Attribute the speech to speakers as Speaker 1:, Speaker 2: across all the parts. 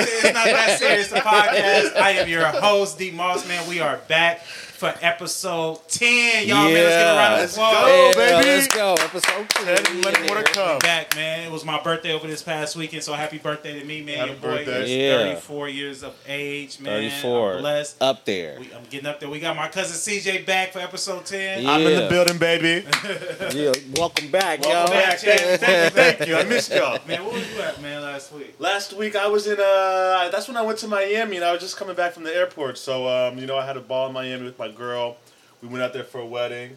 Speaker 1: It's not that serious. The podcast. I am your host, Deep Moss. Man, we are back for episode ten. Y'all, man, let's get a round of
Speaker 2: Let's
Speaker 1: applause.
Speaker 2: go.
Speaker 3: Yeah,
Speaker 2: Oh, baby.
Speaker 3: Let's go. Episode two.
Speaker 2: Let
Speaker 3: Yeah.
Speaker 2: what it come.
Speaker 1: Back, man. It was my birthday over this past weekend, so happy birthday to me, man.
Speaker 2: Happy
Speaker 1: Your boy
Speaker 2: birthday.
Speaker 1: is
Speaker 3: Yeah.
Speaker 1: 34 years of age, man.
Speaker 3: 34.
Speaker 1: I'm blessed.
Speaker 3: Up there.
Speaker 1: We, I'm getting up there. We got my cousin CJ back for episode 10.
Speaker 3: Yeah.
Speaker 2: I'm in the building, baby.
Speaker 3: Yeah. Welcome back,
Speaker 1: Welcome
Speaker 3: y'all.
Speaker 1: back, Chad. Thank you, man.
Speaker 2: Thank you. I missed y'all.
Speaker 1: Man, where was you at, man, last week?
Speaker 2: Last week I was in uh that's when I went to Miami and I was just coming back from the airport. So um, you know, I had a ball in Miami with my girl. We went out there for a wedding.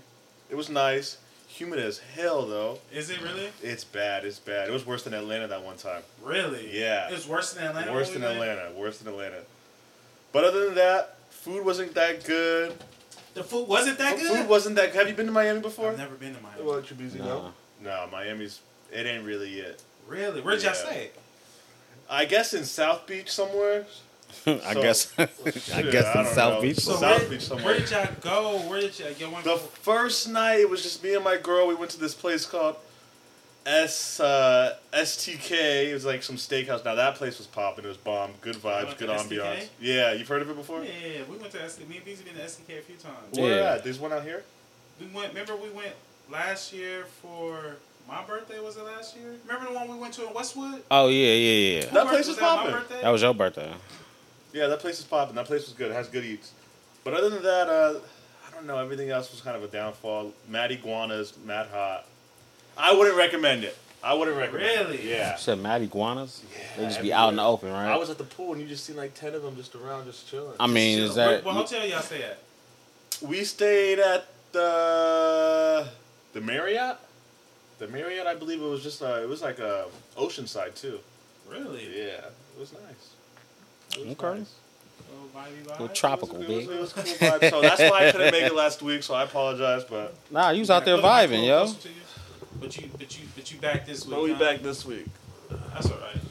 Speaker 2: It was nice. Humid as hell though.
Speaker 1: Is it really?
Speaker 2: It's bad, it's bad. It was worse than Atlanta that one time.
Speaker 1: Really?
Speaker 2: Yeah.
Speaker 1: It was worse than Atlanta.
Speaker 2: worse
Speaker 1: when
Speaker 2: than
Speaker 1: we went?
Speaker 2: Atlanta, worse than Atlanta. But other than that, food wasn't that good.
Speaker 1: The food wasn't that
Speaker 2: F-
Speaker 1: good?
Speaker 2: Food wasn't that Have you been to Miami before?
Speaker 1: I've never been to Miami.
Speaker 2: Well, you busy
Speaker 3: No.
Speaker 2: no. No, Miami's it ain't really it.
Speaker 1: Really? Where'd
Speaker 2: Yeah.
Speaker 1: y'all stay?
Speaker 2: I guess in South Beach somewhere.
Speaker 3: I
Speaker 2: So-
Speaker 3: guess. I
Speaker 2: Yeah,
Speaker 3: guess
Speaker 2: I
Speaker 3: in
Speaker 2: don't
Speaker 3: South
Speaker 2: know.
Speaker 3: Beach.
Speaker 2: So-
Speaker 3: was-
Speaker 2: South
Speaker 1: where,
Speaker 2: Beach somewhere.
Speaker 1: Where did y'all go? Where did y'all y'all went?
Speaker 2: The first night, it was just me and my girl. We went to this place called S uh, STK. It was like some steakhouse. Now that place was popping. It was bomb. Good vibes.
Speaker 1: went
Speaker 2: Good
Speaker 1: to STK?
Speaker 2: ambiance. Yeah, you've heard of it before.
Speaker 1: yeah, yeah, we went to SK. Me and B's been to SKK a few times.
Speaker 2: Where
Speaker 3: Yeah.
Speaker 2: at? There's one out here.
Speaker 1: We went. Remember, we went last year for my birthday. Was it last year? Remember the one we went to in Westwood?
Speaker 3: Oh yeah, yeah, yeah.
Speaker 2: That place was
Speaker 1: that my
Speaker 2: popping.
Speaker 1: birthday?
Speaker 3: That was your birthday.
Speaker 2: Yeah, that place is popping. That place was good. It has good eats. But other than that, uh, I don't know. Everything else was kind of a downfall. Mad iguanas, mad hot. I wouldn't recommend it. I wouldn't recommend. It.
Speaker 1: Really?
Speaker 3: You
Speaker 2: Yeah.
Speaker 3: said mad iguanas.
Speaker 2: Yeah,
Speaker 3: They just be out in the open,
Speaker 2: everywhere.
Speaker 3: right?
Speaker 2: I was at the pool and you just seen like ten of them just around, just chilling.
Speaker 3: I mean, is
Speaker 1: Where-
Speaker 3: that?
Speaker 1: what hotel y'all stay at?
Speaker 2: We stayed at the the Marriott. The Marriott, I believe it was just uh, it was like a oceanside too.
Speaker 1: Really?
Speaker 2: Yeah, it was nice. It was
Speaker 3: Okay.
Speaker 2: nice.
Speaker 1: Little Oh, vibey
Speaker 3: Little
Speaker 1: vibe?
Speaker 2: It was,
Speaker 3: tropical,
Speaker 2: it was-
Speaker 3: big.
Speaker 2: it was cool vibe. So that's why I couldn't make it last week. So I apologize, but
Speaker 3: Nah, you was out there
Speaker 1: Look, I'm
Speaker 3: vibing,
Speaker 1: cool,
Speaker 3: yo.
Speaker 1: close to you. But you, but you, but you back this week.
Speaker 2: but we
Speaker 1: huh?
Speaker 2: back this week.
Speaker 1: That's all right.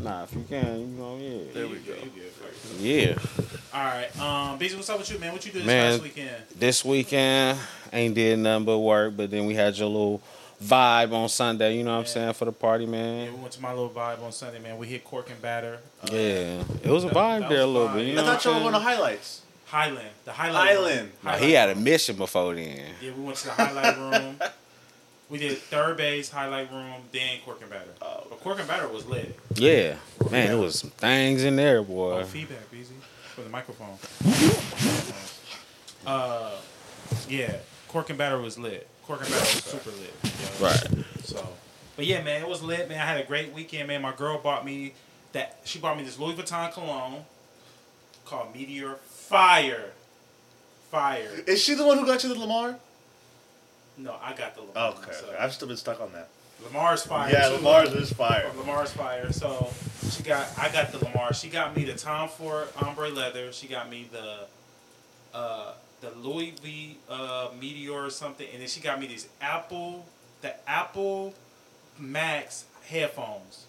Speaker 3: Nah, if you can, you know, yeah,
Speaker 2: There we
Speaker 1: You
Speaker 2: go.
Speaker 1: good, you good, fuck it.
Speaker 3: yeah.
Speaker 1: All right, um, Beezy, what's up with you, man? What you do this
Speaker 3: Man.
Speaker 1: last weekend?
Speaker 3: This weekend ain't did nothing but work, but then we had your little vibe on Sunday. You know what I'm
Speaker 1: Yeah.
Speaker 3: saying for the party,
Speaker 1: Yeah, we
Speaker 3: man.
Speaker 1: went to my little vibe on Sunday, man. We hit Cork and Batter. Uh,
Speaker 3: Yeah, it was a
Speaker 1: that-
Speaker 3: vibe
Speaker 1: that
Speaker 3: there a
Speaker 1: was
Speaker 3: little
Speaker 1: fine.
Speaker 3: bit. You
Speaker 1: I
Speaker 3: know
Speaker 2: I
Speaker 3: what I'm
Speaker 2: thought y'all were
Speaker 3: saying?
Speaker 2: going to highlights.
Speaker 1: Highland, the highlight. room.
Speaker 2: Highland.
Speaker 3: Nah, he
Speaker 1: Highlight
Speaker 3: had a
Speaker 1: room.
Speaker 3: mission before then.
Speaker 1: Yeah, we went to the highlight room. We did third base, highlight room, then Cork and Batter.
Speaker 2: Oh.
Speaker 1: But Cork and Batter was lit.
Speaker 3: Yeah, man, it was some things in there, boy.
Speaker 1: Oh, feedback, Beezy, for the microphone. uh, yeah, Cork and Batter was lit. Cork and Batter was super lit. yo.
Speaker 3: Right.
Speaker 1: So, but yeah, man, it was lit, man. I had a great weekend, man. My girl bought me that. She bought me this Louis Vuitton cologne called Meteor Fire. Fire.
Speaker 2: Is she the one who got you the Lamar?
Speaker 1: No, I got the Lamar.
Speaker 2: Oh, okay.
Speaker 1: so-
Speaker 2: okay. I've still been stuck on that.
Speaker 1: Lamar's fire.
Speaker 2: Yeah,
Speaker 1: too.
Speaker 2: Lamar's is fire.
Speaker 1: Lamar's fire. So she got, I got the Lamar. She got me the Tom Ford ombre leather. She got me the, uh, the Louis V uh, Meteor or something, and then she got me these Apple, the Apple Max headphones.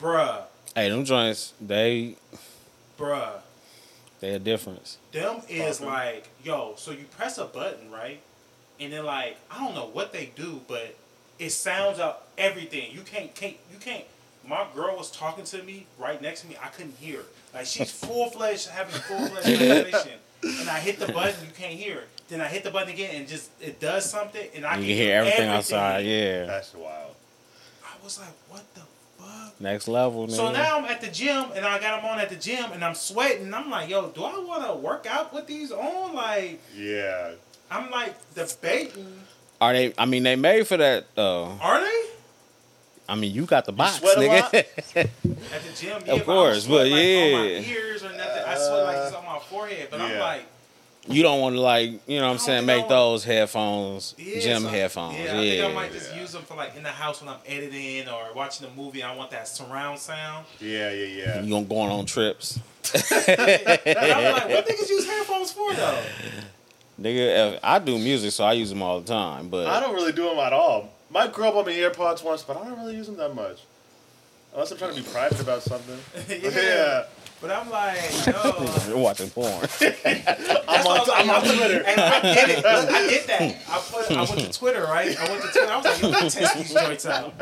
Speaker 1: Bruh,
Speaker 3: Hey, them joints, they
Speaker 1: bruh.
Speaker 3: they a difference.
Speaker 1: Them is
Speaker 2: Awesome.
Speaker 1: like, yo, so you press a button, right? And then like, I don't know what they do, but it sounds out everything. You can't can't you can't my girl was talking to me right next to me. I couldn't hear. Like she's full fledged having full fledged conversation. And I hit the button, you can't hear. Then I hit the button again and just it does something and I
Speaker 3: You
Speaker 1: can
Speaker 3: can hear everything, outside. Yeah,
Speaker 2: That's wild.
Speaker 1: I was like, what the fuck?
Speaker 3: next level, man.
Speaker 1: So now I'm at the gym and I got them on at the gym and I'm sweating. I'm like, yo, do I wanna work out with these on? Like
Speaker 2: Yeah.
Speaker 1: I'm like debating.
Speaker 3: are they? I mean, they made for that though.
Speaker 1: Are they
Speaker 3: I mean, you got the box,
Speaker 2: sweat a
Speaker 3: nigga.
Speaker 1: at the gym? Yeah,
Speaker 3: Of
Speaker 1: but I don't
Speaker 3: course,
Speaker 1: sweat,
Speaker 3: but
Speaker 1: like, on my
Speaker 3: yeah.
Speaker 1: ears or nothing. I sweat like it's on my forehead, but I'm
Speaker 2: Yeah.
Speaker 1: like,
Speaker 3: you don't want to like, you know, what
Speaker 1: I
Speaker 3: I'm saying,
Speaker 1: don't know.
Speaker 3: make those headphones,
Speaker 1: yeah,
Speaker 3: gym
Speaker 1: so-
Speaker 3: headphones.
Speaker 1: Yeah,
Speaker 3: Yeah,
Speaker 1: I think I might just
Speaker 2: Yeah.
Speaker 1: use them for like in the house when I'm editing or watching a movie. I want that surround sound.
Speaker 2: Yeah, yeah, yeah.
Speaker 3: you gonna going on trips,
Speaker 1: But I'm like, what niggas use headphones for though?
Speaker 3: nigga. if- I do music, so I use them all the time. But
Speaker 2: I don't really do them at all. My girl bought me AirPods once, but I don't really use them that much. Unless I'm trying to be private about something.
Speaker 1: Yeah.
Speaker 2: yeah.
Speaker 1: But I'm like, yo.
Speaker 3: You're watching porn.
Speaker 1: That's
Speaker 4: I'm on,
Speaker 1: what I
Speaker 4: I'm on
Speaker 1: was like,
Speaker 4: Twitter.
Speaker 1: And I get it. Look, I get that. I put. I went to Twitter, right? I went to Twitter. I was like, yo, let me test these joints out.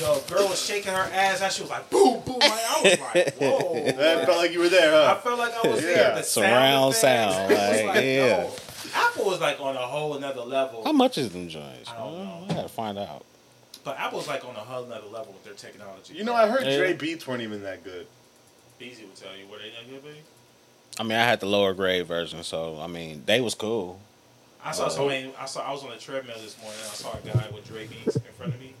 Speaker 1: Yo, girl was shaking her ass. I she was like, boom, boom. Like, I was
Speaker 4: That
Speaker 1: like, whoa.
Speaker 4: felt like you were there,
Speaker 1: I
Speaker 4: huh?
Speaker 1: felt like I was
Speaker 4: Yeah.
Speaker 1: there. The
Speaker 3: Surround sound,
Speaker 1: sound. of things, it was
Speaker 3: like, yeah.
Speaker 1: yo, Apple was like on a whole another level.
Speaker 3: How much is them joints? Hmm,
Speaker 1: I don't know.
Speaker 3: I gotta find out.
Speaker 1: but Apple's like on a whole another level with their technology.
Speaker 4: You know, I heard
Speaker 3: Yeah.
Speaker 4: Dre beats weren't even that good.
Speaker 1: Beezy would tell you what they gonna be.
Speaker 3: I mean, I had the lower grade version, so I mean, they was cool.
Speaker 1: I saw
Speaker 3: Uh,
Speaker 1: somebody. I saw. I was on the treadmill this morning. and I saw a guy with Dre Beats in front of me.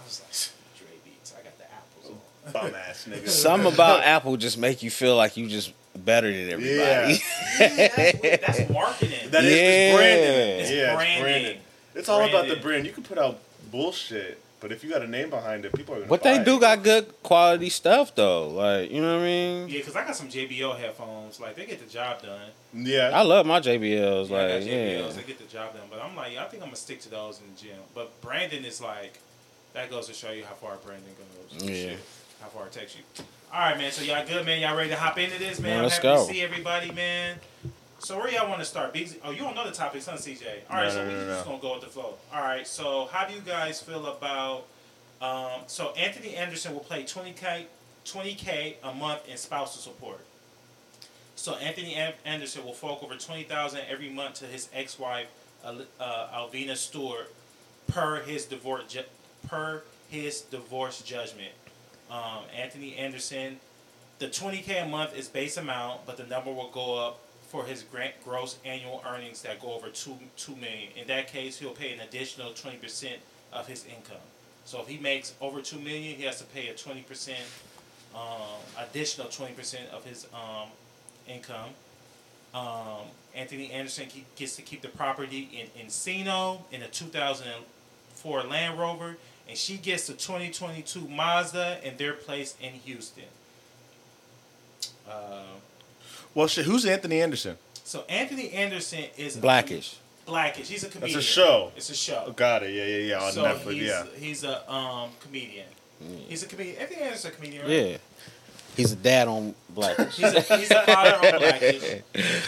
Speaker 1: I was like, Dre Beats. I got the apples on.
Speaker 4: Bum ass nigga.
Speaker 3: Something about Apple just make you feel like you just better than everybody.
Speaker 1: Yeah, that's, weird. that's marketing.
Speaker 4: That is
Speaker 3: Yeah.
Speaker 4: it's branding.
Speaker 3: It's
Speaker 4: yeah,
Speaker 1: branding.
Speaker 4: it's branding. It's all about the
Speaker 1: Branding.
Speaker 4: brand. You can put out bullshit, but if you got a name behind it, people are gonna.
Speaker 3: but
Speaker 4: buy
Speaker 3: they do
Speaker 4: it.
Speaker 3: got good quality stuff though. Like you know what I mean?
Speaker 1: yeah, because I got some JBL headphones. Like they get the job done.
Speaker 4: Yeah,
Speaker 3: I love my JBLs.
Speaker 1: Yeah, I
Speaker 3: Like
Speaker 1: got
Speaker 3: yeah,
Speaker 1: JBLs. They get the job done. But I'm like, yeah, I think I'm gonna stick to those in the gym. But Brandon is like, that goes to show you how far Brandon goes.
Speaker 3: Yeah.
Speaker 1: Shit, how far it takes you. All right, man. So y'all good, man. Y'all ready to hop into this, man?
Speaker 3: Man,
Speaker 1: I'm
Speaker 3: let's
Speaker 1: happy
Speaker 3: go.
Speaker 1: to see everybody, man. So where y'all want to start? Big- Oh, you don't know the topics, huh, CJ? All right,
Speaker 4: No,
Speaker 1: so
Speaker 4: no,
Speaker 1: we
Speaker 4: no,
Speaker 1: just
Speaker 4: no.
Speaker 1: gonna go with the flow. All right. So how do you guys feel about? Um, so Anthony Anderson will play 20k, 20k a month in spousal support. So Anthony An- Anderson will fork over 20000 every month to his ex-wife Al- uh, Alvina Stewart per his divorce ju- per his divorce judgment. Um, Anthony Anderson, the 20k a month is base amount, but the number will go up for his grant gross annual earnings that go over two two million. In that case, he'll pay an additional 20% of his income. So if he makes over two million, he has to pay a 20% um, additional 20% of his um, income. Um, Anthony Anderson ke- gets to keep the property in Encino in a 2004 Land Rover, and she gets the 2022 Mazda and their place in Houston. Uh,
Speaker 2: Well, shit, who's Anthony Anderson?
Speaker 1: so Anthony Anderson is a-
Speaker 3: blackish.
Speaker 1: blackish. He's a comedian.
Speaker 4: show.
Speaker 1: It's a show.
Speaker 4: Oh, got it. Yeah, yeah, yeah. On
Speaker 1: so
Speaker 4: Netflix.
Speaker 1: he's
Speaker 4: Yeah.
Speaker 1: he's a um comedian. He's a comedian. Anthony Anderson's a comedian. Right?
Speaker 3: Yeah, he's a dad on blackish.
Speaker 1: He's a, he's a father on blackish.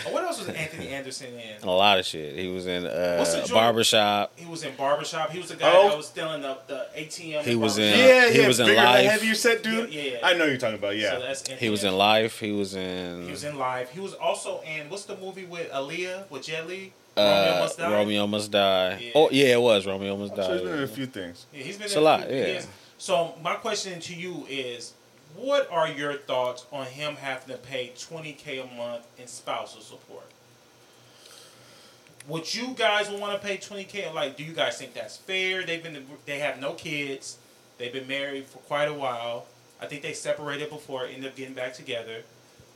Speaker 1: Oh, what else was Anthony Anderson in?
Speaker 3: a lot of shit. He was in
Speaker 1: What's the
Speaker 3: uh,
Speaker 1: joint?
Speaker 3: barbershop.
Speaker 1: He was in barbershop. He was the guy
Speaker 4: Oh.
Speaker 1: that was stealing the, the ATM.
Speaker 3: He was
Speaker 1: barbershop.
Speaker 3: in-
Speaker 4: yeah, yeah.
Speaker 3: he was in
Speaker 4: bigger than
Speaker 3: Life.
Speaker 4: heavier set, dude.
Speaker 1: Yeah, yeah, yeah.
Speaker 4: I know who you're talking about. Yeah.
Speaker 1: So that's Anthony
Speaker 3: He was in
Speaker 1: Anderson.
Speaker 3: life. He was in,
Speaker 1: He was in live. He was also in what's the movie with Aaliyah with Jet Li?
Speaker 3: uh,
Speaker 1: Must Die?
Speaker 3: Romeo Must Die.
Speaker 1: Yeah.
Speaker 3: Oh yeah, it was Romeo Must
Speaker 4: so he's been in
Speaker 3: Die.
Speaker 4: a few things.
Speaker 1: Yeah, he's been
Speaker 3: It's
Speaker 1: in
Speaker 3: a lot,
Speaker 1: few
Speaker 3: yeah.
Speaker 1: years. So my question to you is, what are your thoughts on him having to pay twenty k a month in spousal support? Would you guys want to pay twenty k? Like, do you guys think that's fair? They've been they have no kids. They've been married for quite a while. I think they separated before, ended up getting back together.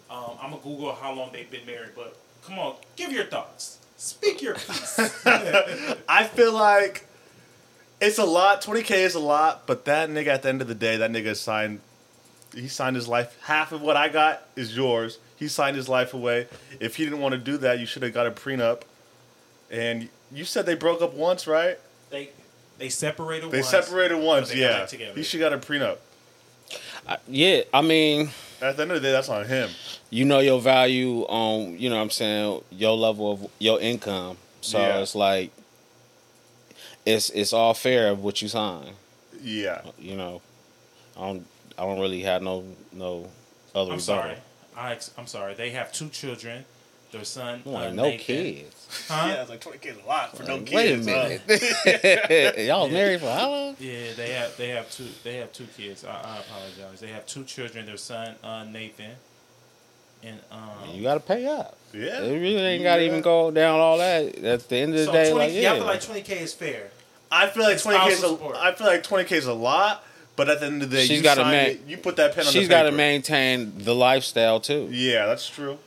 Speaker 1: Um, I'm gonna Google how long they've been married, but come on, give your thoughts. Speak your piece.
Speaker 2: I feel like it's a lot. 20K is a lot, but that nigga at the end of the day, that nigga signed, he signed his life. Half of what I got is yours. He signed his life away. If he didn't want to do that, you should have got a prenup. And you said they broke up once, right?
Speaker 1: they they separated.
Speaker 2: They
Speaker 1: once,
Speaker 2: separated once,
Speaker 1: but they got
Speaker 2: yeah.
Speaker 1: back together.
Speaker 2: He should got a prenup.
Speaker 3: I- yeah, I mean,
Speaker 2: At the end of the day, that's on him.
Speaker 3: you know your value on you know what I'm saying your level of your income. So
Speaker 2: Yeah.
Speaker 3: it's like it's it's all fair of what you sign.
Speaker 2: Yeah.
Speaker 3: You know, I don't I don't really have no no other.
Speaker 1: I'm
Speaker 3: rebuttal.
Speaker 1: sorry. I, ex- I'm sorry. They have two children. Their son.
Speaker 3: I'm like,
Speaker 1: uh,
Speaker 3: no
Speaker 1: Nathan-
Speaker 3: kids.
Speaker 1: Huh?
Speaker 4: it's like 20k is a lot for
Speaker 3: Like, Uh, wait a
Speaker 1: uh.
Speaker 3: minute, y'all was married for how long?
Speaker 1: Yeah, they have they have two they have two kids. I, I apologize. They have two children. Their son uh, Nathan, and um.
Speaker 3: You got to pay up.
Speaker 4: Yeah.
Speaker 3: It really ain't got to
Speaker 4: Yeah.
Speaker 3: even go down all that. At the end of the
Speaker 1: so
Speaker 3: day,
Speaker 1: 20,
Speaker 3: like
Speaker 1: yeah.
Speaker 3: yeah,
Speaker 1: I feel like 20k is fair.
Speaker 2: I feel like twenty k is
Speaker 1: Spousal
Speaker 2: a,
Speaker 1: support.
Speaker 2: I feel like twenty k is a lot, but at the end of the day,
Speaker 3: She's
Speaker 2: you
Speaker 3: gotta
Speaker 2: sign
Speaker 3: ma-
Speaker 2: it, you put that pen on
Speaker 3: she's
Speaker 2: the
Speaker 3: got to
Speaker 2: paper.
Speaker 3: maintain the lifestyle too.
Speaker 2: Yeah, that's true.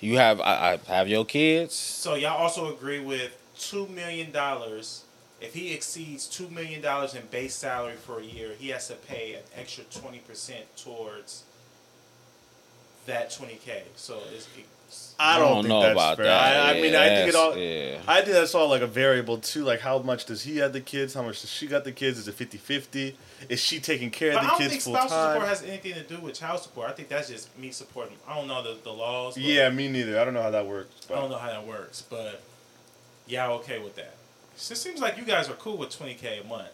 Speaker 3: You have I, I have your kids.
Speaker 1: So y'all also agree with two million dollars. If he exceeds two million dollars in base salary for a year, he has to pay an extra twenty percent towards that 20K. So it's, it's
Speaker 2: I don't, think that's fair. I, I
Speaker 3: Yeah,
Speaker 2: mean, I think
Speaker 3: that's-
Speaker 2: it all.
Speaker 3: Yeah.
Speaker 2: I think that's all like a variable too. Like, how much does he have the kids? How much does she got the kids? Is it 50 50? Is she taking care
Speaker 1: But
Speaker 2: of
Speaker 1: I
Speaker 2: the
Speaker 1: don't
Speaker 2: kids
Speaker 1: think
Speaker 2: full
Speaker 1: spousal
Speaker 2: time?
Speaker 1: support has anything to do with child support. I think that's just me supporting. I don't know the, the laws. but
Speaker 2: yeah, me neither. I don't know how that works.
Speaker 1: I don't
Speaker 2: But
Speaker 1: know how that works, but yeah, okay with that. So it seems like you guys are cool with 20K a month.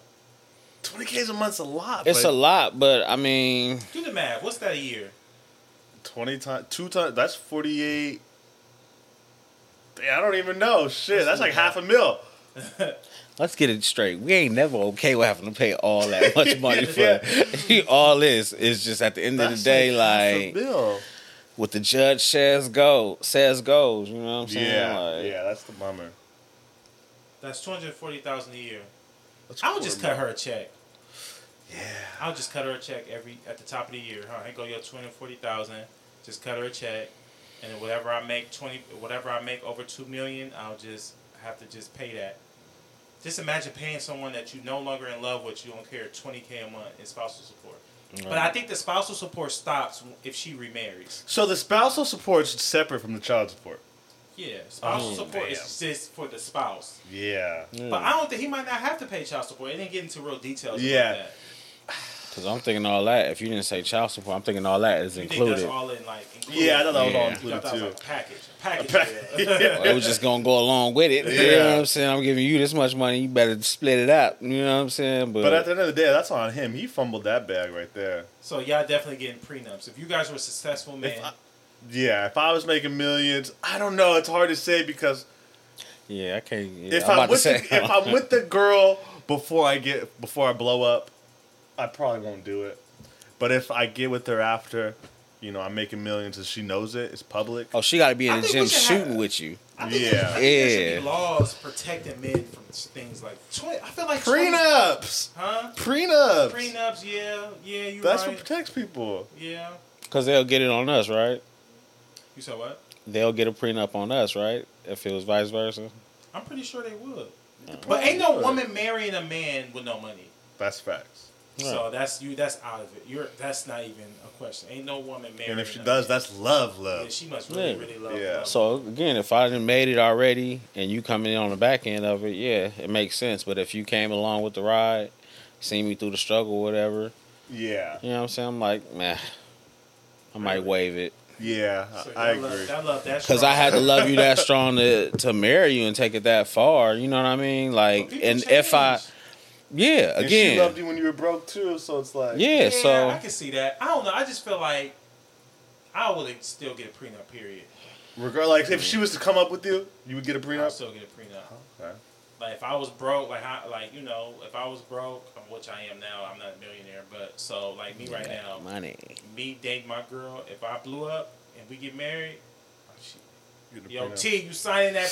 Speaker 2: 20 Ks a month's a lot.
Speaker 3: It's
Speaker 2: but
Speaker 3: a lot, but I mean,
Speaker 1: Do the math. What's that a year?
Speaker 2: 20 times, two times, that's 48. Yeah, I don't even know. Shit, that's like half a mil.
Speaker 3: let's get it straight. We ain't never okay with having to pay all that much money for all this. It's just at the end of
Speaker 2: That's
Speaker 3: the day,
Speaker 2: half a
Speaker 3: like,
Speaker 2: mil.
Speaker 3: what the judge says go says goes. You know what I'm saying?
Speaker 2: Yeah,
Speaker 3: Like,
Speaker 2: yeah, that's the bummer.
Speaker 1: That's 240000 a year.
Speaker 2: That's
Speaker 1: I would just
Speaker 2: quarter
Speaker 1: cut her a check.
Speaker 2: mil. Yeah.
Speaker 1: I'll just cut her a check every at the top of the year. Huh? Here go your 240000 Just cut her a check. And then whatever I make, 20, whatever I make over 2 million, I'll just have to just pay that. Just imagine paying someone that you no longer in love with, you don't care, 20K a month in spousal support. But I think the spousal support stops if she remarries.
Speaker 2: So the spousal support is separate from the child support.
Speaker 1: Yeah, spousal
Speaker 2: Oh,
Speaker 1: support
Speaker 2: damn. Hmm.
Speaker 1: is just for the spouse.
Speaker 2: Yeah.
Speaker 1: But I don't think he might not have to pay child support. It didn't get into real details. Yeah,
Speaker 2: Yeah.
Speaker 1: about that.
Speaker 3: Because I'm thinking all that. If you didn't say child support, I'm thinking all that is
Speaker 1: you think that's
Speaker 3: included.
Speaker 1: all in like? Included?
Speaker 2: Yeah, I thought that was all
Speaker 3: Yeah.
Speaker 1: You thought
Speaker 2: included
Speaker 1: that was
Speaker 2: too.
Speaker 1: like a package, a package.
Speaker 2: package.
Speaker 1: deal.
Speaker 3: Well, it was just gonna go along with it. You know
Speaker 2: Yeah.
Speaker 3: what I'm saying? I'm giving you this much money. You better split it up. You know what I'm saying? But,
Speaker 2: But at the end of the day, that's on him. He fumbled that bag right there.
Speaker 1: so y'all definitely getting prenups. If you guys were successful, man,
Speaker 2: I- Yeah, if I was making millions, I don't know. It's hard to say because
Speaker 3: yeah, I can't. Yeah,
Speaker 2: if
Speaker 3: I'm
Speaker 2: I'm,
Speaker 3: about to
Speaker 2: with
Speaker 3: say,
Speaker 2: the, if I'm with the girl before I get before I blow up, I probably won't do it. But if I get with her after, you know, I'm making millions and she knows it. It's public.
Speaker 3: oh, she got to be
Speaker 1: I
Speaker 3: in the
Speaker 1: think we
Speaker 3: gym
Speaker 1: should have-
Speaker 3: shooting with you.
Speaker 1: I think,
Speaker 2: yeah.
Speaker 1: I think there should
Speaker 3: Yeah.
Speaker 1: be laws protecting men from things like. 20, I feel like 20
Speaker 2: Prenups,
Speaker 1: huh?
Speaker 2: prenups.
Speaker 1: Prenups, yeah, yeah, you
Speaker 2: That's
Speaker 1: right.
Speaker 2: what protects people.
Speaker 1: yeah,
Speaker 3: Because they'll get it on us, right?
Speaker 1: you said what?
Speaker 3: They'll get a prenup on us, right? If it was vice versa.
Speaker 1: I'm pretty sure they would. But ain't no woman marrying a man with no money.
Speaker 2: That's facts.
Speaker 1: So that's you. That's out of it. You're. That's not even a question. Ain't no woman married.
Speaker 2: And if she
Speaker 1: a
Speaker 2: does,
Speaker 1: man.
Speaker 2: that's love, love.
Speaker 1: Yeah, she must really,
Speaker 3: Yeah.
Speaker 1: really love.
Speaker 2: Yeah.
Speaker 1: Yeah.
Speaker 3: So again, if I didn't made it already and you come in on the back end of it, yeah, it makes sense. But if you came along with the ride, seen me through the struggle, whatever,
Speaker 2: Yeah,
Speaker 3: you know what I'm saying? I'm like, nah, I might
Speaker 1: Really?
Speaker 3: waive it.
Speaker 2: yeah, I- I
Speaker 1: that
Speaker 2: agree.
Speaker 1: Love, that love that
Speaker 3: Cause
Speaker 1: strong.
Speaker 3: I had to love you that strong to to marry you and take it that far. You know what I mean? Like,
Speaker 1: People
Speaker 3: and
Speaker 1: change.
Speaker 3: if I, yeah,
Speaker 2: And she
Speaker 3: again,
Speaker 2: loved you when you were broke too, so it's like
Speaker 3: yeah,
Speaker 1: yeah, I
Speaker 3: So
Speaker 1: can see that. I don't know. I just feel like I would still get a prenup. Period.
Speaker 2: Regard, like if she was to come up with you, you would get a
Speaker 1: I'd
Speaker 2: prenup. Oh,
Speaker 1: still get a prenup.
Speaker 2: Okay.
Speaker 1: Like if I was broke, like I, like you know, if I was broke, um, which I am now, I'm not a millionaire, but so like me right now,
Speaker 3: money.
Speaker 1: me dating my girl, if I blew up and we get married, oh, shit.
Speaker 2: You get a
Speaker 1: Yo,
Speaker 2: prenup.
Speaker 1: T, you signing that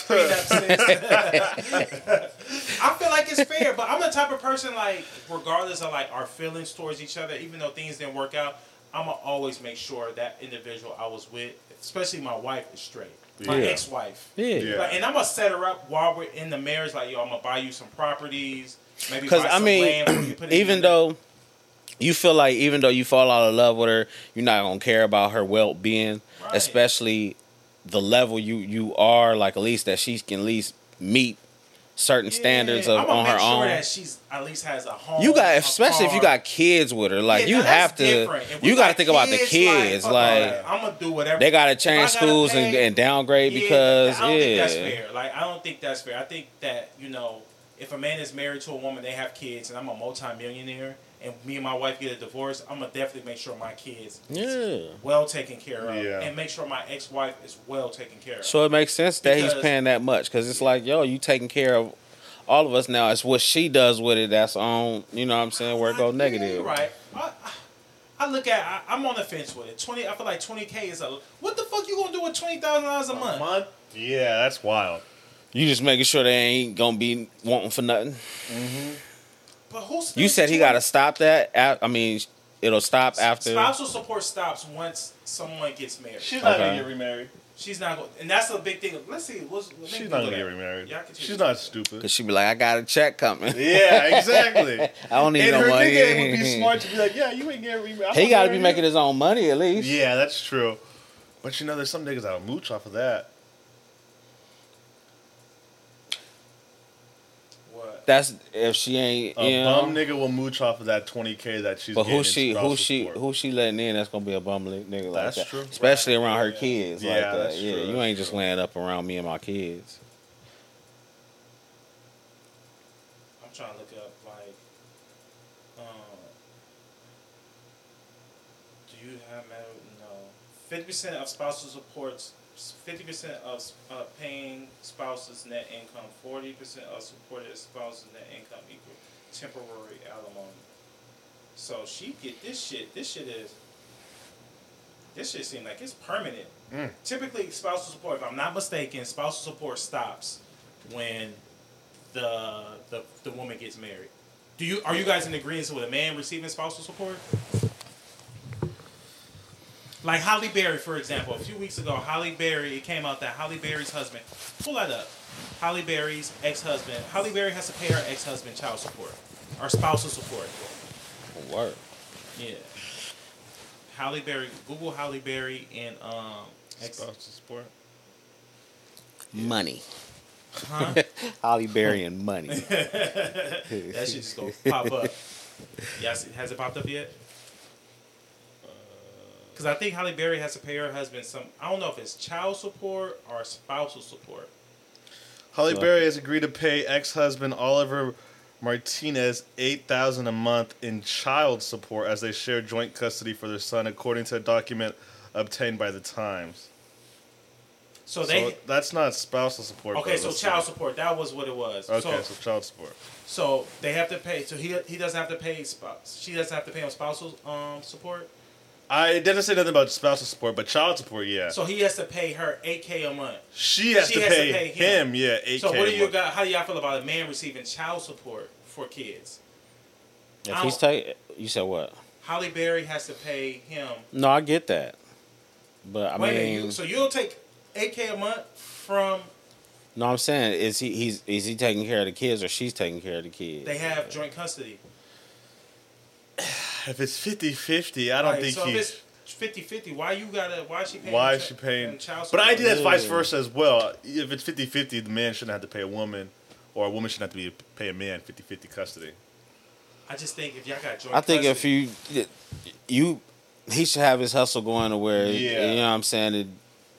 Speaker 1: prenup, sis. I feel like it's fair, but I'm the type of person like, regardless of like our feelings towards each other, even though things didn't work out, I'ma always make sure that individual I was with, especially my wife, is straight. My
Speaker 3: Yeah.
Speaker 1: ex-wife.
Speaker 3: Yeah.
Speaker 2: Yeah.
Speaker 1: Like, and I'm gonna set her up while we're in the marriage. Like, yo, I'm gonna buy you some properties. Maybe
Speaker 3: Because
Speaker 1: buy
Speaker 3: I
Speaker 1: some land for you
Speaker 3: mean,
Speaker 1: to put in
Speaker 3: even
Speaker 1: your-
Speaker 3: though you feel like even though you fall out of love with her, you're not gonna care about her well being,
Speaker 1: Right.
Speaker 3: especially the level you you are. Like at least that she can at least meet certain standards
Speaker 1: Yeah,
Speaker 3: of
Speaker 1: I'ma
Speaker 3: on
Speaker 1: make
Speaker 3: her
Speaker 1: sure
Speaker 3: own.
Speaker 1: that she's at least has a home.
Speaker 3: you got
Speaker 1: a
Speaker 3: especially if you
Speaker 1: car.
Speaker 3: got kids with her, like
Speaker 1: Yeah,
Speaker 3: you
Speaker 1: now that's
Speaker 3: have to
Speaker 1: different. If we
Speaker 3: you got to think about the kids,
Speaker 1: fuck all
Speaker 3: like.
Speaker 1: that. I'm gonna do whatever.
Speaker 3: They gotta
Speaker 1: If I
Speaker 3: change
Speaker 1: gotta
Speaker 3: schools and,
Speaker 1: pay-
Speaker 3: and downgrade
Speaker 1: yeah, I
Speaker 3: because
Speaker 1: don't think that's
Speaker 3: yeah,
Speaker 1: fair. Like I don't think that's fair. I think that you know, if a man is married to a woman, they have kids, and I'm a multimillionaire, and me and my wife get a divorce, I'm gonna definitely make sure my kids
Speaker 3: yeah.
Speaker 1: well taken care of,
Speaker 2: Yeah.
Speaker 1: and make sure my ex wife is well taken care of.
Speaker 3: So it makes sense that he's
Speaker 1: Because-
Speaker 3: paying that much because it's like yo, you taking care of all of us now. It's what she does with it that's on. You know what I'm saying? Where it go
Speaker 1: Yeah,
Speaker 3: negative.
Speaker 1: you're right. I, I- I look at. I, I'm on the fence with it. Twenty. I feel like 20k is a. What the fuck you gonna do with twenty thousand dollars a month?
Speaker 2: Month? Yeah, that's wild.
Speaker 3: You just making sure they ain't gonna be wanting for nothing.
Speaker 1: But who's
Speaker 3: You said he gotta stop that. At, I mean, it'll stop after.
Speaker 1: Spousal support stops once someone gets married.
Speaker 2: She's
Speaker 3: not gonna get
Speaker 2: remarried.
Speaker 1: She's not going, and that's the big thing. Let's see. What's, let me
Speaker 2: She's
Speaker 1: Google
Speaker 2: not gonna
Speaker 1: that.
Speaker 2: get remarried.
Speaker 1: Y'all continue.
Speaker 2: She's not
Speaker 3: Cause
Speaker 2: stupid.
Speaker 3: she be like, I got a check coming.
Speaker 2: Yeah, exactly. and
Speaker 3: I don't need no
Speaker 2: her
Speaker 3: money.
Speaker 2: nigga would be smart to be like, yeah, you ain't getting remarried.
Speaker 3: he gotta be making his own money at least.
Speaker 2: Yeah, that's true. But you know, there's some niggas that'll mooch off of that.
Speaker 1: What?
Speaker 3: That's if she ain't
Speaker 2: A
Speaker 3: you know,
Speaker 2: bum nigga will mooch off of that 20k that she's.
Speaker 3: But who
Speaker 2: getting
Speaker 3: she
Speaker 2: in
Speaker 3: who
Speaker 2: spousal
Speaker 3: she
Speaker 2: support.
Speaker 3: who she letting in? That's gonna be a bum li- nigga like
Speaker 2: That's
Speaker 3: that.
Speaker 2: true.
Speaker 3: Especially
Speaker 1: Right.
Speaker 3: around her
Speaker 1: Yeah.
Speaker 3: kids
Speaker 2: Yeah,
Speaker 3: like that.
Speaker 2: that's
Speaker 3: yeah,
Speaker 2: true,
Speaker 3: you
Speaker 2: that's
Speaker 3: ain't just
Speaker 2: true.
Speaker 3: laying up around me and my kids.
Speaker 1: I'm trying to look up like, um, do you have marital? No. Fifty percent of spousal supports. Fifty percent of uh, paying spouses' net income. Forty percent of supported spouses' net income equal temporary alimony. So she get this shit. This shit is. This shit seems like it's permanent. Typically, spousal support. If I'm not mistaken, spousal support stops when the the, the woman gets married. Do you are you guys in agreement with a man receiving spousal support? Like Holly Berry, for example, a few weeks ago, Holly Berry, it came out that Holly Berry's husband, pull that up. Holly Berry's ex-husband, Holly Berry has to pay her ex-husband child support or spousal support.
Speaker 3: Work.
Speaker 1: Yeah. Holly Berry, Google Holly Berry and um, ex-
Speaker 2: Spousal support.
Speaker 3: Money.
Speaker 1: huh?
Speaker 3: Holly Berry and money.
Speaker 1: that shit just gonna pop up. Yes, has it popped up yet? Because I think Holly Berry has to pay her husband some. I don't know if it's child support or spousal support.
Speaker 2: Holly
Speaker 3: Look.
Speaker 2: Berry has agreed to pay ex-husband Oliver Martinez eight thousand a month in child support as they share joint custody for their son, according to a document obtained by the Times.
Speaker 1: So they
Speaker 2: so that's not spousal support.
Speaker 1: okay.
Speaker 2: though,
Speaker 1: So
Speaker 2: that's
Speaker 1: child support. That was what it was.
Speaker 2: not- Okay,
Speaker 1: So
Speaker 2: so, child support.
Speaker 1: so they have to pay. So he he doesn't have to pay spouse. She doesn't have to pay him spousal um support.
Speaker 2: I it didn't say nothing about spousal support, but child support, yeah.
Speaker 1: So he has to pay her eight k a month.
Speaker 2: she has,
Speaker 1: she
Speaker 2: to,
Speaker 1: has to
Speaker 2: pay
Speaker 1: pay him.
Speaker 2: him. yeah, eight
Speaker 1: So
Speaker 2: K.
Speaker 1: what do you got? How do y'all feel about a man receiving child support for kids?
Speaker 3: if he's take you said what?
Speaker 1: Holly Berry has to pay him
Speaker 3: No, I get that. But I
Speaker 1: Wait, a minute,
Speaker 3: mean
Speaker 1: you, so you'll take eight k a month from
Speaker 3: No, I'm saying is he he's is he taking care of the kids or she's taking care of the kids?
Speaker 1: they have joint custody.
Speaker 2: If it's 50-50, I don't
Speaker 1: Like,
Speaker 2: think
Speaker 1: so
Speaker 2: he.
Speaker 1: if it's 50-50, Why you gotta? Why is she paying?
Speaker 2: Why
Speaker 1: him
Speaker 2: is
Speaker 1: chi-
Speaker 2: she paying?
Speaker 1: him Child
Speaker 2: But
Speaker 1: support?
Speaker 2: I do that's vice
Speaker 3: Yeah.
Speaker 2: versa as well. If it's 50 50, the man shouldn't have to pay a woman, or a woman shouldn't have to be pay a man 50 50 custody.
Speaker 1: I just think if y'all got joint,
Speaker 3: I think if
Speaker 1: custody,
Speaker 3: you you he should have his hustle going to where
Speaker 2: Yeah.
Speaker 3: you know what I'm saying it,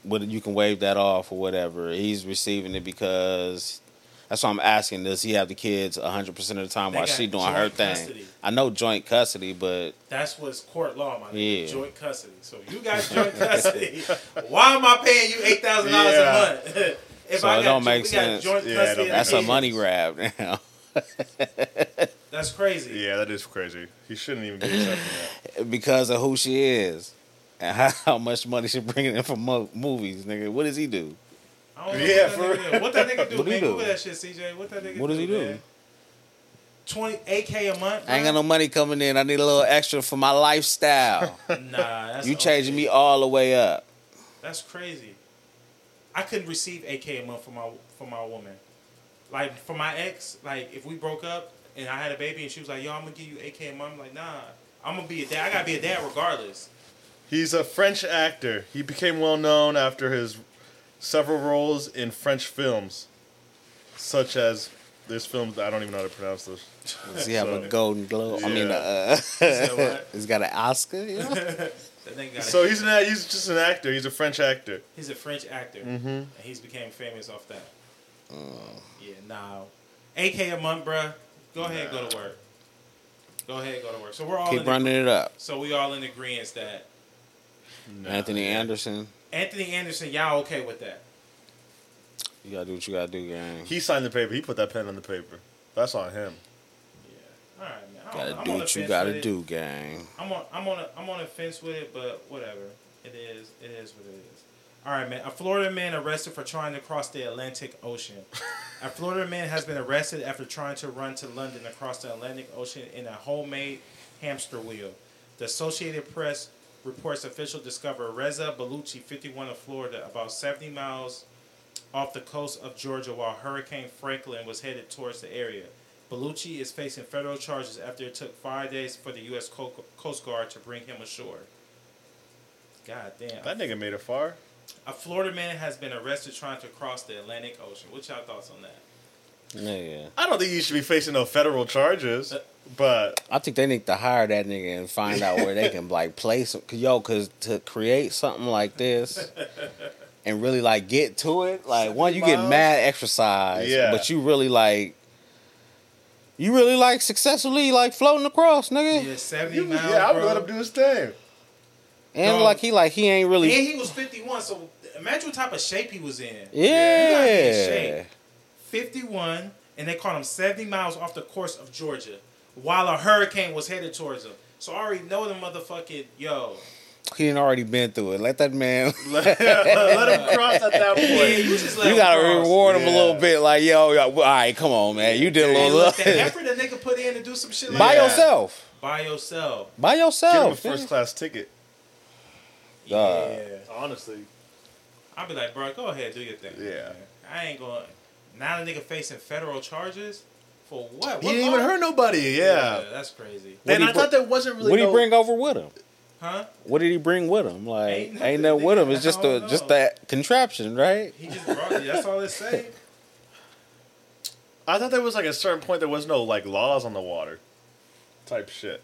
Speaker 3: whether you can waive that off or whatever. He's receiving it because that's why I'm asking. Does he have the kids 100 percent of the time
Speaker 1: They
Speaker 3: while
Speaker 1: got
Speaker 3: she doing her
Speaker 1: joint
Speaker 3: thing?
Speaker 1: custody.
Speaker 3: I know joint custody, but
Speaker 1: that's what's court law, my nigga.
Speaker 3: Yeah.
Speaker 1: Joint custody. So you got joint custody. why am I paying you eight thousand
Speaker 2: Yeah.
Speaker 1: dollars a month? if
Speaker 3: So
Speaker 1: I got,
Speaker 3: it don't
Speaker 1: jo-
Speaker 3: make
Speaker 1: we
Speaker 3: sense.
Speaker 1: Got joint
Speaker 2: Yeah, it
Speaker 1: custody
Speaker 2: don't
Speaker 1: of
Speaker 2: make
Speaker 3: that's a
Speaker 1: kids.
Speaker 3: money grab now.
Speaker 1: That's crazy.
Speaker 2: Yeah, that is crazy. He shouldn't even be accepting that.
Speaker 3: because of who she is and how, how much money she bringing in from mo- movies, nigga. What does he do?
Speaker 1: I don't know
Speaker 2: Yeah,
Speaker 1: what, that
Speaker 2: for
Speaker 1: nigga do. what that nigga do,
Speaker 3: What he
Speaker 1: man?
Speaker 3: do?
Speaker 1: Google that shit, CJ. What that nigga
Speaker 3: What does he do?
Speaker 1: man? 20 8K a month?
Speaker 3: I ain't got
Speaker 1: man?
Speaker 3: no money coming in. I need a little extra for my lifestyle.
Speaker 1: Nah, that's
Speaker 3: you
Speaker 1: okay.
Speaker 3: changing me all the way up.
Speaker 1: That's crazy. I couldn't receive AK a month for my for my woman. Like for my ex, like if we broke up and I had a baby and she was like, "Yo, I'm gonna give you AK a month," I'm like, "Nah, I'm gonna be a dad. I gotta be a dad regardless."
Speaker 2: He's a French actor. He became well known after his several roles in French films, such as this film. I don't even know how to pronounce this.
Speaker 3: Does he have a
Speaker 2: So-
Speaker 3: Golden Globe? I mean,
Speaker 2: Yeah.
Speaker 3: uh,
Speaker 1: what?
Speaker 3: he's got an Oscar. You know?
Speaker 1: That nigga got
Speaker 2: So he's an act- he's just an actor. He's a French actor.
Speaker 1: he's a French actor, mm-hmm. and he's became famous off that.
Speaker 3: Uh.
Speaker 1: Yeah, nah, AK a month, bruh. Go ahead, go to work. Go ahead, go to work. So we're all
Speaker 3: Keep
Speaker 1: in
Speaker 3: running it up.
Speaker 1: so we all in agreement that
Speaker 3: Anthony Anderson,
Speaker 1: Anthony Anderson, y'all okay with that?
Speaker 3: you gotta do what you gotta do, gang.
Speaker 2: He signed the paper. He put that pen on the paper. That's on him.
Speaker 1: All right, man. I don't-
Speaker 3: Gotta
Speaker 1: I'm
Speaker 3: do
Speaker 1: on the
Speaker 3: what you
Speaker 1: fence with
Speaker 3: gotta
Speaker 1: it.
Speaker 3: do, gang.
Speaker 1: I'm on I'm on a, I'm on a fence with it, but whatever. It is it is what it is. All right, man. A Florida man arrested for trying to cross the Atlantic Ocean. a Florida man has been arrested after trying to run to London across the Atlantic Ocean in a homemade hamster wheel. The Associated Press reports official discover Reza Bellucci, 51 of Florida, about 70 miles off the coast of Georgia while Hurricane Franklin was headed towards the area. Bellucci is facing federal charges after it took five days for the U.S. Co- Coast Guard to bring him ashore. God damn.
Speaker 2: That nigga made it far.
Speaker 1: A Florida man has been arrested trying to cross the Atlantic Ocean. What's y'all thoughts on that?
Speaker 3: Nigga.
Speaker 2: I don't think you should be facing no federal charges, but
Speaker 3: I think they need to hire that nigga and find out where they can like place cause yo, cause to create something like this and really like get to it, like one you get
Speaker 2: miles?
Speaker 3: mad exercise,
Speaker 2: Yeah.
Speaker 3: but you really like you really like successfully like floating across, nigga.
Speaker 1: Yeah, 70
Speaker 2: you,
Speaker 1: miles,
Speaker 2: yeah, I would
Speaker 1: bro.
Speaker 2: let him do his thing.
Speaker 3: And
Speaker 1: No.
Speaker 3: like he like he ain't
Speaker 1: And
Speaker 3: really
Speaker 1: he was 51, so imagine what type of shape he was in. You gotta be in
Speaker 3: Yeah.
Speaker 1: shape. 51, and they caught him 70 miles off the course of Georgia while a hurricane was headed towards him. So I already know the motherfucking, yo.
Speaker 3: He didn't already been through it. Let that man.
Speaker 2: let him cross at that
Speaker 1: Yeah,
Speaker 2: point.
Speaker 1: you just let
Speaker 3: you
Speaker 1: him
Speaker 3: gotta
Speaker 1: cross.
Speaker 3: reward him a
Speaker 2: Yeah.
Speaker 3: little bit. Like yo, yo, all right, come on, man. You did a
Speaker 1: And look, the
Speaker 3: little.
Speaker 1: effort a nigga put in to do some shit like
Speaker 3: By
Speaker 1: that.
Speaker 3: yourself.
Speaker 1: By yourself.
Speaker 3: By
Speaker 2: Give him a
Speaker 3: yourself.
Speaker 2: first class ticket.
Speaker 3: Duh.
Speaker 1: Yeah.
Speaker 4: Honestly,
Speaker 1: I'll be like, bro, go ahead, do your thing.
Speaker 2: Yeah.
Speaker 1: I ain't going. Now the nigga facing federal charges for what?
Speaker 2: He
Speaker 1: What
Speaker 2: didn't even
Speaker 1: law?
Speaker 2: hurt nobody. Yeah.
Speaker 1: that's crazy.
Speaker 3: What'd
Speaker 2: And
Speaker 3: he
Speaker 2: I
Speaker 3: br-
Speaker 2: thought that wasn't really.
Speaker 3: What did
Speaker 2: no-
Speaker 3: he bring over with him?
Speaker 1: Huh?
Speaker 3: What did he bring with him? Like
Speaker 1: Ain't nothing,
Speaker 3: ain't, nothing with
Speaker 1: nigga.
Speaker 3: him. It's just
Speaker 1: I
Speaker 3: the
Speaker 1: don't know.
Speaker 3: just that contraption, right?
Speaker 1: He just brought it. That's all it say.
Speaker 2: I thought there was like a certain point there was no like laws on the water, type shit.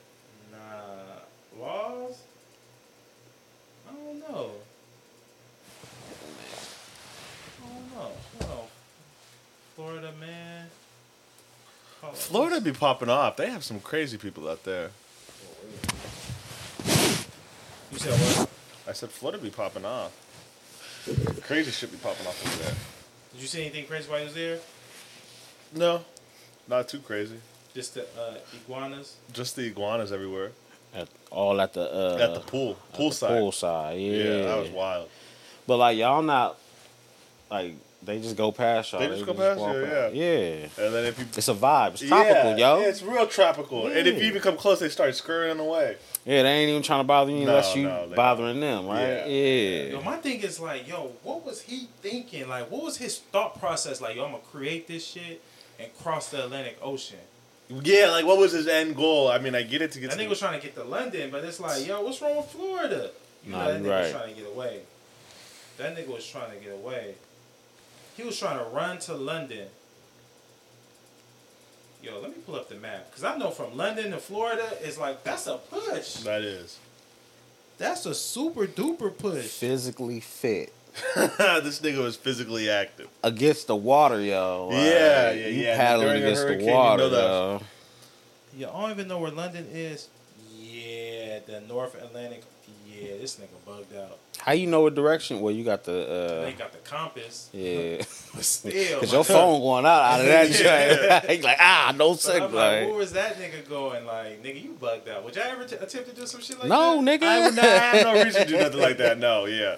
Speaker 1: Nah. Laws? I don't know. I don't know. Hold on. Florida, man. Hold on.
Speaker 2: Florida be popping off. They have some crazy people out there.
Speaker 1: You said what?
Speaker 2: I said Florida be popping off. Crazy shit be popping off over there.
Speaker 1: Did you see anything crazy while you was there?
Speaker 2: No, not too crazy.
Speaker 1: Just the uh, iguanas?
Speaker 2: Just the iguanas everywhere
Speaker 3: At, all at the uh,
Speaker 2: at the pool, poolside.
Speaker 3: poolside. Yeah.
Speaker 2: yeah. that was wild.
Speaker 3: But like y'all not like they just go past y'all.
Speaker 2: They just go past
Speaker 3: walk
Speaker 2: you,
Speaker 3: out. Yeah.
Speaker 2: And then if you
Speaker 3: It's a vibe. It's tropical,
Speaker 2: yeah,
Speaker 3: yo.
Speaker 2: yeah, it's real tropical. And if you
Speaker 3: Yeah.
Speaker 2: even come close, they start scurrying away.
Speaker 3: Yeah, they ain't even trying to bother you
Speaker 2: No,
Speaker 3: unless you
Speaker 2: no, they-
Speaker 3: bothering them, right?
Speaker 2: Yeah.
Speaker 3: Yeah.
Speaker 1: Yo, my thing is like, yo, what was he thinking? Like, what was his thought process? Like, yo, I'm gonna create this shit and cross the Atlantic Ocean.
Speaker 2: Yeah, like what was his end goal? I mean, I get it to get.
Speaker 1: That
Speaker 2: to
Speaker 1: nigga was trying to get to London, but it's like, yo, what's wrong with Florida? You
Speaker 3: Nah,
Speaker 1: know, that
Speaker 3: you
Speaker 1: nigga was
Speaker 3: right.
Speaker 1: trying to get away. That nigga was trying to get away. He was trying to run to London. Yo, let me pull up the map. Cause I know from London to Florida is like that's a push.
Speaker 2: that is.
Speaker 1: That's a super duper push.
Speaker 3: Physically fit
Speaker 2: this nigga was physically active.
Speaker 3: against the water, yo. Like,
Speaker 2: Yeah, yeah,
Speaker 3: You
Speaker 2: yeah.
Speaker 3: paddling
Speaker 2: During a
Speaker 3: against the
Speaker 2: hurricane, you
Speaker 3: water,
Speaker 2: know that.
Speaker 3: yo.
Speaker 1: Yeah, I don't even know where London is. Yeah, the North Atlantic. Yeah, this nigga bugged out.
Speaker 3: How you know what direction? Well, you got
Speaker 1: They
Speaker 3: the.
Speaker 1: ain't
Speaker 3: Uh,
Speaker 1: got the compass.
Speaker 3: yeah.
Speaker 1: But still,
Speaker 3: Cause
Speaker 1: my
Speaker 3: your phone going out out of that
Speaker 2: Yeah.
Speaker 3: joint. Like, like ah, no
Speaker 1: So I'm
Speaker 3: signal.
Speaker 1: like,
Speaker 3: Like,
Speaker 1: where was that nigga going? Like, nigga, you bugged out. Would y'all ever t- attempt to do some shit like
Speaker 3: no,
Speaker 1: that?
Speaker 3: nigga.
Speaker 2: I would not have no reason to do nothing like that. No, yeah.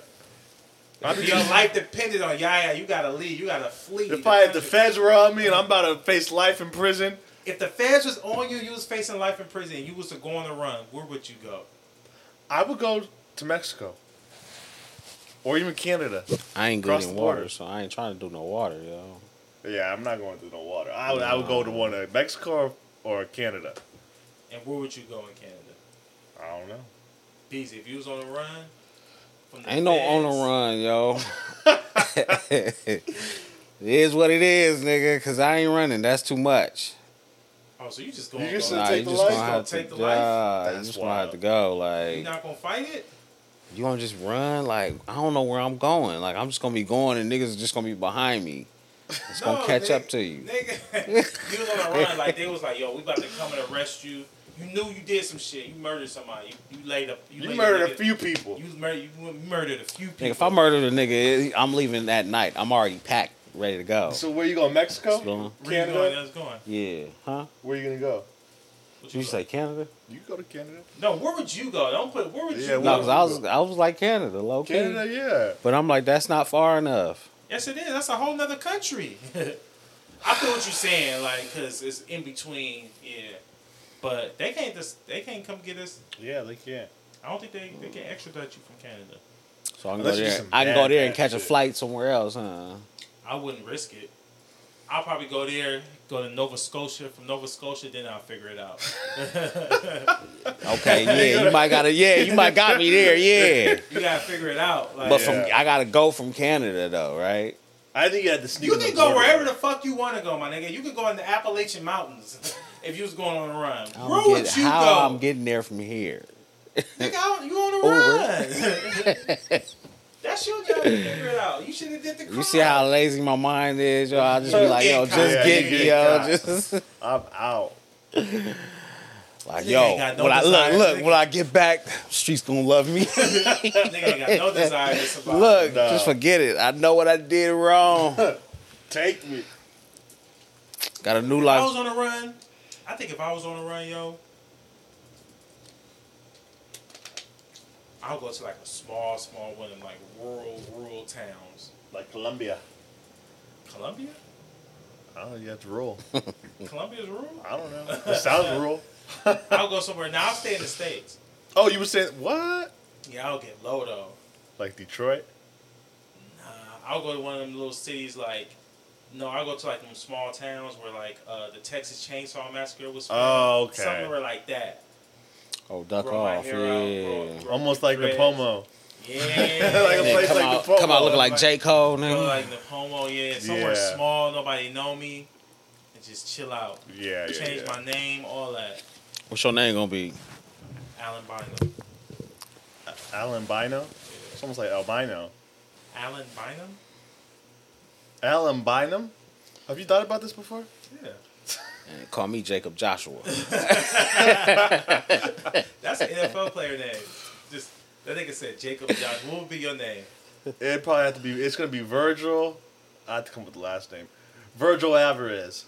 Speaker 2: I'd be
Speaker 1: If your
Speaker 2: just-
Speaker 1: life depended on yeah, yeah, you gotta leave. You gotta flee.
Speaker 2: if
Speaker 1: the
Speaker 2: I if the
Speaker 1: country.
Speaker 2: feds were on me and I'm about to face life in prison,
Speaker 1: if the feds was on you, you was facing life in prison, and you was to go on the run. Where would you go?
Speaker 2: I would go to Mexico or even Canada.
Speaker 3: I ain't good
Speaker 2: Cross
Speaker 3: in
Speaker 2: the
Speaker 3: water,
Speaker 2: border.
Speaker 3: so I ain't trying to do no water, yo.
Speaker 2: Yeah, I'm not going through no water. I would, I would go to one of Mexico or, or Canada.
Speaker 1: And where would you go in Canada?
Speaker 2: I don't know.
Speaker 1: Beezy, if you was on the run, from the
Speaker 3: Ain't no on
Speaker 1: feds-
Speaker 3: the run, yo. it is what it is, nigga. Cause I ain't running. That's too much.
Speaker 1: Oh, so you just going?
Speaker 2: You just
Speaker 1: go.
Speaker 2: said
Speaker 3: Nah,
Speaker 2: take
Speaker 3: you
Speaker 2: the
Speaker 3: just
Speaker 2: life.
Speaker 3: gonna have to
Speaker 1: Take the life?
Speaker 3: die. You
Speaker 2: That's
Speaker 3: just gonna have
Speaker 2: wild.
Speaker 3: to go.
Speaker 1: You
Speaker 3: Like
Speaker 1: not gonna fight it?
Speaker 3: you gonna just run? Like I don't know where I'm going. Like I'm just gonna be going, and niggas are just gonna be behind me. It's gonna
Speaker 1: No,
Speaker 3: catch
Speaker 1: nigga-
Speaker 3: up to you.
Speaker 1: Nigga, you was on a run. Like they was like, "Yo, we about to come and arrest you. You knew you did some shit. You murdered somebody. You, you laid up.
Speaker 2: You
Speaker 1: laid
Speaker 2: murdered
Speaker 1: nigga-
Speaker 2: a few people.
Speaker 1: You murdered. You murdered a few people.
Speaker 3: Nigga, if I murdered a nigga, it- I'm leaving that night. I'm already packed, ready to go.
Speaker 2: So where you going, Mexico?
Speaker 3: It's gone.
Speaker 1: Where you Oh. going?
Speaker 2: Canada?
Speaker 1: That's going.
Speaker 3: Yeah, huh?
Speaker 2: Where you gonna go?
Speaker 1: What
Speaker 3: Did you
Speaker 1: go?
Speaker 3: say Canada?
Speaker 2: You go to Canada.
Speaker 1: No. Where would you go? Don't put. Where would you
Speaker 2: Yeah,
Speaker 1: go?
Speaker 3: No, cause I was
Speaker 2: Canada.
Speaker 3: I was like Canada, low key.
Speaker 2: Canada, yeah.
Speaker 3: But I'm like, that's not far enough.
Speaker 1: yes, it is. That's a whole nother country. I feel what you're saying, like, cause it's in between. Yeah, but they can't just. They can't come get us.
Speaker 2: Yeah, they can.
Speaker 1: I don't think they they can extradite you from Canada.
Speaker 3: So I can
Speaker 2: Unless
Speaker 3: go
Speaker 2: you
Speaker 3: there.
Speaker 2: some
Speaker 3: I can go
Speaker 2: bad,
Speaker 3: there and
Speaker 2: bad
Speaker 3: catch a
Speaker 2: shit.
Speaker 3: flight somewhere else, huh?
Speaker 1: I wouldn't risk it. I'll probably go there, go to Nova Scotia. From Nova Scotia, then I'll figure it out.
Speaker 3: Okay, yeah, you might gotta, yeah, you might got me there, yeah.
Speaker 1: You gotta figure it out. Like,
Speaker 3: But from I gotta go from Canada though, right?
Speaker 4: I think you had to sneak.
Speaker 1: you
Speaker 4: in the
Speaker 1: can go
Speaker 4: border.
Speaker 1: wherever the fuck you want to go, my nigga. You can go in the Appalachian Mountains if you was going on a run.
Speaker 3: I'm
Speaker 1: Where
Speaker 3: get-
Speaker 1: would you
Speaker 3: how
Speaker 1: go?
Speaker 3: I'm getting there from here?
Speaker 1: Nigga, I don't- you on the run. That's your job to figure it out. You should have did the crime.
Speaker 3: You see how lazy my mind is, yo. I just be like, yo,
Speaker 1: Get
Speaker 3: just
Speaker 1: caught.
Speaker 3: get
Speaker 4: Yeah,
Speaker 3: me, yo,
Speaker 4: you get
Speaker 3: just
Speaker 4: I'm out.
Speaker 3: like,
Speaker 1: Nigga
Speaker 3: yo.
Speaker 1: ain't got no
Speaker 3: when I look,
Speaker 1: desire,
Speaker 3: look,
Speaker 1: nigga.
Speaker 3: when I get back, streets gonna love me.
Speaker 1: Nigga ain't got no desire to survive.
Speaker 3: look,
Speaker 4: No.
Speaker 3: just forget it. I know what I did wrong.
Speaker 4: Take me.
Speaker 3: Got a new
Speaker 1: if I was
Speaker 3: life.
Speaker 1: on a run, I think if I was on a run, yo, I'll go to like a small, small one in like rural, rural towns.
Speaker 4: Like Colombia.
Speaker 1: Columbia?
Speaker 2: I don't know. You have to roll. Mm.
Speaker 1: Columbia's rural?
Speaker 2: I don't know. It sounds rural.
Speaker 1: I'll go somewhere. Now I'll stay in the States.
Speaker 2: Oh, you were saying what?
Speaker 1: Yeah, I'll get low though.
Speaker 2: Like Detroit?
Speaker 1: Uh, I'll go to one of them little cities like. No, I'll go to like them small towns where like uh, the Texas Chainsaw Massacre was. filmed.
Speaker 2: Oh, okay.
Speaker 1: Somewhere like that.
Speaker 3: Oh, duck
Speaker 1: Grow my
Speaker 3: off,
Speaker 1: hair out, grow-
Speaker 3: yeah.
Speaker 1: grow
Speaker 2: Almost
Speaker 1: my
Speaker 2: like
Speaker 1: dreads.
Speaker 2: Napomo.
Speaker 1: Yeah.
Speaker 2: Like a
Speaker 3: And then
Speaker 2: place
Speaker 3: come
Speaker 2: like
Speaker 3: out,
Speaker 2: the
Speaker 3: come out
Speaker 2: football,
Speaker 3: looking like
Speaker 1: like-
Speaker 3: J. Cole
Speaker 1: Go
Speaker 3: now.
Speaker 1: like the homo, yeah, somewhere
Speaker 2: Yeah.
Speaker 1: small, nobody know me, and just chill out.
Speaker 2: Yeah, yeah.
Speaker 1: Change
Speaker 2: yeah.
Speaker 1: my name, all that.
Speaker 3: What's your name gonna be?
Speaker 1: Alan Bynum.
Speaker 2: Alan Bino? It's almost like albino.
Speaker 1: Alan Bynum?
Speaker 2: Alan Bynum? Have you thought about this before?
Speaker 1: Yeah.
Speaker 3: And call me Jacob Joshua.
Speaker 1: That's an NFL player name. Just that nigga said Jacob Josh. What would be your name?
Speaker 2: It'd probably have to be. It's gonna be Virgil. I have to come up with the last name. Virgil Alvarez.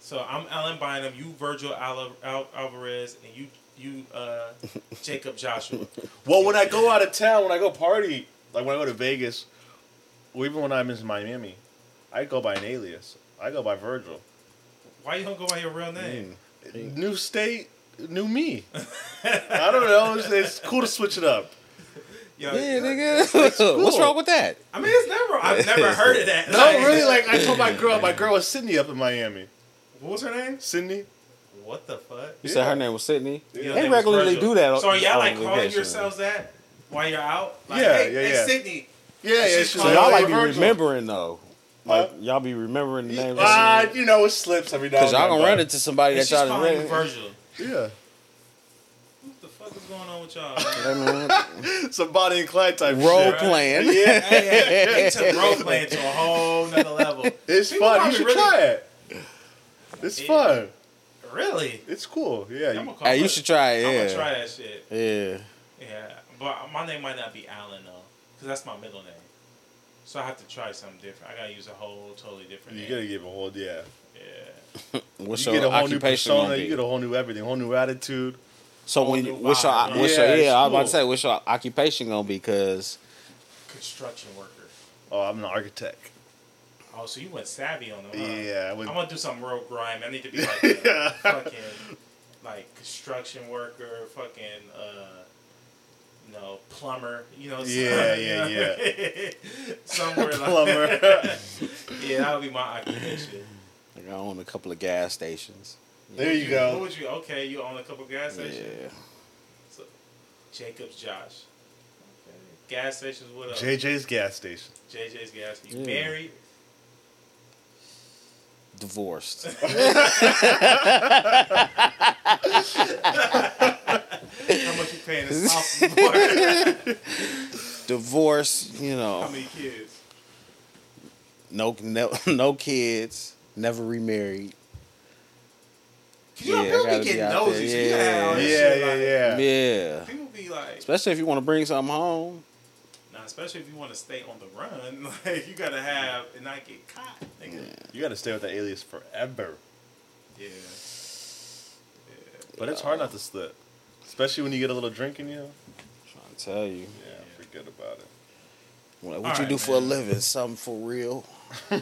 Speaker 1: So I'm Alan Bynum, you Virgil Al- Al- Alvarez, and you you uh, Jacob Joshua.
Speaker 2: Well, when I go out of town, when I go party, like when I go to Vegas, or even when I'm in Miami, I go by an alias. I go by Virgil.
Speaker 1: Why you don't go by your real
Speaker 2: Mm.
Speaker 3: Hmm.
Speaker 1: name?
Speaker 3: Mm.
Speaker 2: New state, new me. I don't know. It's, it's cool to switch it up.
Speaker 1: Yo,
Speaker 3: Yeah, nigga. What's wrong with that?
Speaker 1: I mean, it's never. I've never heard of that.
Speaker 2: No, really. Like I told my girl, my girl was Sydney up in Miami.
Speaker 1: What was her name?
Speaker 2: Sydney.
Speaker 1: What the fuck?
Speaker 3: You
Speaker 2: Yeah.
Speaker 3: said her name was Sydney.
Speaker 1: Yeah,
Speaker 3: they
Speaker 1: was
Speaker 3: regularly
Speaker 1: Virgil.
Speaker 3: do that.
Speaker 1: So are y'all
Speaker 3: on
Speaker 1: like calling
Speaker 3: vacation.
Speaker 1: yourselves that while you're out? Like,
Speaker 2: Yeah,
Speaker 1: hey,
Speaker 2: yeah,
Speaker 1: hey,
Speaker 2: yeah.
Speaker 1: Sydney.
Speaker 2: Yeah, yeah.
Speaker 1: She's
Speaker 2: she's
Speaker 1: called
Speaker 3: So
Speaker 2: like,
Speaker 3: y'all
Speaker 2: "Oh,
Speaker 3: like be
Speaker 2: Virgil."
Speaker 3: remembering though.
Speaker 2: Huh?
Speaker 3: Like y'all be remembering the names.
Speaker 2: Ah, you know, it slips every now.
Speaker 3: Cause
Speaker 2: and
Speaker 3: y'all
Speaker 2: then,
Speaker 3: gonna
Speaker 2: but-
Speaker 3: run into somebody
Speaker 1: It's
Speaker 3: that
Speaker 1: just
Speaker 3: y'all
Speaker 1: calling you
Speaker 3: done read.
Speaker 1: Virgil.
Speaker 2: Yeah.
Speaker 1: What the fuck is going on with y'all? man?
Speaker 3: Hey, man,
Speaker 2: Some Bonnie and Clyde type
Speaker 3: Role
Speaker 2: shit.
Speaker 3: playing.
Speaker 1: hey,
Speaker 2: Yeah,
Speaker 1: hey, they took role playing to a whole nother level.
Speaker 2: it's
Speaker 1: People
Speaker 2: fun.
Speaker 1: probably
Speaker 2: You should
Speaker 1: really-
Speaker 2: try it. It's
Speaker 1: Yeah.
Speaker 2: fun.
Speaker 1: Really?
Speaker 2: It's cool. Yeah.
Speaker 1: I'm
Speaker 2: you-
Speaker 1: gonna call
Speaker 3: Hey, you
Speaker 1: it.
Speaker 3: should try
Speaker 1: I'm
Speaker 3: it.
Speaker 1: gonna
Speaker 3: Yeah.
Speaker 1: try that shit.
Speaker 3: Yeah.
Speaker 1: Yeah, but my name might not be Allen though, because that's my middle name. So I have to try something different. I gotta use a whole totally different
Speaker 2: You
Speaker 1: name.
Speaker 2: gotta give a whole yeah.
Speaker 1: yeah.
Speaker 3: What's
Speaker 2: you
Speaker 3: your
Speaker 2: get a whole new
Speaker 3: occupation
Speaker 2: persona.
Speaker 3: gonna be?
Speaker 2: You get a whole new everything. Whole new attitude.
Speaker 3: so
Speaker 1: whole
Speaker 3: when
Speaker 1: new
Speaker 3: you, what's your
Speaker 1: vibe.
Speaker 3: what's
Speaker 2: Yeah,
Speaker 3: your
Speaker 2: it's
Speaker 3: yeah? I was about
Speaker 2: cool.
Speaker 3: to say what's your occupation gonna be? Cause
Speaker 1: Construction worker.
Speaker 2: Oh, I'm an architect.
Speaker 1: Oh, so you went savvy on them? Huh?
Speaker 2: Yeah, I would.
Speaker 1: Uh, I'm gonna do something real grime. I need to be like a fucking like construction worker, fucking uh, you know plumber. You know.
Speaker 2: Yeah, yeah,
Speaker 1: yeah. Somewhere like
Speaker 2: Plumber.
Speaker 1: yeah, that would be my occupation.
Speaker 3: like, I own a couple of gas stations.
Speaker 2: there you
Speaker 1: What
Speaker 2: go.
Speaker 1: would you? Okay, you own a couple gas
Speaker 3: Yeah.
Speaker 1: stations. So, Jacob's Josh. Okay. Gas stations. What up?
Speaker 2: JJ's gas station.
Speaker 1: JJ's gas. You
Speaker 3: Yeah.
Speaker 1: married?
Speaker 3: Divorced.
Speaker 1: How much you paying this off?
Speaker 3: Divorce.
Speaker 1: How
Speaker 3: You know,
Speaker 1: many kids?
Speaker 3: no no no kids. Never remarried.
Speaker 1: You know,
Speaker 3: Yeah,
Speaker 1: people
Speaker 3: gotta
Speaker 1: be
Speaker 3: be
Speaker 1: getting
Speaker 3: out there.
Speaker 1: nosy. so you gotta have all
Speaker 2: Yeah,
Speaker 1: this
Speaker 2: yeah,
Speaker 1: Oh, shit, like-
Speaker 2: yeah.
Speaker 3: Yeah.
Speaker 1: People be like,
Speaker 3: Especially if you want to bring something home.
Speaker 1: nah, especially if you want to stay on the run, like you gotta have and not get caught, nigga.
Speaker 2: You gotta stay with that alias forever.
Speaker 1: Yeah.
Speaker 2: But it's hard not to slip, especially when you get a little drink in you.
Speaker 3: trying to tell you.
Speaker 2: Yeah, forget about it.
Speaker 3: What, what
Speaker 1: All
Speaker 3: you
Speaker 1: right,
Speaker 3: do for a
Speaker 1: man.
Speaker 3: living? Something for real?
Speaker 1: All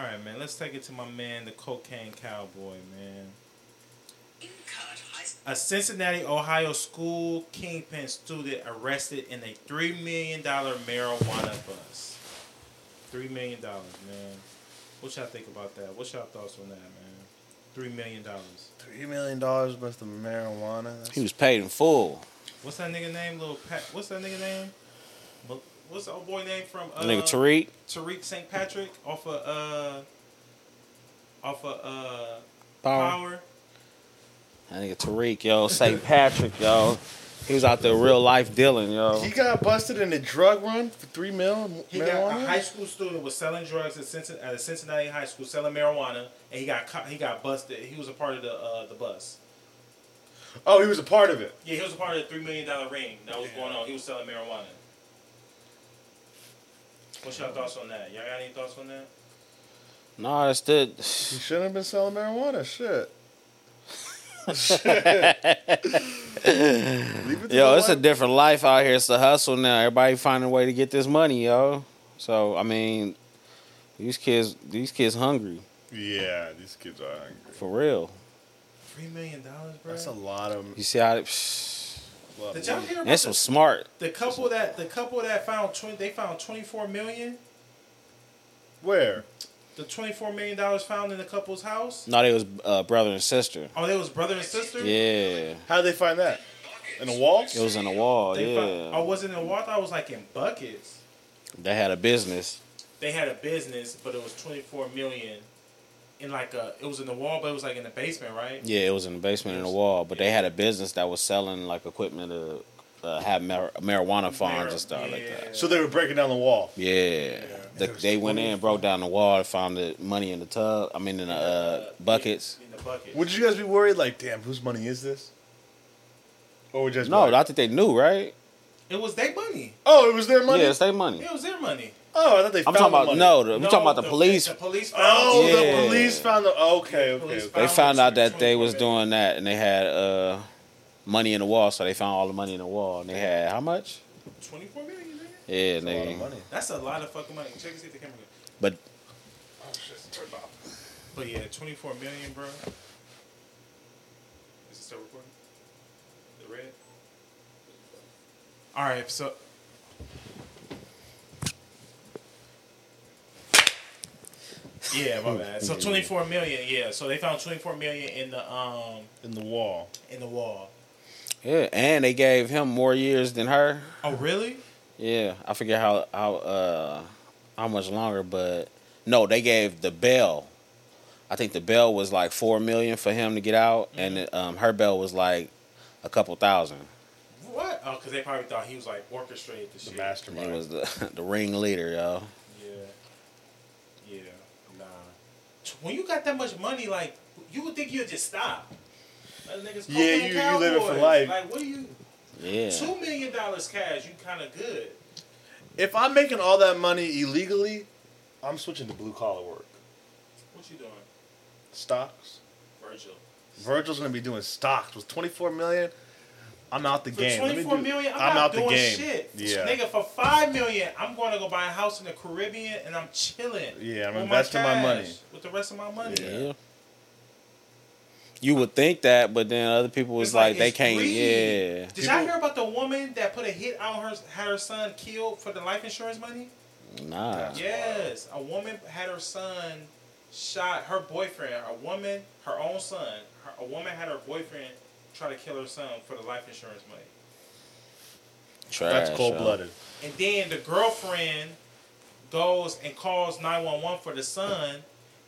Speaker 1: right, man. Let's take it to my man, the cocaine cowboy, man. A Cincinnati, Ohio school kingpin student arrested in a three million dollar marijuana bust. Three million dollars, man. What y'all think about that? What's y'all thoughts on that, man? Three million dollars.
Speaker 2: Three million dollars worth of marijuana. That's
Speaker 3: He was paid in full.
Speaker 1: What's that nigga name? Little Pat. What's that nigga name? Mo- What's the old boy name from uh,
Speaker 3: nigga Tariq.
Speaker 1: Tariq St. Patrick off of uh off of uh
Speaker 3: Power.
Speaker 1: Power.
Speaker 3: That nigga Tariq, yo, St. Patrick, yo. He was out there real life dealing, yo.
Speaker 2: He got busted in a drug run for three mil
Speaker 1: He got
Speaker 2: marijuana.
Speaker 1: a high school student was selling drugs at, Cincin- at a Cincinnati high school selling marijuana, and he got caught, he got busted. He was a part of the uh, the bus.
Speaker 2: oh, he was a part of it.
Speaker 1: Yeah, he was a part of the three million dollar ring that was going on. He was selling marijuana. What's y'all thoughts on that? Y'all got any thoughts on that?
Speaker 3: No, it's the
Speaker 2: He shouldn't have been selling marijuana. Shit. Leave it to
Speaker 3: yo,
Speaker 2: the
Speaker 3: it's a
Speaker 2: white-
Speaker 3: different life out here. It's the hustle now. Everybody finding a way to get this money, yo. So I mean, these kids, these kids hungry
Speaker 2: Yeah, these kids are hungry.
Speaker 3: for real.
Speaker 1: Three million dollars, bro.
Speaker 2: That's a lot of.
Speaker 3: You see how they,
Speaker 2: lot
Speaker 1: Did
Speaker 2: of
Speaker 1: y'all
Speaker 2: money.
Speaker 1: hear about
Speaker 3: that's some
Speaker 1: the,
Speaker 3: smart.
Speaker 1: the couple that the couple that found twenty? They found twenty four million.
Speaker 2: Where?
Speaker 1: The twenty four million dollars found in the couple's house.
Speaker 3: No, they was uh, brother and sister.
Speaker 1: Oh, they was brother and sister.
Speaker 3: Yeah,
Speaker 2: How would they find that? In a wall?
Speaker 3: it was in the wall.
Speaker 1: They oh.
Speaker 3: yeah,
Speaker 1: found, I wasn't in water. I was like in buckets.
Speaker 3: they had a business.
Speaker 1: they had a business, but it was twenty four million in like a it was in the wall, but it was like in the basement, right?
Speaker 3: Yeah, it was in the basement in the wall, but they had a business that was selling like equipment to uh, have mar- marijuana farms and stuff like that.
Speaker 2: So they were breaking down the wall.
Speaker 3: Yeah, The- they went in, broke down the wall, and found the money in the tub. I mean, in the uh, buckets.
Speaker 1: In the bucket.
Speaker 2: Would you guys be worried? Like, damn, whose money is this? Or would you guys? be
Speaker 3: No,
Speaker 2: like,
Speaker 3: I think they knew, right?
Speaker 1: it was their money.
Speaker 2: oh, it was their money.
Speaker 3: Yeah, it's their money.
Speaker 1: It was their money.
Speaker 2: Oh, I thought they.
Speaker 3: I'm
Speaker 2: found
Speaker 3: talking
Speaker 2: the
Speaker 3: about
Speaker 2: money.
Speaker 3: no, the,
Speaker 1: No,
Speaker 3: we talking about the, police.
Speaker 1: The police.
Speaker 2: Oh,
Speaker 3: Yeah.
Speaker 2: the police found the. oh, Okay,
Speaker 1: The police
Speaker 2: okay.
Speaker 1: found-
Speaker 3: they found out that they
Speaker 1: 24
Speaker 3: was
Speaker 1: million.
Speaker 3: doing that, and they had uh, money in the wall, so they found all the money in the wall, and they had how much?
Speaker 1: Twenty four million. Nigga?
Speaker 3: Yeah,
Speaker 2: A lot of
Speaker 3: nigga.
Speaker 2: money.
Speaker 1: That's a lot of fucking money. Check and see if the camera. Good.
Speaker 3: But
Speaker 2: Oh,
Speaker 1: But yeah, twenty four million, bro. Is it still recording? The red. All right, so yeah, my bad. So twenty four million, yeah. So they found twenty four million in the um
Speaker 2: in the wall.
Speaker 1: in the wall.
Speaker 3: yeah, and they gave him more years than her.
Speaker 1: Oh really?
Speaker 3: Yeah, I forget how how uh how much longer, but no, they gave the bail. I think the bail was like four million for him to get out,
Speaker 2: Mm-hmm.
Speaker 3: and um, her bail was like a couple thousand.
Speaker 1: What? Oh, because they probably thought he was like orchestrated the
Speaker 2: The
Speaker 1: shit.
Speaker 3: It
Speaker 2: mastermind.
Speaker 3: was the the ringleader, yo.
Speaker 1: Yeah. Yeah. Nah. T- When you got that much money, like you would think you'd just stop. That nigga's
Speaker 2: Yeah,
Speaker 1: cocaine
Speaker 2: you- you live it for
Speaker 1: cowboys.
Speaker 2: life.
Speaker 1: Like what do you?
Speaker 3: Yeah,
Speaker 1: Two million dollars cash, you kind of good.
Speaker 2: if I'm making all that money illegally, I'm switching to blue collar work.
Speaker 1: What you doing,
Speaker 2: Stocks.
Speaker 1: Virgil?
Speaker 2: Virgil's gonna be doing stocks with 24 million. I'm out the
Speaker 1: For
Speaker 2: game. Let
Speaker 1: twenty
Speaker 2: me
Speaker 1: four
Speaker 2: do-
Speaker 1: million, I'm,
Speaker 2: I'm
Speaker 1: not
Speaker 2: out the
Speaker 1: doing
Speaker 2: game.
Speaker 1: shit.
Speaker 2: Yeah.
Speaker 1: Nigga, for five million, I'm going to go buy a house in the Caribbean and I'm chilling.
Speaker 2: Yeah, I'm
Speaker 1: with
Speaker 2: investing my
Speaker 1: cash,
Speaker 2: money.
Speaker 1: with the rest of my money.
Speaker 3: yeah. You would think that, but then other people was
Speaker 1: It's
Speaker 3: like, they
Speaker 1: it's
Speaker 3: can't.
Speaker 1: greed.
Speaker 3: Yeah,
Speaker 1: Did y'all
Speaker 2: People-
Speaker 1: hear about the woman that put a hit on her, had her son killed for the life insurance money?
Speaker 3: nah.
Speaker 1: Yes, a woman had her son shot. Her boyfriend, a woman, her own son. Her, a woman had her boyfriend try to kill her son for the life insurance money.
Speaker 3: Trash,
Speaker 2: That's
Speaker 3: yo.
Speaker 2: cold blooded.
Speaker 1: And then the girlfriend goes and calls nine one one for the son,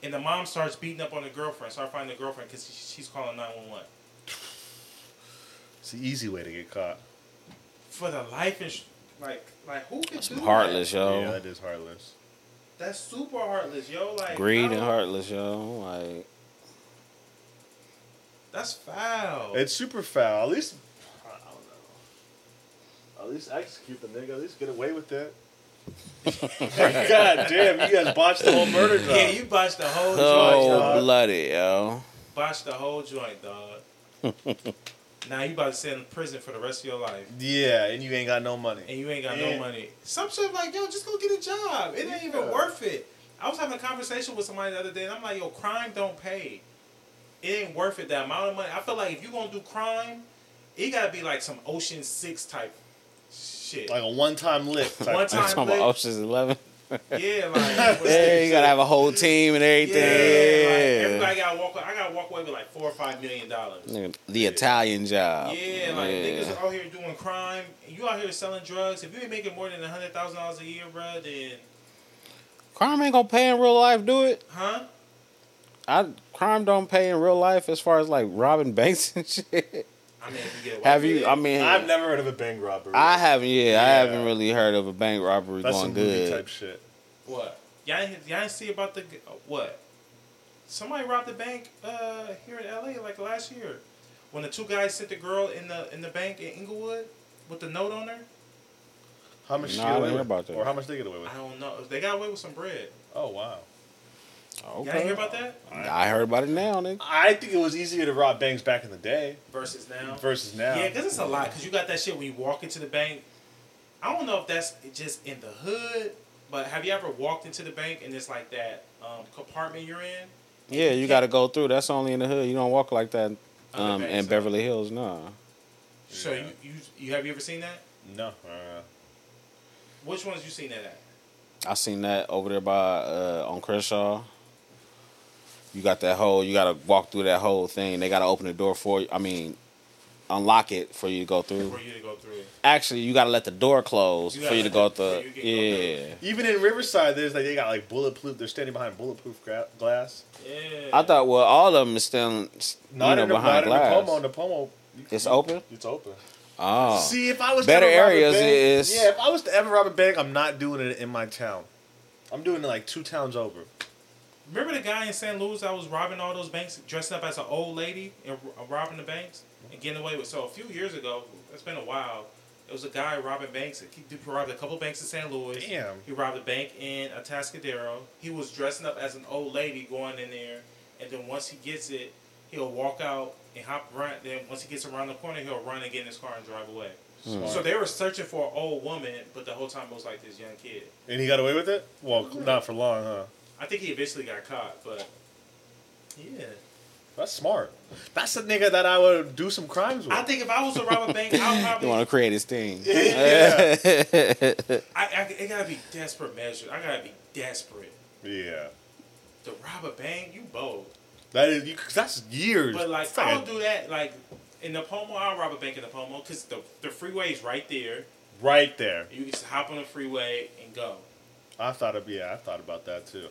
Speaker 1: and the mom starts beating up on the girlfriend. Start finding the girlfriend because she's calling nine one one
Speaker 2: It's the easy way to get caught.
Speaker 1: for the life insurance. Like, like who could do
Speaker 3: Heartless,
Speaker 1: That?
Speaker 3: yo.
Speaker 2: Yeah, that is heartless.
Speaker 1: That's super heartless, yo. Like
Speaker 3: Greed
Speaker 1: how-
Speaker 3: and heartless, yo. Like
Speaker 1: That's foul.
Speaker 3: Oh.
Speaker 2: It's super foul. At least I don't know. At least execute the nigga. At least get away with that. God damn, you guys botched the whole murder job.
Speaker 1: yeah, you botched the whole joint, dog.
Speaker 3: cold blooded, yo.
Speaker 1: botched the whole joint, dog. now you about to sit in prison for the rest of your life,
Speaker 2: Yeah, and you ain't got no money.
Speaker 1: and you ain't got
Speaker 2: Yeah.
Speaker 1: no money. Some shit like yo, just go get a job. It ain't even
Speaker 2: Yeah.
Speaker 1: worth it. I was having a conversation with somebody the other day, and I'm like, yo, crime don't pay. It ain't worth it. That amount of money. I feel like if you gonna do crime, it gotta be like some Ocean Six type shit.
Speaker 2: Like a one time lift. Type
Speaker 1: One
Speaker 2: thing.
Speaker 1: time-
Speaker 3: I'm talking about
Speaker 1: Chocolate.
Speaker 3: Ocean's Eleven.
Speaker 1: yeah, like what's
Speaker 3: Yeah,
Speaker 1: this?
Speaker 3: you gotta have a whole team and everything. Yeah,
Speaker 1: like, everybody gotta walk. I gotta walk away with like four or five million dollars.
Speaker 3: Nigga, the Italian job.
Speaker 1: Yeah, like niggas out here doing crime. You out here selling drugs. If you ain't making more than a hundred thousand dollars a year, bruh, then
Speaker 3: crime ain't gonna pay in real life. Do it.
Speaker 1: huh?
Speaker 3: I crime don't pay in real life as far as like robbing banks and shit.
Speaker 1: I mean, if you get away
Speaker 3: Have
Speaker 1: with
Speaker 3: you?
Speaker 1: it.
Speaker 3: I mean,
Speaker 4: I've never heard of a bank robbery.
Speaker 3: I haven't. Yeah, I
Speaker 4: Yeah.
Speaker 3: haven't really heard of a bank robbery
Speaker 2: That's
Speaker 3: going
Speaker 2: some movie
Speaker 3: good.
Speaker 2: type shit.
Speaker 1: What? Y'all ain't, y'all ain't see about the g- uh, what? Somebody robbed the bank uh, here in LA like last year. When the two guys sent the girl in the in the bank in Inglewood with the note on her.
Speaker 2: How much
Speaker 3: Nah,
Speaker 2: she
Speaker 3: I
Speaker 2: get
Speaker 3: didn't
Speaker 2: away
Speaker 3: hear
Speaker 2: with?
Speaker 3: about that.
Speaker 2: Or how much they get away with?
Speaker 1: I don't know. They got away with some bread.
Speaker 2: Oh wow.
Speaker 1: Y'all ain't
Speaker 3: Okay.
Speaker 1: hear about that?
Speaker 3: I heard about it now, nigga.
Speaker 4: I think it was easier to rob banks back in the day
Speaker 1: Versus now.
Speaker 4: versus now.
Speaker 1: Yeah, because it's a lot. Because you got that shit when you walk into the bank. I don't know if that's just in the hood, but have you ever walked into the bank and it's like that um, compartment you're in?
Speaker 3: Yeah, you got to go through. That's only in the hood. You don't walk like that
Speaker 1: Other
Speaker 3: um, in
Speaker 1: banks,
Speaker 3: Beverly Hills, no.
Speaker 1: So you, you you have you ever seen that?
Speaker 4: No. uh,
Speaker 1: Which ones you seen that at?
Speaker 3: I seen that over there by uh, on Crenshaw. You got that whole. You got to walk through that whole thing. They got to open the door for you. I mean, unlock it for you to go through.
Speaker 1: For you to go through.
Speaker 3: Actually, you got to let the door close
Speaker 1: You
Speaker 3: for you
Speaker 1: gotta
Speaker 3: to
Speaker 1: let
Speaker 3: go
Speaker 1: the- for
Speaker 3: through.
Speaker 1: you to
Speaker 3: Yeah.
Speaker 1: get-
Speaker 4: Even in Riverside, there's like they got like bulletproof. They're standing behind bulletproof gra- glass.
Speaker 1: Yeah.
Speaker 3: I thought well, all of them is still you
Speaker 4: Not
Speaker 3: know,
Speaker 4: in the, not
Speaker 3: behind glass.
Speaker 4: in the Pomo. The Pomo. you-
Speaker 3: It's open?
Speaker 4: It's open.
Speaker 3: Oh,
Speaker 2: See, if I was
Speaker 3: Better
Speaker 2: to ever rob a
Speaker 3: areas
Speaker 2: bank-
Speaker 3: is-
Speaker 2: yeah. If I was to ever rob a bank, I'm not doing it in my town.
Speaker 4: I'm doing it like two towns over.
Speaker 1: Remember the guy in St. Louis that was robbing all those banks, dressing up as an old lady and r- robbing the banks and getting away with? So a few years ago, it's been a while. It was a guy robbing banks. He he robbed a couple banks in St. Louis.
Speaker 2: Damn.
Speaker 1: He robbed a bank in Atascadero. He was dressing up as an old lady going in there, and then once he gets it, he'll walk out and hop right. Then once he gets around the corner, he'll run and get in his car and drive away.
Speaker 3: Hmm.
Speaker 1: So they were searching for an old woman, but the whole time it was like this young kid.
Speaker 2: And he got away with it? Well, not for long, huh?
Speaker 1: I think he eventually got caught, but yeah.
Speaker 2: That's smart. That's the nigga that I would do some crimes with.
Speaker 1: I think if I was to rob a bank, I would
Speaker 3: you
Speaker 1: probably.
Speaker 3: want to create his thing?
Speaker 1: I, I, it gotta be desperate measures. I gotta be desperate
Speaker 2: yeah.
Speaker 1: to rob a bank. You bold,
Speaker 2: That is, you, that's years.
Speaker 1: but like
Speaker 2: It's
Speaker 1: I
Speaker 2: not
Speaker 1: don't do that. Like in the Pomo, I'll rob a bank in the Pomo because the the freeway's right there.
Speaker 2: right there.
Speaker 1: You can just hop on the freeway and go.
Speaker 2: I thought of, yeah, I thought about that too.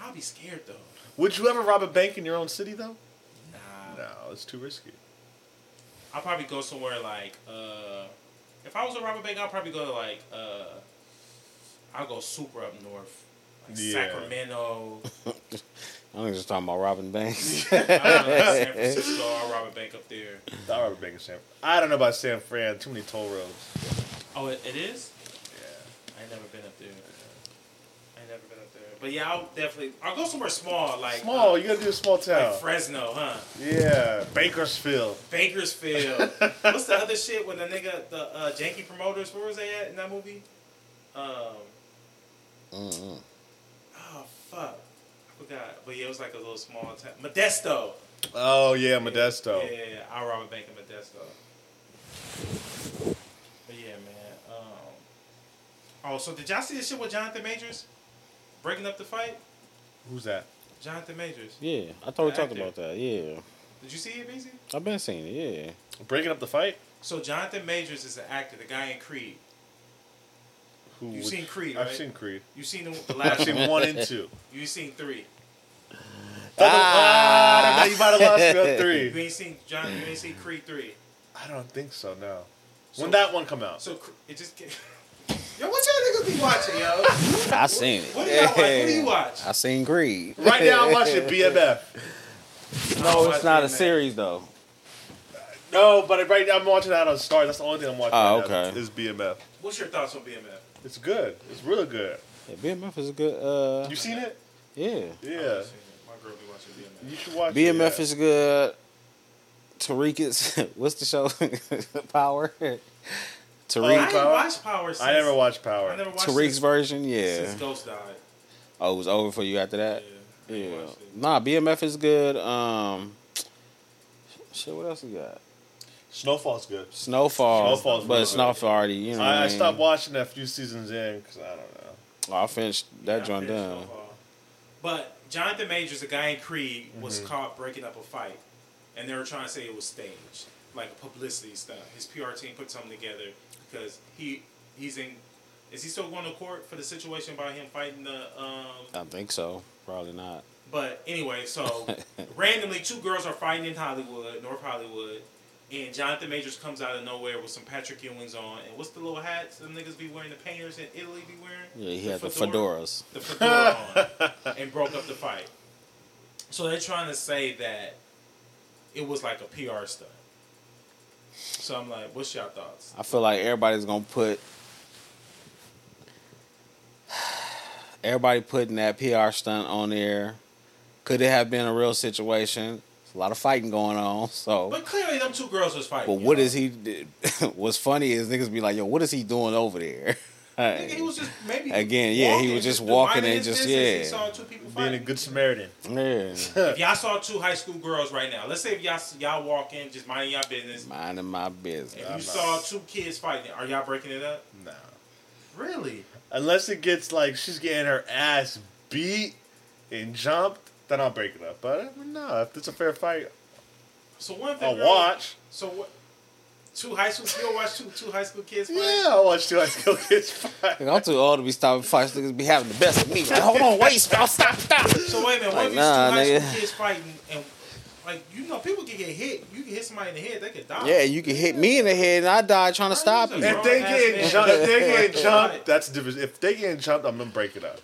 Speaker 1: I'll be scared though.
Speaker 2: Would you ever rob a bank in your own city though?
Speaker 1: Nah,
Speaker 2: No, it's too risky.
Speaker 1: I'll probably go somewhere like uh, if I was to rob a bank, I'll probably go to like uh, I'll go super up north, like
Speaker 2: Yeah.
Speaker 1: Sacramento.
Speaker 3: I'm just talking about robbing banks.
Speaker 1: I don't know, San Francisco. I'll rob a bank up there.
Speaker 2: I rob a bank in San. I don't know about San Fran. Too many toll roads.
Speaker 1: Oh, it, it is.
Speaker 2: Yeah.
Speaker 1: I ain't never been up there. I ain't never been up there. But yeah, I'll definitely. I'll go somewhere small, like
Speaker 2: Small.
Speaker 1: uh,
Speaker 2: you gotta do a small
Speaker 1: like
Speaker 2: town.
Speaker 1: Fresno, huh?
Speaker 2: yeah. Bakersfield.
Speaker 1: Bakersfield. What's the other shit when the nigga, the uh, janky promoters? Where was they at in that movie? Um.
Speaker 3: Mm-mm.
Speaker 1: Oh fuck. I forgot. But yeah, it was like a little small town. Modesto.
Speaker 2: Oh yeah, Modesto.
Speaker 1: Yeah, yeah, yeah. I'll rob a bank in Modesto. But yeah, man. Um, oh, so did y'all see this shit with Jonathan Majors? Breaking up the fight?
Speaker 2: Who's that?
Speaker 1: Jonathan Majors.
Speaker 3: Yeah, I thought we talked
Speaker 1: Active.
Speaker 3: about that. Yeah,
Speaker 1: Did you see it, BZ?
Speaker 3: I've been seeing it. Yeah.
Speaker 2: Breaking up the fight.
Speaker 1: So Jonathan Majors is an actor, the guy in Creed.
Speaker 2: Who?
Speaker 1: You've
Speaker 2: would-
Speaker 1: seen Creed,
Speaker 2: I've
Speaker 1: right?
Speaker 2: seen Creed.
Speaker 1: You seen the, the
Speaker 2: I've
Speaker 1: last one.
Speaker 2: seen one and two.
Speaker 1: You seen three.
Speaker 2: Ah, you might have lost me on
Speaker 1: You
Speaker 2: three.
Speaker 1: ain't seen John. You ain't seen Creed three.
Speaker 2: I don't think so. No.
Speaker 1: So-
Speaker 2: when that one come out?
Speaker 1: So Cre- it just. Came. Yo, what y'all niggas be watching, yo?
Speaker 3: I seen it.
Speaker 1: What do y'all watch? What do you watch?
Speaker 3: I seen Greed.
Speaker 2: right now, I'm watching BMF.
Speaker 3: No,
Speaker 1: watch
Speaker 3: it's not a
Speaker 1: Green Man.
Speaker 3: series though.
Speaker 2: No, but right now I'm watching that on Star. That's the only thing I'm watching.
Speaker 3: Oh,
Speaker 2: right now
Speaker 3: okay.
Speaker 2: Is BMF?
Speaker 1: What's your thoughts on BMF?
Speaker 2: It's good. It's really good.
Speaker 3: Yeah, BMF is a good. Uh,
Speaker 2: You seen it?
Speaker 3: yeah,
Speaker 2: Yeah.
Speaker 1: My girl be watching BMF.
Speaker 2: You should watch. it,
Speaker 3: BMF
Speaker 2: yeah.
Speaker 3: is good. Tariq is what's the show? Power.
Speaker 1: Oh, I
Speaker 3: Tariq.
Speaker 1: ain't
Speaker 2: Power?
Speaker 1: watched Power since.
Speaker 2: I never watched Power.
Speaker 1: I never watched
Speaker 3: Tariq's
Speaker 1: since,
Speaker 3: version. Yeah.
Speaker 1: since Ghost died.
Speaker 3: Oh, it was over for you after
Speaker 1: Yeah.
Speaker 3: that.
Speaker 1: I
Speaker 3: Yeah.
Speaker 1: ain't watched it.
Speaker 3: Nah, BMF is good. Um, shit. What else we got?
Speaker 4: Snowfall's good.
Speaker 3: Snowfall,
Speaker 4: Snowfall's really
Speaker 3: but
Speaker 4: good.
Speaker 3: Snowfall already, you know. what
Speaker 4: I, I
Speaker 3: mean?
Speaker 4: stopped watching that few seasons in because I don't know.
Speaker 3: Oh, I finished that joint down.
Speaker 1: But Jonathan Majors, the guy in Creed, was caught breaking up a fight, and they were trying to say it was staged, like publicity stuff. His PR team put something together because he he's in. Is he still going to court for the situation about him fighting the? Um,
Speaker 3: I think so. Probably not.
Speaker 1: But anyway, so randomly, two girls are fighting in Hollywood, North Hollywood, and Jonathan Majors comes out of nowhere with some Patrick Ewing's on, and what's the little hats them niggas be wearing? The painters in Italy be wearing?
Speaker 3: Yeah, he had the fedoras.
Speaker 1: The fedora on, and broke up the fight. So they're trying to say that it was like a PR stunt. So I'm like, what's y'all thoughts?
Speaker 3: I feel like everybody's gonna put everybody putting that PR stunt on there. Could it have been a real situation? There's a lot of fighting going on. So, but,
Speaker 1: But clearly, them two girls was fighting.
Speaker 3: what
Speaker 1: you
Speaker 3: is he? What's funny is niggas be like, "Yo, what is he doing over there?"
Speaker 1: know? Nigga, he was just maybe
Speaker 3: Again, yeah, he was just walking
Speaker 1: minding
Speaker 3: and
Speaker 1: his
Speaker 3: just-
Speaker 1: business, He
Speaker 3: yeah.
Speaker 1: saw two people
Speaker 2: Being a
Speaker 1: fighting.
Speaker 2: good Samaritan.
Speaker 3: yeah,
Speaker 1: If y'all saw two high school girls right now, let's say if y'all y'all walk in just minding y'all business,
Speaker 3: minding my
Speaker 1: and
Speaker 3: business.
Speaker 1: you
Speaker 4: I'm not-
Speaker 1: saw two kids fighting, are y'all breaking it up?
Speaker 4: No.
Speaker 1: Really?
Speaker 4: Unless it gets like she's getting her ass beat and jumped, then I'll break it up. But I mean, no, if it's a fair fight,
Speaker 1: So one thing.
Speaker 4: I'll watch.
Speaker 1: So what? Two high school kids watch two two high school kids fight.
Speaker 4: Yeah, I'll watch two high school kids fight.
Speaker 3: Nigga, I'm too old to be stopping fights. Niggas be having the best of me. Like, Hold on, wait, stop, stop, stop.
Speaker 1: So wait a minute, what
Speaker 3: Like,
Speaker 1: if
Speaker 3: nah,
Speaker 1: these two high
Speaker 3: nigga.
Speaker 1: school kids fighting and like you know people can get hit. You can hit somebody in the head, they could die.
Speaker 3: Yeah, you can hit me in the head and I die trying to stop you.
Speaker 4: If they
Speaker 1: Grown-ass
Speaker 4: get
Speaker 1: man.
Speaker 4: jumped, if they get
Speaker 1: Right.
Speaker 4: jumped, that's different. If they get jumped, I'm gonna break it up.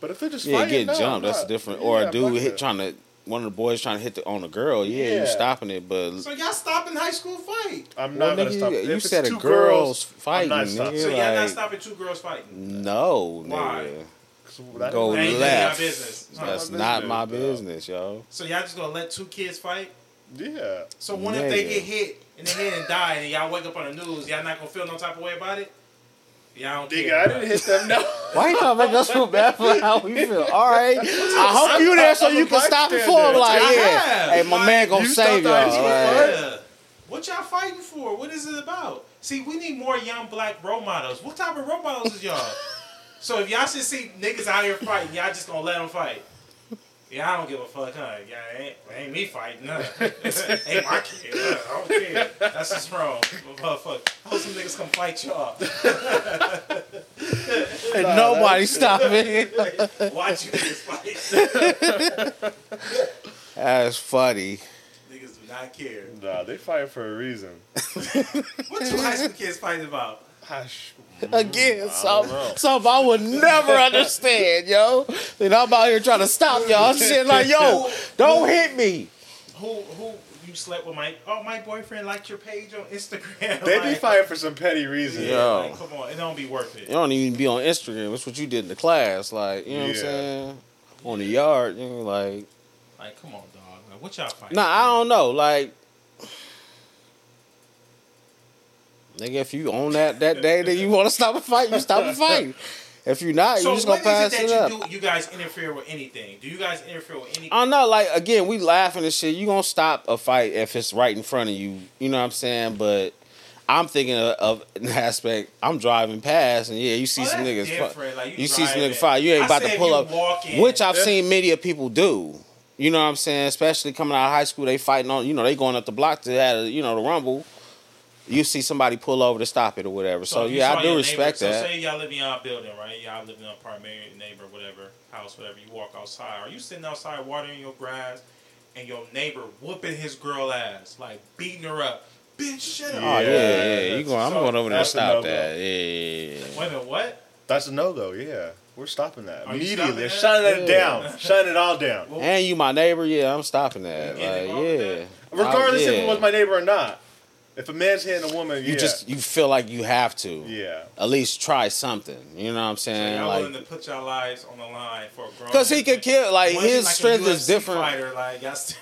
Speaker 4: But if they're just
Speaker 3: Yeah,
Speaker 4: fighting,
Speaker 3: getting
Speaker 4: no,
Speaker 3: jumped,
Speaker 4: I'm
Speaker 3: that's
Speaker 4: not.
Speaker 3: different.
Speaker 4: Yeah,
Speaker 3: Or
Speaker 4: I'm
Speaker 3: a dude
Speaker 4: not
Speaker 3: hit
Speaker 4: gonna-
Speaker 3: trying to one of the boys trying to hit the, on a girl. Yeah, you
Speaker 4: Yeah.
Speaker 3: stopping it, but
Speaker 1: So y'all stopping high school fight.
Speaker 4: I'm
Speaker 3: Well,
Speaker 4: not gonna
Speaker 3: nigga,
Speaker 4: stop.
Speaker 3: you-
Speaker 4: If
Speaker 3: you
Speaker 4: it's
Speaker 3: said a
Speaker 4: two
Speaker 3: girl's
Speaker 4: I'm not
Speaker 3: fighting,
Speaker 4: stopping.
Speaker 3: nigga.
Speaker 1: So y'all
Speaker 3: Like-
Speaker 1: not stopping two girls fighting.
Speaker 3: no,
Speaker 1: Why?
Speaker 3: nigga.
Speaker 4: So that-
Speaker 3: Go
Speaker 1: That ain't none of y'all
Speaker 3: left.
Speaker 1: business. Huh?
Speaker 3: That's
Speaker 4: my
Speaker 3: not
Speaker 4: business,
Speaker 3: my
Speaker 4: bro.
Speaker 3: business, yo.
Speaker 1: So y'all just gonna let two kids fight?
Speaker 4: Yeah.
Speaker 1: So what if they
Speaker 3: Nigga.
Speaker 1: get hit in the head and die, and y'all wake up on the news? Y'all not gonna feel no type of way about it. Y'all don't
Speaker 4: Nigga,
Speaker 1: care.
Speaker 4: I didn't hit them. No.
Speaker 3: Why you gonna make us feel bad for how we feel? All right, I hope you there so
Speaker 4: I'm a
Speaker 3: you can stop it
Speaker 4: bystander.
Speaker 3: for him. Like,
Speaker 1: I
Speaker 3: yeah,
Speaker 1: have.
Speaker 3: hey, my man gonna
Speaker 4: You
Speaker 3: save y'all.
Speaker 4: thought that was
Speaker 3: Like,
Speaker 1: Yeah. What y'all fighting for? What is it about? See, we need more young black role models. What type of role models is y'all? so if y'all should see niggas out here fighting, y'all just gonna let them fight. Yeah, I don't give a fuck, huh? Yeah, ain't, ain't me fighting, huh? ain't my kid, huh? I don't care. That's just wrong. Motherfucker. I hope some niggas come fight y'all.
Speaker 3: and nobody stopping it.
Speaker 1: Watch you niggas fight.
Speaker 3: That's funny.
Speaker 1: niggas do not care.
Speaker 4: Nah, they fight for a reason.
Speaker 1: What two high school kids fighting about?
Speaker 4: Hush.
Speaker 3: Again, some
Speaker 4: know.
Speaker 3: some I would never understand, yo. And I'm out here trying to stop y'all. Shit, like, yo, don't hit me.
Speaker 1: Who who you slept with my oh my boyfriend liked your page on Instagram.
Speaker 4: They be
Speaker 1: Like,
Speaker 4: fighting for some petty reason.
Speaker 3: Yeah. Yo.
Speaker 1: like, come on, it don't be worth
Speaker 3: You
Speaker 1: it.
Speaker 3: don't even be on Instagram. That's what you did in the class, like, you know what I'm
Speaker 4: Yeah.
Speaker 3: saying? On the yard, you know, like,
Speaker 1: Like, come on, dog. Like, what y'all fighting?
Speaker 3: nah, I don't know, like. Nigga, if you own that that day, then you want to stop a fight, you stop a fight. If you not,
Speaker 1: So
Speaker 3: you just
Speaker 1: when
Speaker 3: gonna
Speaker 1: is
Speaker 3: pass
Speaker 1: it
Speaker 3: it
Speaker 1: that
Speaker 3: up.
Speaker 1: you do? You guys interfere with anything? Do you guys interfere with any?
Speaker 3: I don't know, like again, we laughing and shit. You gonna stop a fight if it's right in front of you. You know what I'm saying? But I'm thinking of, of an aspect. I'm driving past, and yeah, you see
Speaker 1: Oh,
Speaker 3: some
Speaker 1: that's
Speaker 3: niggas. fu-
Speaker 1: different. Like, you
Speaker 3: you see some
Speaker 1: driving.
Speaker 3: niggas fight. You ain't
Speaker 1: I
Speaker 3: about
Speaker 1: said
Speaker 3: to pull
Speaker 1: you
Speaker 3: up,
Speaker 1: walking.
Speaker 3: which I've
Speaker 4: Yeah.
Speaker 3: seen media people do. You know what I'm saying? Especially coming out of high school, they fighting on. You know, they going up the block to have you know the rumble. You see somebody pull over to stop it or whatever. So,
Speaker 1: if you
Speaker 3: yeah,
Speaker 1: saw
Speaker 3: I do
Speaker 1: your
Speaker 3: respect
Speaker 1: neighbor,
Speaker 3: that.
Speaker 1: So say y'all live in y'all building, right? Y'all live in an apartment, your neighbor, whatever house, whatever. You walk outside. Are you sitting outside watering your grass, and your neighbor whooping his girl ass, like beating her up? Bitch, shut up.
Speaker 3: oh yeah, yeah, yeah. You
Speaker 4: that's-
Speaker 3: going? I'm
Speaker 1: so
Speaker 3: going over there and
Speaker 4: that's a
Speaker 3: stop
Speaker 4: no-go.
Speaker 3: that. Yeah, yeah, yeah.
Speaker 1: Wait a minute, what?
Speaker 4: That's a no go. Yeah, we're stopping that
Speaker 1: Are you
Speaker 4: immediately. They're
Speaker 1: stopping
Speaker 4: shutting it
Speaker 3: that? Yeah.
Speaker 4: down, shutting it all down.
Speaker 1: Well,
Speaker 3: And you my neighbor, yeah, I'm stopping that.
Speaker 1: You getting
Speaker 3: Like,
Speaker 1: involved with
Speaker 3: yeah.
Speaker 1: that?
Speaker 4: Regardless
Speaker 3: I-
Speaker 4: if
Speaker 3: yeah.
Speaker 4: it was my neighbor or not, if a man's hitting a woman,
Speaker 3: you
Speaker 4: yeah,
Speaker 3: just you feel like you have to.
Speaker 4: yeah.
Speaker 3: At least try something. You know what I'm
Speaker 1: So
Speaker 3: saying?
Speaker 1: y'all willing to
Speaker 3: like
Speaker 1: put y'all lives on the line for a grown?
Speaker 3: because he could kill. Like
Speaker 1: Wasn't
Speaker 3: his
Speaker 1: like a
Speaker 3: strength
Speaker 1: UFC
Speaker 3: is different.
Speaker 1: Fighter, like y'all still,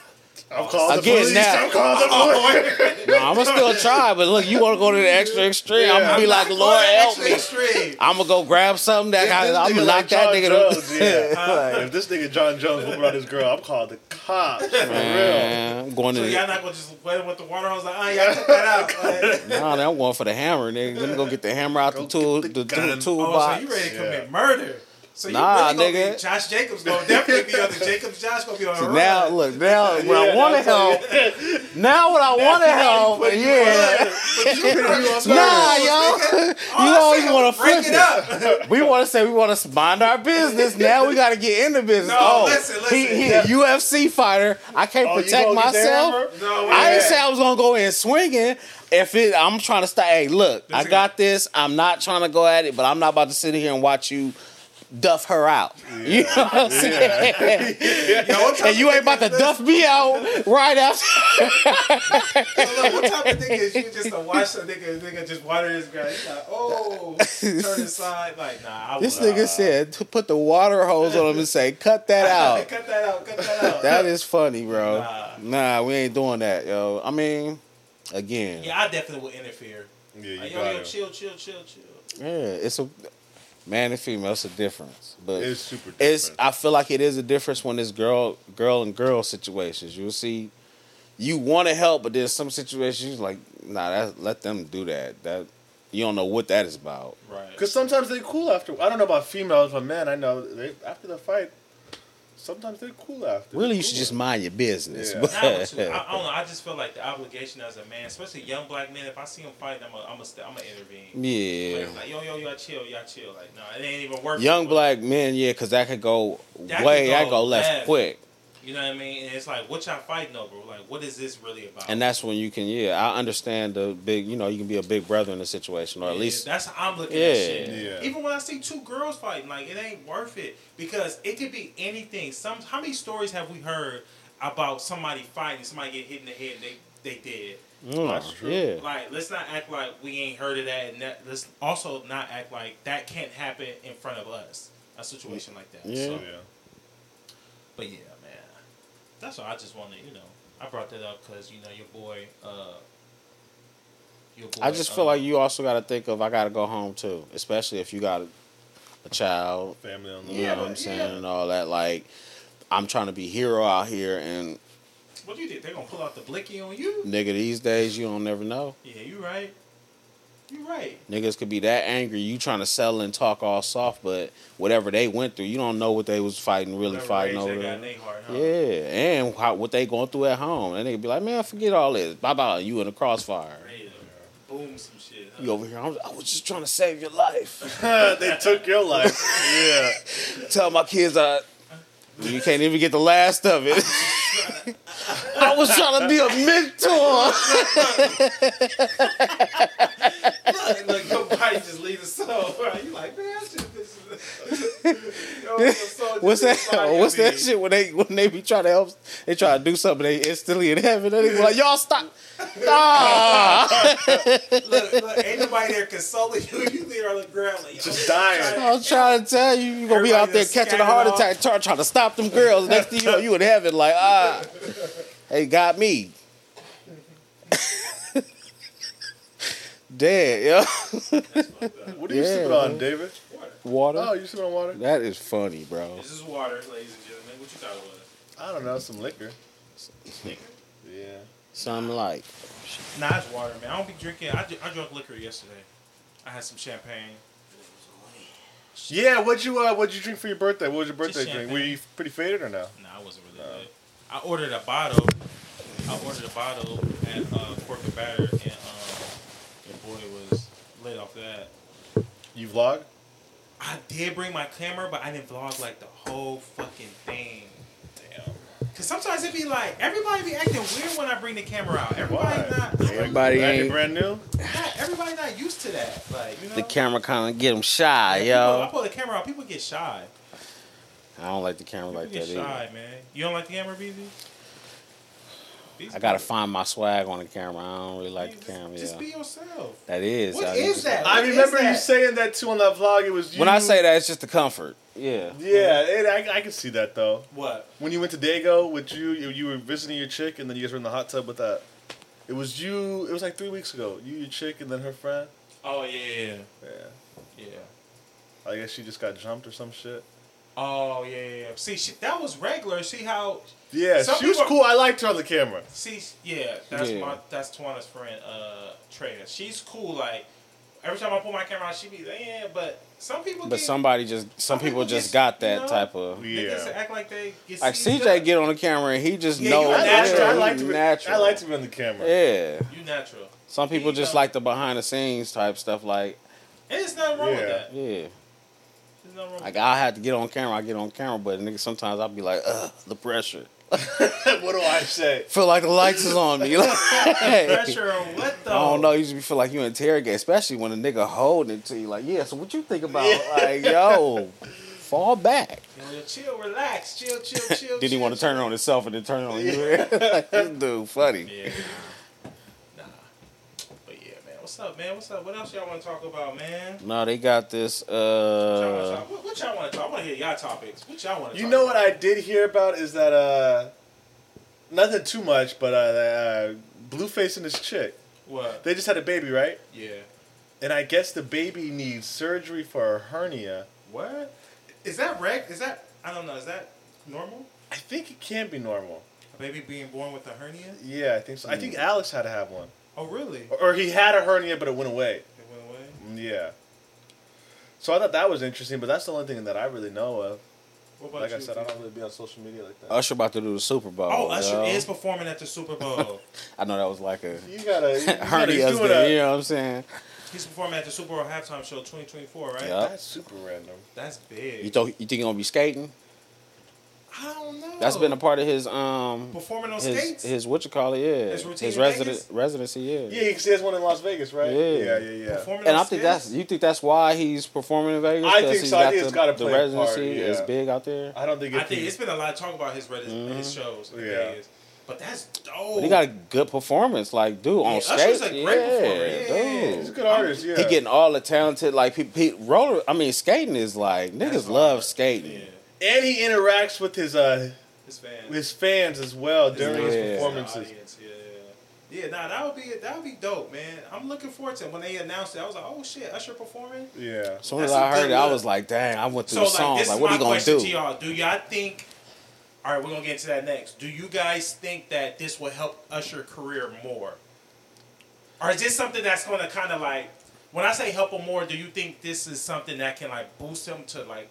Speaker 2: I'm calling the
Speaker 3: Again,
Speaker 2: police.
Speaker 3: now-
Speaker 2: I'm
Speaker 1: Oh,
Speaker 2: calling the police.
Speaker 3: No, I'm gonna still try, but look, you want to go to the extra extreme? I'm
Speaker 2: Yeah.
Speaker 3: gonna be like, Lord help me.
Speaker 1: Extreme.
Speaker 3: I'm gonna go grab something that
Speaker 2: If this
Speaker 3: I, I'm
Speaker 2: nigga
Speaker 3: gonna
Speaker 2: like
Speaker 3: knock that
Speaker 2: John
Speaker 3: nigga. to-
Speaker 2: Jones, yeah.
Speaker 3: Like,
Speaker 2: if this nigga John Jones whooping on his girl, I'm calling the cops for real.
Speaker 3: man, I'm going to
Speaker 1: So
Speaker 3: the,
Speaker 1: y'all not gonna just wet him with the water hose? Like, ah, y'all took that out. Like,
Speaker 3: nah, I'm going for the hammer, nigga. Let me go get the hammer out the tool, the,
Speaker 2: get
Speaker 3: tool
Speaker 2: the gun.
Speaker 1: oh, so
Speaker 3: toolbox.
Speaker 1: you ready to
Speaker 2: Yeah.
Speaker 1: commit murder? So you
Speaker 3: Nah,
Speaker 1: really gonna
Speaker 3: nigga.
Speaker 1: Be, Josh Jacobs gonna definitely be on the Jacobs. Josh gonna be on. a
Speaker 3: now
Speaker 1: run.
Speaker 3: look, now when
Speaker 2: Yeah,
Speaker 3: I want to
Speaker 2: that's what-
Speaker 3: help, now when I want to help, yeah.
Speaker 1: But you- you on
Speaker 3: Nah,
Speaker 1: steroids, nigga.
Speaker 3: yo, you
Speaker 1: All I
Speaker 3: always
Speaker 1: said
Speaker 3: want
Speaker 1: was
Speaker 3: to flip
Speaker 1: break
Speaker 3: it.
Speaker 1: it up.
Speaker 3: We want to say we want to mind our business. Now we got to get into business.
Speaker 1: No,
Speaker 3: oh,
Speaker 1: listen, listen.
Speaker 3: he, he a UFC fighter. I can't
Speaker 2: Oh, you
Speaker 3: protect
Speaker 2: gonna get the
Speaker 3: myself.
Speaker 2: hammer?
Speaker 1: No,
Speaker 3: I didn't
Speaker 1: yeah.
Speaker 3: say I was gonna go in swinging. If it, I'm trying to stay. Hey, look, I
Speaker 1: nigga-
Speaker 3: got this. I'm not trying to go at it, but I'm not about to sit here and watch you duff her out. You know what I'm saying?
Speaker 1: Yo, what type
Speaker 3: And you
Speaker 1: of
Speaker 3: ain't about to
Speaker 1: nigga-
Speaker 3: duff me out right after.
Speaker 1: So look, what type of nigga is you just to watch a nigga, nigga just water his grass? He's like, oh, turn aside. Like, nah, I
Speaker 3: This
Speaker 1: would,
Speaker 3: nigga said to put the water hose on him and say, "Cut that
Speaker 1: uh,
Speaker 3: out."
Speaker 1: cut that out, cut that out.
Speaker 3: That is funny, bro. Nah. we ain't doing that, yo. I mean, again, yeah,
Speaker 1: yeah, I definitely would interfere.
Speaker 4: Yeah,
Speaker 1: Like,
Speaker 4: you
Speaker 1: yo, yo,
Speaker 4: got it.
Speaker 1: chill, chill, chill, chill.
Speaker 3: it's a man and female. It's a difference, but
Speaker 4: It's super. Different.
Speaker 3: it's I feel like it is a difference when it's girl girl and girl situations. You'll see you want to help, but there's some situations you like, nah, that, let them do that. That you don't know what that is about.
Speaker 1: Right.
Speaker 2: Because sometimes they cool after. I don't know about females, but man, I know they after the fight. Sometimes they're cool after.
Speaker 3: Really, you
Speaker 2: They're
Speaker 3: should
Speaker 2: cool
Speaker 3: just mind your business.
Speaker 2: Yeah.
Speaker 1: I, would too. I,
Speaker 3: But
Speaker 1: I don't know. I just feel like the obligation as a man, especially young black men, if I see him fighting, I'm gonna I'm st- I'm intervene.
Speaker 3: yeah,
Speaker 1: Like, like, yo, yo, y'all chill, y'all chill. Like, no, it ain't even working.
Speaker 3: young
Speaker 1: But,
Speaker 3: black men, yeah, because that could go
Speaker 1: That could
Speaker 3: way. that
Speaker 1: go
Speaker 3: go left
Speaker 1: left.
Speaker 3: quick.
Speaker 1: You know what I mean? And it's like, what y'all fighting over? Like, what is this really about?
Speaker 3: And that's when you can, yeah, I understand the big, you know, you can be a big brother in the situation, or at
Speaker 1: Yeah,
Speaker 3: least,
Speaker 1: that's how I'm looking
Speaker 3: Yeah.
Speaker 1: at shit.
Speaker 4: Yeah.
Speaker 1: Even when I see two girls fighting, like it ain't worth it because it could be anything. Some how many stories have we heard about somebody fighting, somebody get hit in the head, and they they dead.
Speaker 3: Mm,
Speaker 4: That's true.
Speaker 3: yeah,
Speaker 1: Like let's not act like we ain't heard of that, and that, let's also not act like that can't happen in front of us. A situation like that.
Speaker 3: Oh, Yeah.
Speaker 1: So,
Speaker 4: yeah.
Speaker 1: but yeah, man, that's all. I just wanted you know I brought that up because you know your boy. uh your boy
Speaker 3: I just feel
Speaker 1: uh,
Speaker 3: like you also got to think of I got to go home too, especially if you got a, a child,
Speaker 4: Family on the
Speaker 3: you
Speaker 1: Yeah,
Speaker 3: know what I'm saying,
Speaker 1: yeah.
Speaker 3: and all that. Like, I'm trying to be hero out here, and
Speaker 1: what you did. They gonna pull out the blicky on you.
Speaker 3: nigga, these days you don't never know.
Speaker 1: Yeah, you right. You right.
Speaker 3: Niggas could be that angry. You trying to settle and talk all soft, but whatever they went through, you don't know what they was fighting, really
Speaker 1: Whatever
Speaker 3: fighting
Speaker 1: rage they
Speaker 3: over.
Speaker 1: got
Speaker 3: there.
Speaker 1: in they heart, huh?
Speaker 3: Yeah, and how, what they going through at home. And they be like, man, forget all this. Bye bye, you in the crossfire.
Speaker 1: Ready to Boom some shit. Huh?
Speaker 3: You over here, I'm, I was just trying to save your life.
Speaker 2: they took your life. yeah.
Speaker 3: Tell my kids I. You can't even get the last of it. I was trying to be a mentor.
Speaker 1: Look, look, your body just leaves the soul. Right? You like, man, that shit, this is. Yo, your soul just
Speaker 3: What's that?
Speaker 1: inside of
Speaker 3: What's
Speaker 1: me.
Speaker 3: that shit when they when they be trying to help? They try to do something. They instantly in heaven. They be like, y'all stop. Ah,
Speaker 1: Look, look, ain't nobody there consoling you. You there on the ground, like, yo,
Speaker 2: Just dying.
Speaker 3: I was trying to tell you, you gonna be out
Speaker 1: Everybody
Speaker 3: there
Speaker 1: just
Speaker 3: catching a heart
Speaker 1: scattered
Speaker 3: attack, try, trying to stop them girls. Next thing you know, you in heaven, like ah, they got me. Dead, yo.
Speaker 2: What are you
Speaker 3: Yeah,
Speaker 2: sipping
Speaker 3: man.
Speaker 2: on, David?
Speaker 3: Water.
Speaker 2: Oh, you sipping on water?
Speaker 3: That is funny, bro.
Speaker 1: This is water, ladies and gentlemen. What you thought it
Speaker 2: I don't know, some liquor.
Speaker 1: was?
Speaker 2: Yeah.
Speaker 3: Something like
Speaker 1: Nah, it's water, man. I don't be drinking. I, ju- I drank liquor yesterday. I had some champagne.
Speaker 2: Yeah. What'd you uh, What'd you drink for your birthday? What was your
Speaker 1: Just
Speaker 2: birthday drink? Were
Speaker 1: champagne.
Speaker 2: you pretty faded or no?
Speaker 1: No, I wasn't really good. I ordered a bottle. I ordered a bottle at uh, Cork and Batter, and um, the boy was lit off that.
Speaker 2: You vlog?
Speaker 1: I did bring my camera, but I didn't vlog like the whole fucking thing. Damn. Cause sometimes it be like everybody be acting weird when I bring the camera out. Everybody
Speaker 2: Why?
Speaker 1: not,
Speaker 3: everybody
Speaker 2: Brand new,
Speaker 3: ain't
Speaker 2: brand new.
Speaker 1: not everybody not used to that. Like you know,
Speaker 3: the camera kind of get them shy,
Speaker 1: Like, people- I
Speaker 3: yo.
Speaker 1: pull the camera out, people get shy.
Speaker 3: I don't like the camera
Speaker 1: People
Speaker 3: like
Speaker 1: get
Speaker 3: that either.
Speaker 1: shy, man. You don't like the camera, BZ? Be-
Speaker 3: I gotta find my swag on the camera. I don't really like
Speaker 1: just-
Speaker 3: the camera.
Speaker 1: Just
Speaker 3: Yeah.
Speaker 1: be yourself.
Speaker 3: that is.
Speaker 1: What
Speaker 3: I-
Speaker 1: is that?
Speaker 2: I
Speaker 1: What is
Speaker 2: remember you
Speaker 1: that?
Speaker 2: saying that too on that vlog. It was you.
Speaker 3: When I say that, it's just the comfort. Yeah.
Speaker 2: yeah, it, I, I can see that though.
Speaker 1: What?
Speaker 2: When you went to Dago with you, you, you were visiting your chick, and then you guys were in the hot tub with that. It was you. It was like three weeks ago. You, your chick, and then her friend.
Speaker 1: Oh yeah, yeah,
Speaker 2: Yeah,
Speaker 1: yeah.
Speaker 2: I guess she just got jumped or some shit.
Speaker 1: Oh yeah, yeah. yeah. See, she, that was regular. See how?
Speaker 2: Yeah,
Speaker 1: Some
Speaker 2: she was
Speaker 1: people-
Speaker 2: cool. I liked her on the camera.
Speaker 1: See, yeah. That's
Speaker 3: Yeah.
Speaker 1: my. That's Twana's friend, uh, Trina. She's cool. Like every time I pull my camera out, she be like, yeah. But some people.
Speaker 3: But
Speaker 1: get,
Speaker 3: somebody just
Speaker 1: Some
Speaker 3: some people
Speaker 1: people
Speaker 3: just
Speaker 1: just,
Speaker 3: got
Speaker 1: you
Speaker 3: that
Speaker 1: know,
Speaker 3: type of
Speaker 1: niggas
Speaker 2: Yeah.
Speaker 1: act like they get
Speaker 3: like
Speaker 1: seized
Speaker 3: CJ
Speaker 1: up.
Speaker 3: get on the camera and he just
Speaker 1: Yeah,
Speaker 3: know
Speaker 1: you
Speaker 2: I liked her.
Speaker 1: natural.
Speaker 2: I
Speaker 3: Oh, yeah,
Speaker 2: liked
Speaker 3: he
Speaker 2: her.
Speaker 3: natural.
Speaker 2: I liked him on the camera.
Speaker 3: Yeah.
Speaker 1: You natural.
Speaker 3: Some people just like the behind the scenes type stuff. Like
Speaker 1: And there's nothing wrong
Speaker 2: Yeah.
Speaker 1: with that.
Speaker 3: yeah.
Speaker 1: There's nothing wrong.
Speaker 3: Like I have to get on camera. I get on camera, but nigga, sometimes I'll be like, ugh, the pressure.
Speaker 2: what do I say?
Speaker 3: Feel like the lights is on me. Like,
Speaker 1: with that. Pressure on what though?
Speaker 3: I don't know. You just be feel like you interrogate, especially when a nigga holding it to you. Like, yeah. So what you think about? Like, yo, fall back.
Speaker 1: You know, chill, relax, chill, chill, chill.
Speaker 3: Then he
Speaker 1: chill,
Speaker 3: want to turn it on himself and then turn it on you. like, this dude funny.
Speaker 1: Yeah. Nah. But yeah, man. What's up, man? What's up? What else y'all want to talk about, man?
Speaker 3: No, they got this.
Speaker 1: What y'all
Speaker 3: uh
Speaker 1: wanna talk- what what y'all want to talk? I want to hear y'all topics. What y'all want to?
Speaker 2: You
Speaker 1: talk
Speaker 2: know what
Speaker 1: about?
Speaker 2: I did hear about is that uh, nothing too much, but uh, uh, Blueface and his chick,
Speaker 1: What?
Speaker 2: they just had a baby, right?
Speaker 1: Yeah.
Speaker 2: And I guess the baby needs surgery for a hernia.
Speaker 1: What? Is that reg? Is that I don't know. Is that normal?
Speaker 2: I think it can be normal.
Speaker 1: A baby being born with a hernia?
Speaker 2: Yeah, I think so. I think
Speaker 1: Hmm.
Speaker 2: Alex had to have one,
Speaker 1: Oh, really? It
Speaker 2: or, or he had a hernia, but it went away.
Speaker 1: went away.
Speaker 2: Yeah. So I thought that was interesting, but that's the only thing that I really know of.
Speaker 1: What about
Speaker 2: Like
Speaker 1: you?
Speaker 2: I said, I
Speaker 1: Keith?
Speaker 2: don't really be on social media like that.
Speaker 3: Usher about to do the Super Bowl.
Speaker 1: Oh, Usher
Speaker 3: yo.
Speaker 1: is performing at the Super Bowl.
Speaker 3: I know that was like a
Speaker 2: You gotta you gotta- uh,
Speaker 3: hernia.
Speaker 2: he's
Speaker 3: thing,
Speaker 2: doing a-
Speaker 3: You know what I'm saying?
Speaker 1: He's performing at the Super Bowl halftime show 2024, right?
Speaker 3: Yeah.
Speaker 2: That's super random.
Speaker 1: That's big.
Speaker 3: You thought you think he gonna be skating?
Speaker 1: I don't know.
Speaker 3: That's been a part of his um
Speaker 1: performing on
Speaker 3: his,
Speaker 1: skates.
Speaker 3: his what you call it, yeah.
Speaker 1: His routine in
Speaker 3: residen-
Speaker 1: Vegas?
Speaker 3: residency, yeah.
Speaker 2: Yeah, he has one in Las Vegas, right?
Speaker 3: Yeah.
Speaker 2: yeah, yeah. yeah.
Speaker 1: performing
Speaker 3: And
Speaker 1: on
Speaker 3: I
Speaker 1: skates?
Speaker 3: think that's you think that's why he's performing in Vegas.
Speaker 2: I
Speaker 3: 'Cause
Speaker 2: think
Speaker 3: he's
Speaker 2: so. I think it's gotta
Speaker 3: the
Speaker 2: play a part,
Speaker 3: residency is
Speaker 2: yeah.
Speaker 3: big out there.
Speaker 2: I don't think
Speaker 1: I
Speaker 2: it's.
Speaker 1: think it's been a lot of talk about his Reddit, his shows. in
Speaker 2: Yeah.
Speaker 1: Vegas. But that's dope.
Speaker 3: But he got a good performance, like dude on
Speaker 1: Yeah,
Speaker 3: skates.
Speaker 1: Usher's
Speaker 3: Yeah,
Speaker 1: a great performer, yeah.
Speaker 2: he's a
Speaker 3: dude.
Speaker 2: good artist. Yeah,
Speaker 3: He getting all the talented like people. He, roller, I mean, skating is like niggas
Speaker 1: That's
Speaker 3: love
Speaker 1: hard.
Speaker 3: skating.
Speaker 1: yeah,
Speaker 2: and he interacts with his uh
Speaker 1: his fans.
Speaker 2: his fans as well during
Speaker 3: Yeah.
Speaker 2: his performances.
Speaker 1: Audience, Yeah, yeah, yeah. Nah, that would be that would be dope, man. I'm looking forward to it. When they announced it, I was like, oh shit, Usher performing.
Speaker 2: Yeah,
Speaker 3: As soon
Speaker 1: That's
Speaker 3: as I
Speaker 1: a
Speaker 3: heard
Speaker 1: good
Speaker 3: it, I
Speaker 1: look.
Speaker 3: was like, dang, I went
Speaker 1: So
Speaker 3: through the
Speaker 1: like,
Speaker 3: songs.
Speaker 1: this
Speaker 3: Like,
Speaker 1: is
Speaker 3: what
Speaker 1: my
Speaker 3: he gonna
Speaker 1: question
Speaker 3: do?
Speaker 1: to y'all: Do y'all think? All right, we're gonna get into that next. Do you guys think that this will help Usher career more, or is this something that's gonna kind of like? When I say help him more, do you think this is something that can like boost him to like?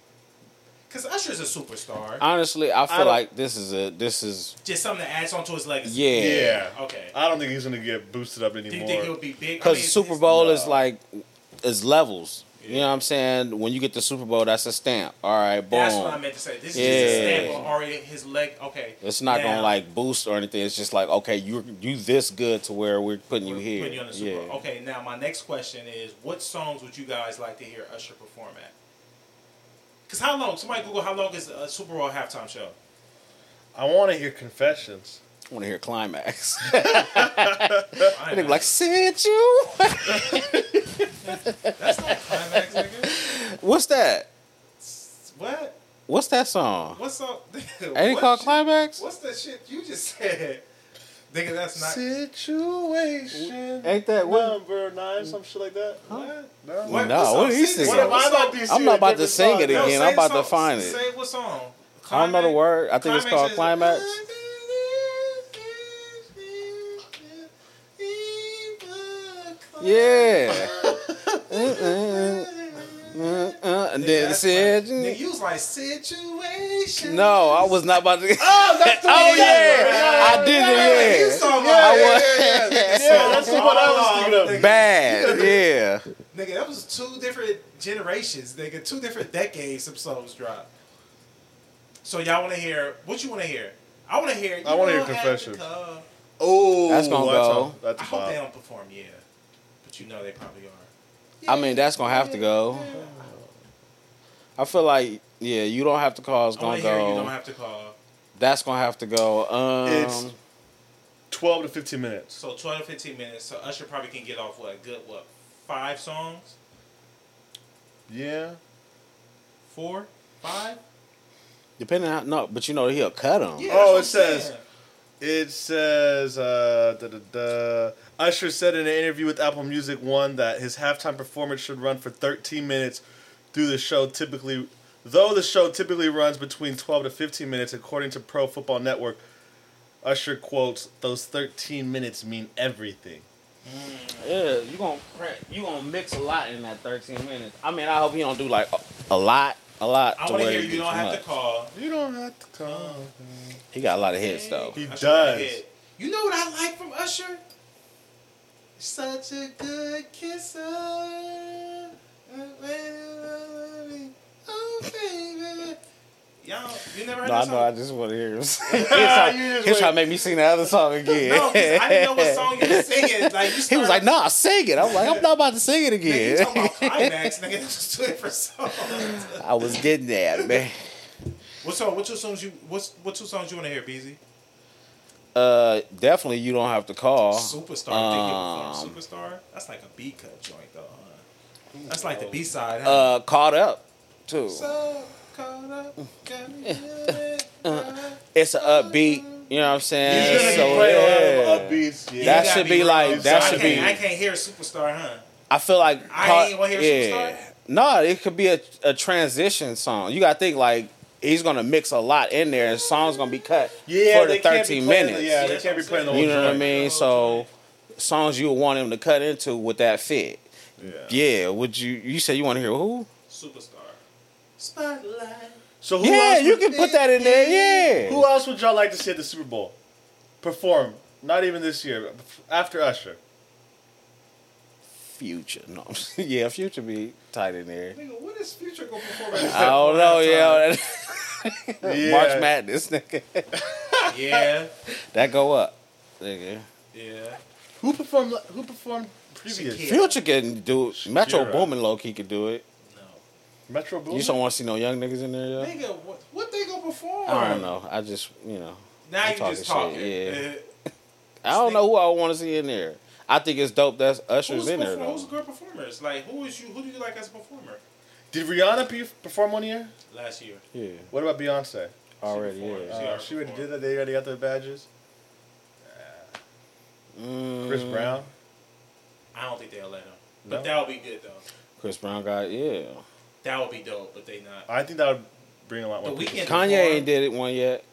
Speaker 1: Because Usher's a superstar.
Speaker 3: Honestly, I feel
Speaker 2: don't-
Speaker 3: like this is a this is
Speaker 1: Just something that adds on to his legacy.
Speaker 3: yeah.
Speaker 2: yeah.
Speaker 1: Okay.
Speaker 2: I don't think he's gonna get boosted up
Speaker 1: Do you think he'll
Speaker 2: anymore.
Speaker 1: be big? I
Speaker 3: Because
Speaker 1: mean,
Speaker 3: Super
Speaker 1: it's-
Speaker 3: Bowl is
Speaker 2: no.
Speaker 3: like is levels. You know what I'm saying? When you get the Super Bowl, that's a stamp. All right, boom.
Speaker 1: That's what I meant to say. This is just
Speaker 3: Yeah.
Speaker 1: a stamp on already his leg. Okay.
Speaker 3: It's not
Speaker 1: now
Speaker 3: gonna like boost or anything. It's just like okay, you you this good to where we're putting you
Speaker 1: we're
Speaker 3: here.
Speaker 1: putting you on the Super
Speaker 3: yeah.
Speaker 1: Bowl. Okay. Now my next question is, what songs would you guys like to hear Usher perform at? Cause how long? Somebody Google how long is a Super Bowl halftime show?
Speaker 2: I want to hear confessions.
Speaker 3: I want to hear climax.
Speaker 1: I
Speaker 3: and they
Speaker 1: ain't
Speaker 3: be like, "Sent you?
Speaker 1: know. that's not climax, nigga.
Speaker 3: What's that?
Speaker 1: What?
Speaker 3: What's that song?
Speaker 1: What's up?
Speaker 3: Ain't it
Speaker 1: What
Speaker 3: called
Speaker 1: shit-
Speaker 3: climax?
Speaker 1: What's the shit you just said? Nigga, that's not.
Speaker 2: Situation
Speaker 3: Ain't that what?
Speaker 2: number nine, some shit like that.
Speaker 1: What?
Speaker 2: No.
Speaker 1: What-
Speaker 3: No,
Speaker 1: song?
Speaker 3: what are you
Speaker 1: Sing it.
Speaker 3: singing?
Speaker 2: What am I about to
Speaker 1: song?
Speaker 2: be
Speaker 3: I'm
Speaker 2: singing
Speaker 3: not about to
Speaker 2: different
Speaker 3: sing
Speaker 2: songs?
Speaker 3: it
Speaker 1: No,
Speaker 3: again.
Speaker 1: say
Speaker 3: I'm about
Speaker 1: the
Speaker 3: to
Speaker 1: song.
Speaker 3: find it.
Speaker 1: Say what song?
Speaker 3: I don't know the
Speaker 1: Climax?
Speaker 3: word. I think it's called climax. Yeah. Mm, Uh, and then
Speaker 1: That's
Speaker 3: said,
Speaker 1: like- Nigga, you was like situation.
Speaker 3: "No, I was not about to."
Speaker 2: Oh, that's the
Speaker 3: oh
Speaker 2: one.
Speaker 3: yeah, I did
Speaker 1: You
Speaker 3: it.
Speaker 1: saw my
Speaker 2: Yeah,
Speaker 1: I
Speaker 2: yeah,
Speaker 1: was-
Speaker 2: yeah, yeah, yeah. That's the one I was thinking of.
Speaker 3: Yeah, bad. Yeah,
Speaker 1: Nigga, that was two different generations. Nigga, two different decades. Some songs dropped. So y'all want to hear what you want to hear? I want to hear.
Speaker 2: I wanna
Speaker 1: You
Speaker 2: hear
Speaker 1: don't have
Speaker 2: Confessions.
Speaker 1: come.
Speaker 2: Oh,
Speaker 3: That's gonna go.
Speaker 2: A, that's
Speaker 1: I
Speaker 2: a
Speaker 1: hope they
Speaker 2: bop.
Speaker 1: don't perform. Yeah, but you know they probably are.
Speaker 3: I mean that's gonna have to go. I feel like yeah, you don't have to call. It's
Speaker 1: I want
Speaker 3: gonna
Speaker 1: to hear you don't
Speaker 3: go.
Speaker 1: have to call.
Speaker 3: That's gonna have to go. Um,
Speaker 2: It's-
Speaker 4: twelve to fifteen minutes.
Speaker 1: So twelve to fifteen minutes. So Usher probably can get off what a good what five songs,
Speaker 4: Yeah.
Speaker 1: four, five.
Speaker 3: Depending on no, but you know he'll cut them.
Speaker 1: Yeah,
Speaker 4: Oh,
Speaker 1: that's
Speaker 4: it
Speaker 1: what I'm
Speaker 4: says-
Speaker 1: saying.
Speaker 4: It says uh, da, da, da.
Speaker 2: Usher said in an interview with Apple Music One that his halftime performance should run for 13 minutes through the show typically though the show typically runs between 12 to 15 minutes according to Pro Football Network. Usher quotes, "Those 13 minutes mean everything."
Speaker 3: Yeah, you gonna pre- you gonna mix a lot in that thirteen minutes. I mean, I hope you don't do like a- a lot, a lot.
Speaker 1: I
Speaker 3: to
Speaker 1: want to
Speaker 3: where
Speaker 1: hear
Speaker 3: it
Speaker 1: you
Speaker 3: gets
Speaker 1: don't have
Speaker 3: much.
Speaker 1: to call.
Speaker 2: You don't have to come.
Speaker 3: He got a lot of hits though.
Speaker 2: He
Speaker 1: That's what I
Speaker 2: does.
Speaker 1: did. You know what I like from Usher? Such a good kisser. Oh, baby. Y'all, you never heard
Speaker 3: No, I
Speaker 1: that
Speaker 3: know. I
Speaker 1: song?
Speaker 3: just want to hear him. sing. He's trying, he's trying to make me sing the other song again.
Speaker 1: No, 'cause I didn't know what song you were singing. Like, you
Speaker 3: He was
Speaker 1: started-
Speaker 3: like, "Nah, sing it." I'm like, "I'm not about to sing it
Speaker 1: Nigga, you talking
Speaker 3: again."
Speaker 1: about climax, nigga. Just do it for songs.
Speaker 3: I was getting that, man.
Speaker 1: What's up? What two songs you? What's what two songs you want to hear, BZ?
Speaker 3: Uh, definitely, you don't have to call.
Speaker 1: Superstar.
Speaker 3: Um,
Speaker 1: Think it was from Superstar. That's like a B cut joint though. Huh? That's like the B side. Huh?
Speaker 3: Uh, caught up too.
Speaker 1: so caught up, can you feel it?
Speaker 3: Uh, It's an upbeat. You know what I'm saying?
Speaker 1: He's gonna
Speaker 3: so,
Speaker 1: play a
Speaker 3: yeah.
Speaker 4: Of upbeats. Yeah.
Speaker 1: You
Speaker 3: That
Speaker 1: gotta
Speaker 3: should be
Speaker 1: real.
Speaker 3: like- that
Speaker 1: So I
Speaker 3: should
Speaker 1: can't-
Speaker 3: be-
Speaker 1: I can't hear Superstar, huh?
Speaker 3: I feel like
Speaker 1: I ain't wanna hear Superstar?
Speaker 3: No, it could be a, a transition song. You gotta think like he's gonna mix a lot in there, and songs gonna be cut
Speaker 4: Yeah,
Speaker 3: for the
Speaker 4: they can't be
Speaker 3: thirteen
Speaker 4: playing the-
Speaker 3: minutes.
Speaker 4: yeah, they
Speaker 1: that's
Speaker 4: can't
Speaker 1: what
Speaker 4: be playing the
Speaker 1: I'm
Speaker 4: whole
Speaker 3: you know what I
Speaker 4: joint.
Speaker 3: mean?
Speaker 1: Whole
Speaker 3: So songs you would want him to cut into with that fit.
Speaker 2: Yeah.
Speaker 3: Yeah, would you? You said you want to hear who?
Speaker 1: Superstar. Spotlight.
Speaker 2: So who
Speaker 3: yeah,
Speaker 2: else
Speaker 3: you
Speaker 2: would-
Speaker 3: can put that in there. Yeah.
Speaker 2: Who else would y'all like to see at the Super Bowl perform? Not even this year, after Usher.
Speaker 3: Future. No. yeah, Future be tight in there.
Speaker 1: Nigga, what is Future gonna perform? at this
Speaker 3: I don't
Speaker 1: point
Speaker 3: know,
Speaker 1: in
Speaker 3: yo.
Speaker 2: Yeah.
Speaker 3: March Madness, nigga.
Speaker 1: time? Yeah,
Speaker 3: that go up, nigga.
Speaker 1: yeah.
Speaker 2: Who performed? Who performed previous?
Speaker 1: Shakira.
Speaker 3: Future can do it. Metro
Speaker 2: Shakira.
Speaker 3: Boomin low key can do it.
Speaker 1: No.
Speaker 2: Metro Boomin.
Speaker 3: You just don't want to see no young niggas in there, yo.
Speaker 1: Nigga, what, what they gonna perform?
Speaker 3: I don't know. I just, you know,
Speaker 1: Now
Speaker 3: I'm
Speaker 1: you just
Speaker 3: talking
Speaker 1: talking.
Speaker 3: shit,
Speaker 1: Uh,
Speaker 3: yeah. I don't know who I want to see in there. I think it's dope that Usher's
Speaker 1: Who's,
Speaker 3: in there
Speaker 1: perform-
Speaker 3: though.
Speaker 1: who's good performers? Like who is you? Who do you like as a performer?
Speaker 2: Did Rihanna pe- perform one year?
Speaker 1: Last year,
Speaker 3: Yeah,
Speaker 2: What about Beyonce?
Speaker 3: already.
Speaker 1: performed.
Speaker 3: Yeah.
Speaker 1: She
Speaker 2: Uh,
Speaker 1: already
Speaker 2: she already
Speaker 1: performed.
Speaker 2: did that. They already got their badges.
Speaker 3: Mm,
Speaker 2: Chris Brown.
Speaker 1: I don't think they'll let him. But
Speaker 2: No?
Speaker 1: that would be good though.
Speaker 3: Chris Brown got yeah.
Speaker 1: That would be dope. But they not.
Speaker 2: I think that would bring a lot
Speaker 1: The
Speaker 2: more. people.
Speaker 1: weekend.
Speaker 3: Kanye ain't did it one yet.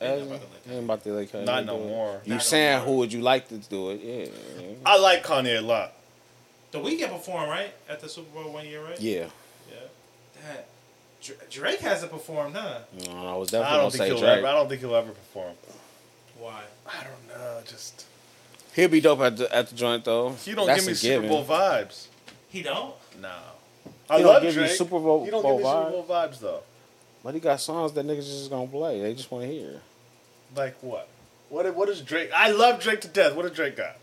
Speaker 1: Ain't
Speaker 3: Ain't
Speaker 1: nobody like that.
Speaker 3: about to like Kanye
Speaker 2: Not
Speaker 3: do
Speaker 2: no
Speaker 3: it.
Speaker 2: more.
Speaker 3: You
Speaker 1: Not no
Speaker 3: saying
Speaker 1: more.
Speaker 3: who would you like to do it? Yeah.
Speaker 2: I like Kanye a lot.
Speaker 1: The weekend performed right at the Super Bowl one year, right?
Speaker 3: Yeah.
Speaker 1: Yeah. That Dr- Drake hasn't performed, huh?
Speaker 3: No, I was
Speaker 2: I
Speaker 3: definitely
Speaker 2: don't
Speaker 3: gonna
Speaker 2: think
Speaker 3: say
Speaker 2: he'll
Speaker 3: Drake.
Speaker 2: ever. I don't think he'll ever perform.
Speaker 1: Why?
Speaker 2: I don't know. Just
Speaker 3: He'll be dope at the at the joint though.
Speaker 2: he don't
Speaker 3: That's
Speaker 2: give me
Speaker 3: a
Speaker 2: Super
Speaker 3: given.
Speaker 2: Bowl vibes.
Speaker 1: He don't.
Speaker 2: No. I
Speaker 3: He don't
Speaker 2: love
Speaker 3: give you
Speaker 2: Drake.
Speaker 3: Super Bowl-
Speaker 2: He don't
Speaker 3: Bowl
Speaker 2: give me Super Bowl vibes though.
Speaker 3: But he got songs that niggas just gonna play. They just want to hear.
Speaker 2: Like what? What? What is Drake? I love Drake to death. What does Drake got?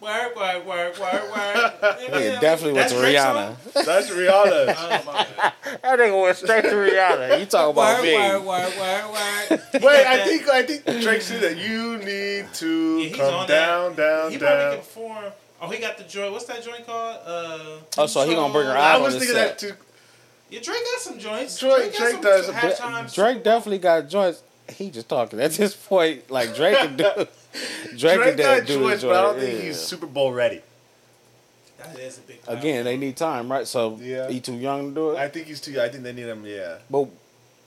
Speaker 1: Work, work, work, work, work.
Speaker 3: Nigga definitely went
Speaker 1: That's
Speaker 3: to
Speaker 1: Drake's
Speaker 3: Rihanna.
Speaker 1: song?
Speaker 2: That's Rihanna.
Speaker 1: Oh my God.
Speaker 3: That nigga went straight to Rihanna. You talking about me?
Speaker 1: Work, work, work, work, work. He
Speaker 2: Wait,
Speaker 1: got
Speaker 2: I
Speaker 1: that-
Speaker 2: think I think Drake said that you need to
Speaker 1: Yeah, he's
Speaker 2: come
Speaker 1: on
Speaker 2: down,
Speaker 1: that.
Speaker 2: down,
Speaker 1: He probably
Speaker 2: down.
Speaker 1: can perform. Oh, he got the joint. What's that joint called? Uh,
Speaker 3: Oh, so he gonna bring her
Speaker 2: I
Speaker 3: out
Speaker 2: was
Speaker 3: on the
Speaker 2: thinking
Speaker 3: set.
Speaker 2: that too.
Speaker 1: Yeah, Drake got some joints.
Speaker 2: Drake- Drake does a-
Speaker 3: Dra-
Speaker 1: halftime.
Speaker 3: Drake definitely got joints. He just talking at this point. Like Drake can do. Drake,
Speaker 2: Drake
Speaker 3: can
Speaker 2: got
Speaker 3: do a
Speaker 2: Jewish, but I don't
Speaker 3: joint,
Speaker 2: think
Speaker 3: yeah.
Speaker 2: he's Super Bowl ready.
Speaker 1: That is a big.
Speaker 3: Again, they need time, right? So
Speaker 2: Yeah.
Speaker 3: he too young to do it.
Speaker 2: I think he's too. I think they need him. Yeah.
Speaker 3: but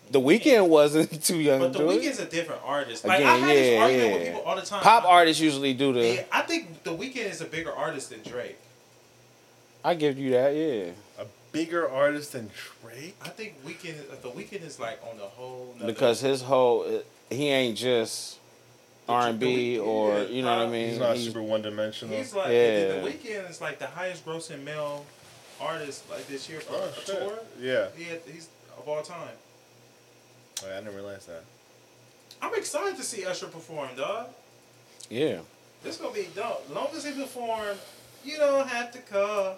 Speaker 3: the weekend wasn't too young
Speaker 1: But the
Speaker 3: to do it.
Speaker 1: Weeknd's a different artist. Like I
Speaker 3: Again,
Speaker 1: had this
Speaker 3: yeah,
Speaker 1: argument
Speaker 3: yeah.
Speaker 1: with people all the time.
Speaker 3: Pop
Speaker 1: I-
Speaker 3: artists usually do the.
Speaker 1: Yeah, I think the Weeknd is a bigger artist than Drake.
Speaker 3: I give you that. Yeah.
Speaker 2: A bigger artist than Drake?
Speaker 1: I think Weekend, uh, the Weekend is like on the whole. nother-
Speaker 3: because his whole uh, he ain't just R and B or you know what I mean.
Speaker 2: He's not
Speaker 3: He's-
Speaker 2: super one dimensional.
Speaker 1: he's like
Speaker 3: Yeah.
Speaker 1: the Weekend is like the highest grossing male artist like this year for
Speaker 2: Oh
Speaker 1: a
Speaker 2: shit.
Speaker 1: tour.
Speaker 2: Yeah.
Speaker 1: Yeah, he's of all time.
Speaker 2: Wait, Oh, I didn't realize that.
Speaker 1: I'm excited to see Usher perform, dog.
Speaker 3: yeah,
Speaker 1: This gonna be dope. Long as he perform, you don't have to call.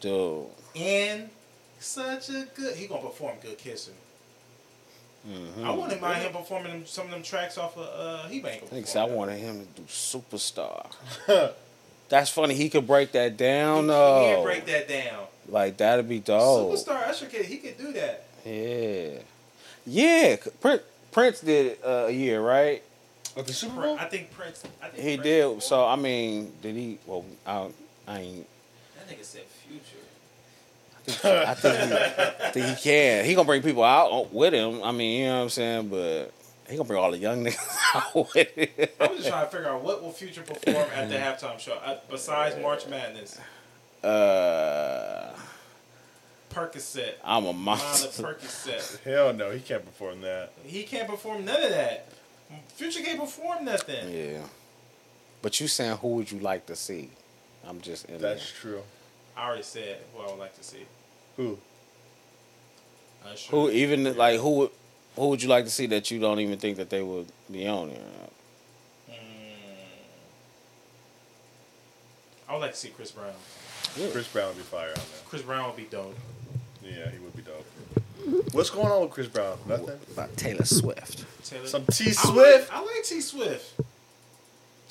Speaker 3: dude.
Speaker 1: in such a good. He gonna perform good kissing.
Speaker 3: Mm-hmm.
Speaker 1: I wouldn't mind him performing them, some of them tracks off of uh, He Bang.
Speaker 3: Niggas, I wanted him to do superstar. That's funny. He could break that down
Speaker 1: He
Speaker 3: though.
Speaker 1: can't break that down.
Speaker 3: Like that'd be dope.
Speaker 1: Superstar Usher kid, he could do that.
Speaker 3: Yeah, yeah. c- Prince Prince did it uh, a year, right?
Speaker 4: At the Super
Speaker 1: Prin- I think Prince. I think
Speaker 3: He
Speaker 1: Prince
Speaker 3: did. So I mean, did he? Well, I, I ain't.
Speaker 1: that nigga said Future.
Speaker 3: I think he, I think he can. He gonna bring people out on- with him. I mean, you know what I'm saying. But he gonna bring all the young niggas out with him.
Speaker 1: I was just trying to figure out what will Future perform at the halftime show uh, besides March Madness,
Speaker 3: Uh,
Speaker 1: Percocet,
Speaker 3: I'm a
Speaker 1: Mind of
Speaker 3: monster.
Speaker 1: Percocet.
Speaker 2: Hell no, he can't perform that.
Speaker 1: He can't perform none of that. Future can't perform nothing.
Speaker 3: Yeah. But you saying who would you like to see? I'm just in there.
Speaker 2: That's true.
Speaker 1: I already said who I would like to see.
Speaker 2: Who?
Speaker 1: Usher.
Speaker 3: Who even like who would who would you like to see that you don't even think that they would be on there?
Speaker 1: Mm. Mm. I would like to see Chris Brown.
Speaker 2: Chris Brown would be fire on that.
Speaker 1: Chris Brown would be dope.
Speaker 2: Yeah, he would be dope. What's going on with Chris Brown? Nothing.
Speaker 3: About Taylor Swift.
Speaker 1: Taylor.
Speaker 2: Some T
Speaker 1: I like-
Speaker 2: Swift.
Speaker 1: I like T Swift.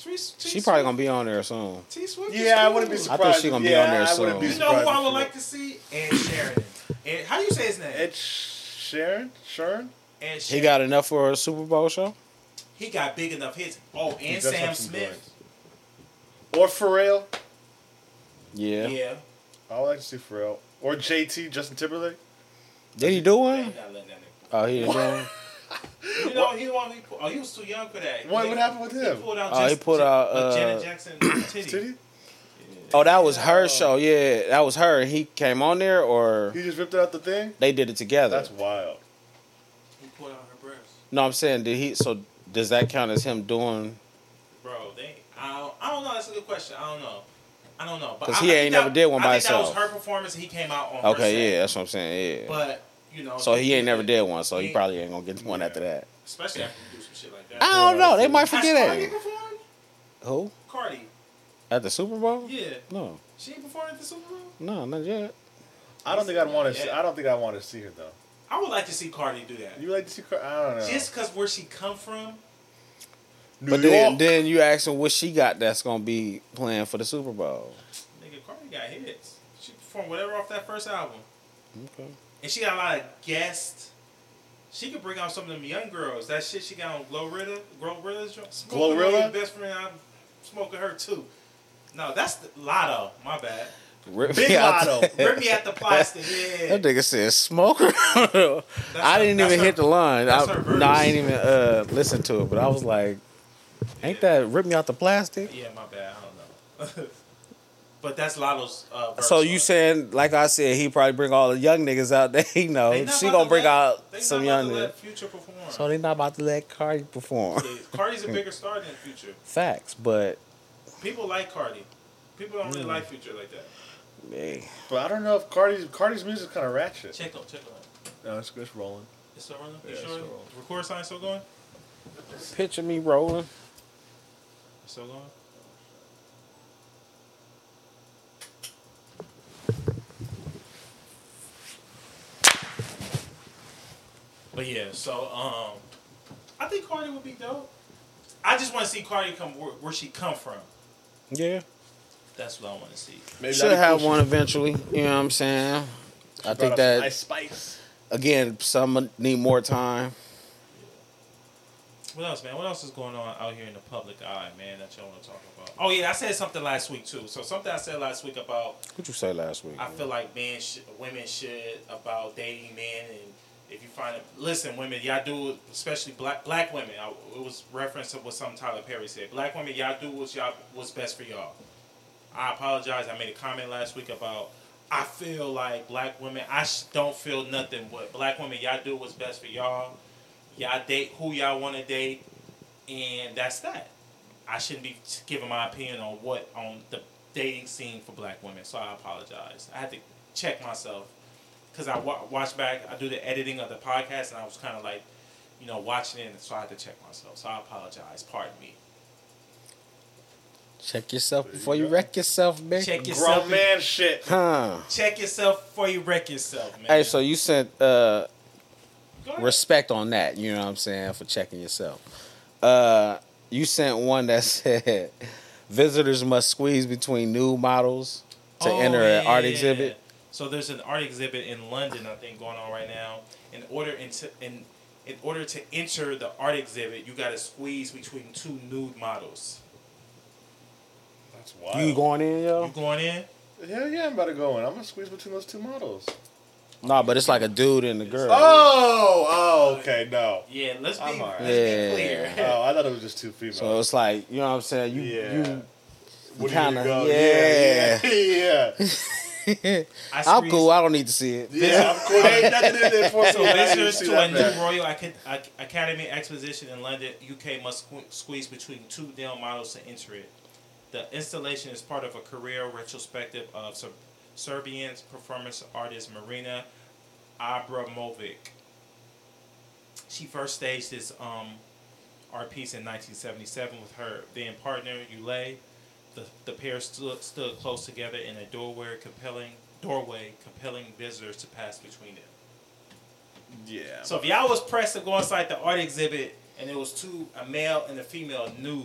Speaker 1: T- T-
Speaker 3: She probably gonna be on there soon.
Speaker 1: T Swift. is
Speaker 2: Yeah, I wouldn't be
Speaker 1: cool.
Speaker 3: I
Speaker 2: surprised.
Speaker 3: thought she gonna be
Speaker 2: yeah,
Speaker 3: on there
Speaker 2: I wouldn't
Speaker 3: soon.
Speaker 2: be
Speaker 1: You know who I would
Speaker 2: surprised
Speaker 1: like to see? Ed Sheridan. Ed, how you say his name?
Speaker 2: if- Ed Sharon? Sharon?
Speaker 1: Ed
Speaker 3: He
Speaker 1: Sheeran.
Speaker 3: got enough for a Super Bowl show.
Speaker 1: He got big enough hits. Oh,
Speaker 2: He
Speaker 1: and
Speaker 2: does have
Speaker 1: Sam
Speaker 2: some
Speaker 1: Smith.
Speaker 2: joints. Or Pharrell.
Speaker 3: Yeah.
Speaker 1: Yeah.
Speaker 2: I would like to see Pharrell. Or JT, Justin Timberlake.
Speaker 3: Did he do
Speaker 1: They
Speaker 3: one?
Speaker 1: ain't not letting that nigga-
Speaker 3: Oh, he didn't. do one?
Speaker 1: You know, he, want, he, oh, he was too young for that.
Speaker 2: What-
Speaker 1: They-
Speaker 2: what happened with him?
Speaker 1: He pulled out,
Speaker 3: Oh, he
Speaker 1: just,
Speaker 3: pulled out,
Speaker 1: uh, Janet
Speaker 3: uh,
Speaker 1: Jackson
Speaker 2: Did
Speaker 1: titty.
Speaker 2: he?
Speaker 3: Oh, that was her show. Yeah, that was her. He came on there, or
Speaker 2: He just ripped out the thing?
Speaker 3: they did it together.
Speaker 2: That's wild.
Speaker 1: He pulled out her breasts.
Speaker 3: no, I'm saying did he? So does that count as him doing?
Speaker 1: Bro, they. I don't, I don't know. That's a good question. I don't know. I don't know. But
Speaker 3: 'Cause
Speaker 1: I-
Speaker 3: he
Speaker 1: I
Speaker 3: ain't
Speaker 1: think
Speaker 3: never
Speaker 1: that-
Speaker 3: did one
Speaker 1: I
Speaker 3: by
Speaker 1: think
Speaker 3: himself.
Speaker 1: That was her performance. and He came out on. her
Speaker 3: Okay,
Speaker 1: set.
Speaker 3: yeah, that's what I'm saying. Yeah.
Speaker 1: But you know.
Speaker 3: So he ain't never did one. So he
Speaker 1: He-
Speaker 3: probably ain't gonna get one
Speaker 2: Yeah.
Speaker 3: after that.
Speaker 1: Especially after you do some shit like that.
Speaker 3: I don't know. They might
Speaker 1: Has
Speaker 3: forget
Speaker 1: Cardi
Speaker 3: it.
Speaker 1: performed?
Speaker 3: Who
Speaker 1: Cardi.
Speaker 3: at the Super Bowl?
Speaker 1: Yeah.
Speaker 3: No,
Speaker 1: She ain't performed at the Super Bowl.
Speaker 3: no, not yet.
Speaker 2: I don't think I'd want to. See,
Speaker 1: Yeah.
Speaker 2: I don't think I want to see her though.
Speaker 1: I would like to see Cardi do that.
Speaker 2: You like to see? Car- I don't know.
Speaker 1: Just because where she come from,
Speaker 2: New
Speaker 3: But then,
Speaker 2: York.
Speaker 3: then you asking what she got that's gonna be playing for the Super Bowl.
Speaker 1: nigga, Cardi got hits. She performed whatever off that first album,
Speaker 3: Okay.
Speaker 1: and she got a lot of guests. She could bring out some of them young girls. That shit she got on Glorilla, Glorilla's dr- Smoke on
Speaker 2: Glorilla?
Speaker 1: Your best friend. I'm smoking her too. No, that's the, Lotto. My bad.
Speaker 3: Rip
Speaker 2: Big
Speaker 3: me out
Speaker 2: Lotto.
Speaker 3: the-
Speaker 1: Rip me at the plastic. Yeah.
Speaker 3: That nigga said smoker. I
Speaker 1: her-
Speaker 3: didn't
Speaker 1: that's
Speaker 3: even
Speaker 1: her-
Speaker 3: hit the line. I,
Speaker 1: that's her
Speaker 3: no, I
Speaker 1: verse.
Speaker 3: ain't even uh, listen to it, but I was like, ain't that rip me out the plastic?
Speaker 1: Yeah, my bad. I don't know. but that's Lotto's. Uh, verse
Speaker 3: So
Speaker 1: on
Speaker 3: you
Speaker 1: it.
Speaker 3: saying, like I said, he probably bring all the young niggas out that he
Speaker 1: They
Speaker 3: know.
Speaker 1: not
Speaker 3: oh, She
Speaker 1: about
Speaker 3: gonna
Speaker 1: to let-
Speaker 3: bring
Speaker 1: they
Speaker 3: out
Speaker 1: not
Speaker 3: some
Speaker 1: about
Speaker 3: young
Speaker 1: to
Speaker 3: niggas.
Speaker 1: let Future perform.
Speaker 3: So they not about to let Cardi perform.
Speaker 1: Cardi's a bigger star than Future.
Speaker 3: Facts, but
Speaker 1: People like Cardi. People don't really
Speaker 3: Mm.
Speaker 1: like Future like that.
Speaker 3: hey,
Speaker 2: But I don't know if Cardi's Cardi's music kind of ratchet.
Speaker 1: Check up, check up.
Speaker 2: No, it's, it's rolling.
Speaker 1: It's still running?
Speaker 2: Yeah,
Speaker 1: You
Speaker 2: it's
Speaker 1: sure?
Speaker 2: still rolling.
Speaker 1: Record sign still going?
Speaker 3: picture me rolling.
Speaker 1: It's still going? But yeah, so um, I think Cardi would be dope. I just want to see Cardi come where, where she come from.
Speaker 3: Yeah,
Speaker 1: That's what I want to see.
Speaker 2: Maybe
Speaker 3: should
Speaker 2: that'd be
Speaker 3: have
Speaker 2: cool.
Speaker 3: one eventually. You know what I'm saying? I
Speaker 2: Brought
Speaker 3: think
Speaker 2: up
Speaker 3: that
Speaker 2: some Ice Spice.
Speaker 3: again, some need more time.
Speaker 1: What else, man? What else is going on out here in the public eye, man? That y'all want to talk about? Oh yeah, I said something last week too. So something I said last week about
Speaker 3: What you say last week?
Speaker 1: I feel like men, sh- women should about dating men, and if you find it, listen, women, y'all do especially black black women. I, it was reference to what some Tyler Perry said. Black women, y'all do what's y'all what's best for y'all. I apologize. I made a comment last week about I feel like black women. I sh- don't feel nothing, but black women, y'all do what's best for y'all. Y'all date who y'all want to date, and that's that. I shouldn't be giving my opinion on what on the dating scene for black women. So I apologize. I had to check myself because I wa- watched back. I do the editing of the podcast, and I was kind of like, you know, watching it, and so I had to check myself. So I apologize. Pardon me.
Speaker 3: Check yourself
Speaker 2: you
Speaker 3: before you
Speaker 2: go.
Speaker 3: wreck yourself, bitch.
Speaker 1: Check yourself.
Speaker 2: Grown man shit.
Speaker 3: Huh.
Speaker 1: Check yourself before you wreck yourself, man.
Speaker 3: Hey, so you sent uh
Speaker 1: Go ahead.
Speaker 3: respect on that. You know what I'm saying for checking yourself. Uh, you sent one that said visitors must squeeze between new models to
Speaker 1: Oh,
Speaker 3: enter an
Speaker 1: yeah,
Speaker 3: art
Speaker 1: yeah,
Speaker 3: exhibit.
Speaker 1: yeah. So there's an art exhibit in London, I think, going on right now. In order into in in order to enter the art exhibit, you got to squeeze between two nude models.
Speaker 2: That's wild.
Speaker 3: You going in,
Speaker 1: You
Speaker 3: yo?
Speaker 1: going in?
Speaker 2: Hell yeah, I'm about to go in. I'm gonna squeeze between those two models.
Speaker 3: No, but it's like a dude and a girl.
Speaker 2: Oh, oh, okay, no.
Speaker 1: Yeah, let's be,
Speaker 2: I'm all right.
Speaker 1: let's be clear.
Speaker 3: Yeah.
Speaker 2: Oh, I thought it was just two females.
Speaker 3: So it's like you know what I'm saying. You
Speaker 2: Yeah.
Speaker 3: you
Speaker 2: What do
Speaker 3: kinda-
Speaker 2: go?
Speaker 3: yeah.
Speaker 2: yeah, yeah. yeah.
Speaker 1: I
Speaker 3: I'm
Speaker 1: squeezed-
Speaker 3: cool. I don't need to see it.
Speaker 2: Yeah, I'm cool. There ain't nothing in there for
Speaker 1: So
Speaker 2: me. I didn't
Speaker 1: visitors
Speaker 2: see
Speaker 1: to a
Speaker 2: that
Speaker 1: new
Speaker 2: bad.
Speaker 1: Royal Ac- Ac- Academy exposition in London, UK, must sque- squeeze between two Dell models to enter it. The installation is part of a career retrospective of Ser- Serbian performance artist Marina Abramovic. She first staged this um, art piece in 1977 with her then partner Ulay. The, the pair stood, stood close together in a doorway, compelling doorway, compelling visitors to pass between them.
Speaker 2: Yeah.
Speaker 1: So if y'all was pressed to go inside the art exhibit and it was two a male and a female nude,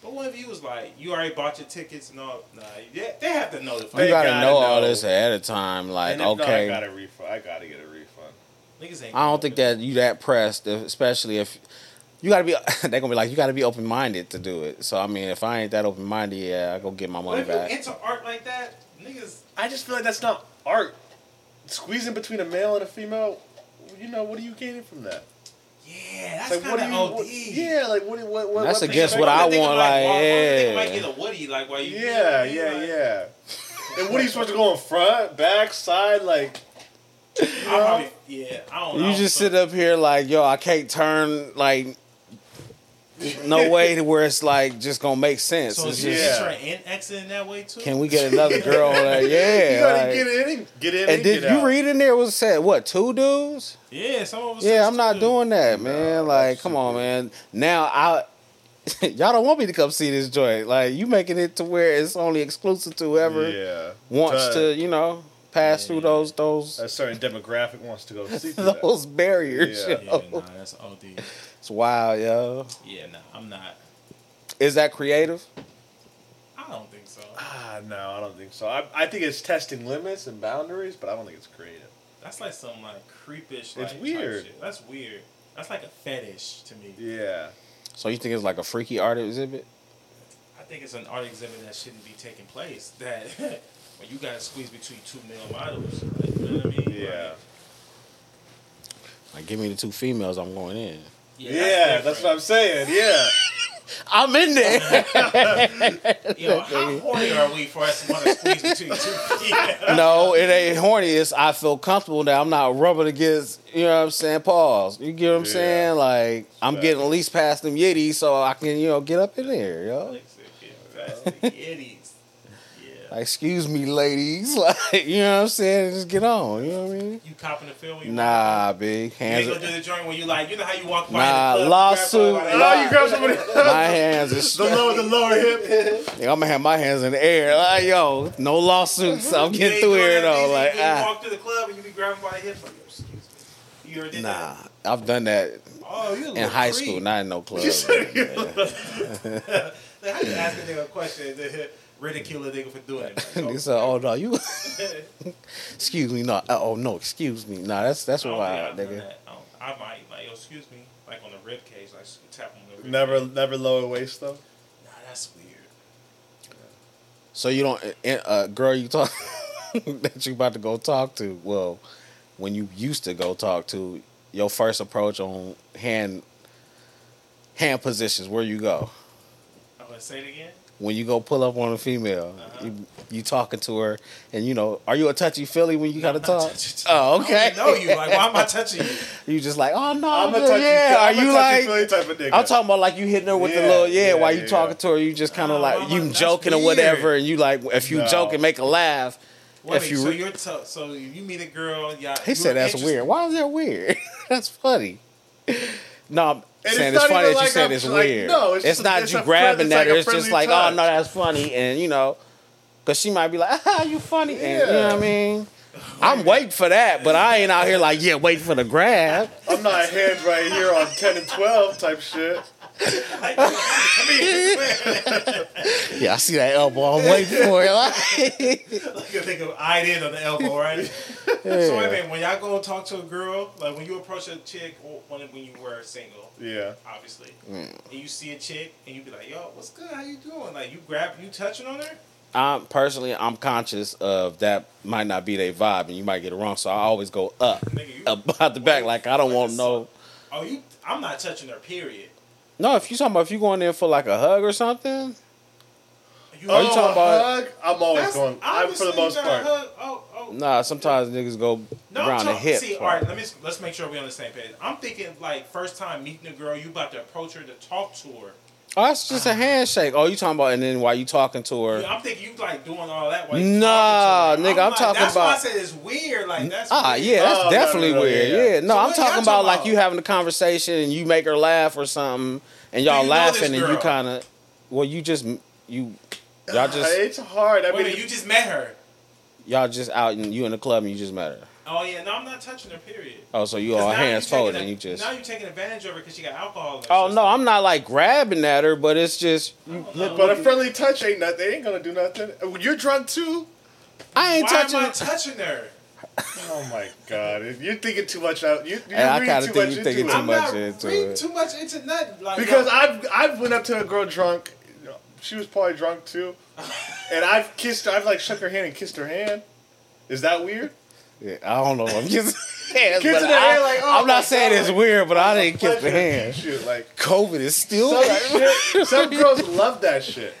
Speaker 1: but one of you was like, you already bought your tickets and all. Nah, yeah, they have to know the
Speaker 3: You
Speaker 1: fact.
Speaker 2: They
Speaker 3: gotta,
Speaker 2: gotta
Speaker 3: know, all
Speaker 2: know.
Speaker 3: this ahead of time. Like,
Speaker 2: and if not,
Speaker 3: okay,
Speaker 2: I got a refund. I gotta get a refund.
Speaker 1: Niggas ain't.
Speaker 3: I don't think that you that pressed, especially if you gotta be. They're gonna be like, you gotta be open minded to do it. So I mean, if I ain't that open minded, yeah, I go get my
Speaker 1: But
Speaker 3: money
Speaker 1: if you
Speaker 3: back.
Speaker 1: into art like that, niggas.
Speaker 2: I just feel like that's not art. Squeezing between a male and a female, you know, what are you gaining from that?
Speaker 1: Yeah, that's
Speaker 2: It's like, what
Speaker 1: kind
Speaker 2: do you?
Speaker 1: of OD.
Speaker 2: what- yeah, like what? what, what
Speaker 3: That's
Speaker 2: what
Speaker 3: against
Speaker 2: perspective-
Speaker 3: what I
Speaker 1: They
Speaker 3: want,
Speaker 1: might-
Speaker 3: like,
Speaker 1: they
Speaker 3: yeah.
Speaker 1: might get a Woody, like why you?
Speaker 2: Yeah,
Speaker 1: you
Speaker 2: yeah,
Speaker 1: like-
Speaker 2: yeah. and what are you supposed to go in front, back, side? Like,
Speaker 1: I probably, yeah, I don't. know.
Speaker 3: You just sit up here like, yo, I can't turn like. No way to where it's like just gonna make sense.
Speaker 1: So
Speaker 3: it's
Speaker 1: is you
Speaker 3: just,
Speaker 2: yeah.
Speaker 1: entering and exiting that way too?
Speaker 3: can we get another girl? Like, yeah,
Speaker 2: you gotta
Speaker 3: like-
Speaker 2: get in, and get in, and,
Speaker 3: and did
Speaker 2: get out.
Speaker 3: you read in there? What it said? What two dudes?
Speaker 1: yeah, some of us.
Speaker 3: Yeah,
Speaker 1: is
Speaker 3: I'm not
Speaker 1: too.
Speaker 3: doing that, man. like, come on, man. Now I y'all don't want me to come see this joint. Like, you making it to where it's only exclusive to whoever
Speaker 2: Yeah.
Speaker 3: wants to, you know, pass through those those
Speaker 2: A certain demographic wants to go see through that.
Speaker 3: those barriers.
Speaker 2: Yeah.
Speaker 3: yo.
Speaker 1: Yeah, nah, that's OD.
Speaker 3: It's wild, yo.
Speaker 1: Yeah, nah, I'm not.
Speaker 3: Is that creative?
Speaker 1: I don't think so.
Speaker 2: Ah, no, I don't think so. I, I think it's testing limits and boundaries, but I don't think it's creative.
Speaker 1: That's like some like creepish.
Speaker 2: It's
Speaker 1: Like, type
Speaker 2: weird.
Speaker 1: shit. That's weird. That's like a fetish to me.
Speaker 2: Yeah.
Speaker 3: So you think it's like a freaky art exhibit?
Speaker 1: I think it's an art exhibit that shouldn't be taking place. That when you gotta squeeze between two male models, like, you know what I mean?
Speaker 2: Yeah.
Speaker 1: Like,
Speaker 3: Like, give me the two females, I'm going in.
Speaker 2: Yeah, that's, what I'm saying. Yeah.
Speaker 3: I'm in there.
Speaker 1: I'm. You know, how horny are we for us to want to squeeze between two? Yeah.
Speaker 3: no, it ain't horny. It's I feel comfortable that I'm not rubbing against, you know what I'm saying, paws. You get what I'm
Speaker 2: Yeah.
Speaker 3: saying? Like I'm
Speaker 2: Facts.
Speaker 3: getting at least past them yitties so I can, you know, get up in there, yo.
Speaker 1: Like, yeah, that's the kiddies. Yeah.
Speaker 3: Like, excuse me, ladies. Like, you know what I'm saying? Just get on, you know what I mean?
Speaker 1: You copping the film? You
Speaker 3: Nah, big
Speaker 1: You ain't
Speaker 3: hands.
Speaker 1: gonna do the joint when you like, you know how you walk by
Speaker 3: Nah,
Speaker 1: in the club,
Speaker 3: lawsuit.
Speaker 1: grab her by the-
Speaker 3: Nah.
Speaker 2: Oh, you grab somebody.
Speaker 3: My hands are
Speaker 2: the lower, the lower hip.
Speaker 3: I'm gonna have my hands in the air. Like, yo, no lawsuits. I'm
Speaker 1: You
Speaker 3: getting
Speaker 1: ain't
Speaker 3: through
Speaker 1: doing
Speaker 3: here
Speaker 1: that
Speaker 3: though.
Speaker 1: easy.
Speaker 3: Like,
Speaker 1: you
Speaker 3: ah,
Speaker 1: walk to the club and you be grabbing by the hip. Like, excuse me. You ever did
Speaker 3: nah.
Speaker 1: that?
Speaker 3: I've done that
Speaker 1: Oh, you a
Speaker 3: in
Speaker 1: little
Speaker 3: high
Speaker 1: creep.
Speaker 3: school, not in no club.
Speaker 1: Like, how you ask a nigga a question and ridicule a nigga for doing it? Like,
Speaker 3: They
Speaker 1: oh,
Speaker 3: said, "Oh no, you."
Speaker 1: I don't think
Speaker 3: Excuse me, no. uh, Oh no, excuse me, no. That's that's wild,
Speaker 1: I've done
Speaker 3: nigga.
Speaker 1: that. I don't- I might like, yo, excuse me, like on the rib cage, like s- tap on the rib.
Speaker 2: Never, never lower waist though.
Speaker 1: Nah, that's weird.
Speaker 3: So you don't, uh, uh, girl, you talk that you about to go talk to. Well, when you used to go talk to your first approach on hand hand positions, where you go
Speaker 1: I'm gonna say it again.
Speaker 3: when you go pull up on a female,
Speaker 1: Uh-huh.
Speaker 3: you, you talking to her, and you know, are you a touchy feely when you gotta
Speaker 1: I'm not
Speaker 3: talk?
Speaker 1: touching-
Speaker 3: Oh, okay.
Speaker 1: I don't even know you. Like, why am I touching you?
Speaker 3: You just like, oh no,
Speaker 2: I'm a
Speaker 3: good,
Speaker 2: touchy,
Speaker 3: yeah. are
Speaker 2: I'm a
Speaker 3: you
Speaker 2: touchy
Speaker 3: like?
Speaker 2: feely type of nigga.
Speaker 3: I'm talking about like you hitting her with the
Speaker 2: Yeah,
Speaker 3: little yeah,
Speaker 2: yeah,
Speaker 3: while you
Speaker 2: yeah,
Speaker 3: talking
Speaker 2: yeah.
Speaker 3: to her, you just kind of
Speaker 1: Oh,
Speaker 3: like you
Speaker 1: that's
Speaker 3: joking or
Speaker 1: weird.
Speaker 3: whatever, and you like if you
Speaker 2: No.
Speaker 3: joke and make a laugh.
Speaker 1: Wait,
Speaker 3: if you,
Speaker 1: so
Speaker 3: re-
Speaker 1: you're t- so you meet a girl, yeah.
Speaker 3: he said that's weird. Why is that weird? that's funny. No, I'm
Speaker 2: And
Speaker 3: saying
Speaker 2: it's
Speaker 3: it's,
Speaker 2: not
Speaker 3: funny
Speaker 2: even
Speaker 3: that you
Speaker 2: like
Speaker 3: said
Speaker 2: I'm-
Speaker 3: it's
Speaker 2: like,
Speaker 3: weird.
Speaker 2: no,
Speaker 3: it's,
Speaker 2: it's just-
Speaker 3: not
Speaker 2: it's
Speaker 3: you
Speaker 2: a friend-
Speaker 3: grabbing
Speaker 2: it's
Speaker 3: at
Speaker 2: like
Speaker 3: her.
Speaker 2: a
Speaker 3: It's just
Speaker 2: friendly
Speaker 3: like, oh
Speaker 2: touch.
Speaker 3: no,
Speaker 2: Oh,
Speaker 3: that's funny, and you know, because she might be like, ah, you funny, and you know what I mean. I'm waiting for that, but I ain't out here like, yeah, waiting for the grab.
Speaker 4: I'm not hands right here on 10 and 12 type shit.
Speaker 3: Yeah, I see that elbow. I'm waiting for it. Like,
Speaker 1: Like a nigga eyed in on the elbow, right? So wait a minute, when y'all go and talk to a girl, like when you approach a chick, or when when you were single,
Speaker 4: Yeah.
Speaker 1: obviously,
Speaker 3: Mm.
Speaker 1: and you see a chick and you be like, "Yo, what's good? How you doing?" Like you grab, you touching on her.
Speaker 3: I'm personally, I'm conscious of that might not be their vibe, and you might get it wrong. So I always go up,
Speaker 1: Nigga, you-
Speaker 3: about the back. Like I don't want no.
Speaker 1: Oh, you? I'm not touching her. Period.
Speaker 3: No, if you talking about if you going there for like a hug or something,
Speaker 1: You,
Speaker 4: Oh,
Speaker 3: you talking about-
Speaker 4: hug? I'm always
Speaker 1: That's-
Speaker 4: going. I'm for the
Speaker 1: obviously
Speaker 4: most
Speaker 1: you gotta
Speaker 4: part.
Speaker 1: hug- Oh, oh.
Speaker 3: nah. Sometimes niggas go
Speaker 1: No,
Speaker 3: around
Speaker 1: I'm
Speaker 3: the
Speaker 1: talking.
Speaker 3: hip.
Speaker 1: see, all right. Let me let's make sure we're on the same page. I'm thinking like first time meeting a girl, you about to approach her to talk to her.
Speaker 3: Oh, that's just a handshake. Oh, you talking about? And then while you talking to her,
Speaker 1: Yeah, I'm thinking you like doing all that. While you
Speaker 3: Nah,
Speaker 1: talking to her.
Speaker 3: nigga, I'm
Speaker 1: like,
Speaker 3: talking
Speaker 1: that's Why I
Speaker 3: about-
Speaker 1: said it's weird. Like that's
Speaker 3: Ah,
Speaker 1: weird.
Speaker 3: yeah, that's
Speaker 4: Oh, no,
Speaker 3: definitely
Speaker 4: no, no,
Speaker 3: weird.
Speaker 4: yeah,
Speaker 3: Yeah,
Speaker 4: yeah.
Speaker 3: no,
Speaker 1: So
Speaker 3: I'm
Speaker 1: what y'all
Speaker 3: talking about,
Speaker 1: talking
Speaker 3: like you
Speaker 1: about?
Speaker 3: having a conversation and you make her laugh or something, and
Speaker 1: you
Speaker 3: y'all
Speaker 1: know
Speaker 3: laughing and
Speaker 1: this
Speaker 3: you
Speaker 1: girl?
Speaker 3: kind of, well, you just you, y'all just
Speaker 4: It's hard. I
Speaker 1: Wait, a
Speaker 4: mean,
Speaker 1: minute, you just met her.
Speaker 3: y'all just out and you in the club and you just met her.
Speaker 1: Oh yeah, no, I'm not touching her. Period.
Speaker 3: Oh, so you
Speaker 1: 'Cause
Speaker 3: all
Speaker 1: now
Speaker 3: hands
Speaker 1: you taking
Speaker 3: folded
Speaker 1: a-
Speaker 3: and you just.
Speaker 1: now you're taking advantage of her because she got alcohol. In her
Speaker 3: Oh
Speaker 1: system.
Speaker 3: no, I'm not like grabbing at her, but it's just you,
Speaker 4: but a friendly touch ain't nothing. They ain't gonna do nothing. You're drunk too.
Speaker 3: I ain't
Speaker 1: Why
Speaker 3: touching.
Speaker 1: am I touching her?
Speaker 4: Oh my god, you're thinking too much out. You, you're
Speaker 3: Hey, I
Speaker 4: reading
Speaker 3: kinda
Speaker 4: too
Speaker 3: think
Speaker 4: much
Speaker 3: you're thinking
Speaker 4: into
Speaker 3: too
Speaker 4: it.
Speaker 1: I'm
Speaker 3: much
Speaker 1: not
Speaker 3: into
Speaker 1: reading
Speaker 3: it.
Speaker 1: too much into nothing. Like,
Speaker 4: Because
Speaker 1: yo,
Speaker 4: I've I've went up to a girl drunk. She was probably drunk too, and I've kissed. I've like shook her hand and kissed her hand. Is that weird?
Speaker 3: yeah, I don't know. I'm just. hands,
Speaker 4: Kids
Speaker 3: but
Speaker 4: in the
Speaker 3: I,
Speaker 4: hand, like, oh
Speaker 3: I'm
Speaker 4: my
Speaker 3: not saying
Speaker 4: God,
Speaker 3: it's
Speaker 4: like,
Speaker 3: weird, but I didn't kiss
Speaker 4: Pleasure
Speaker 3: the hand.
Speaker 4: Shit, like
Speaker 3: COVID is still.
Speaker 4: some, shit, some girls love that shit.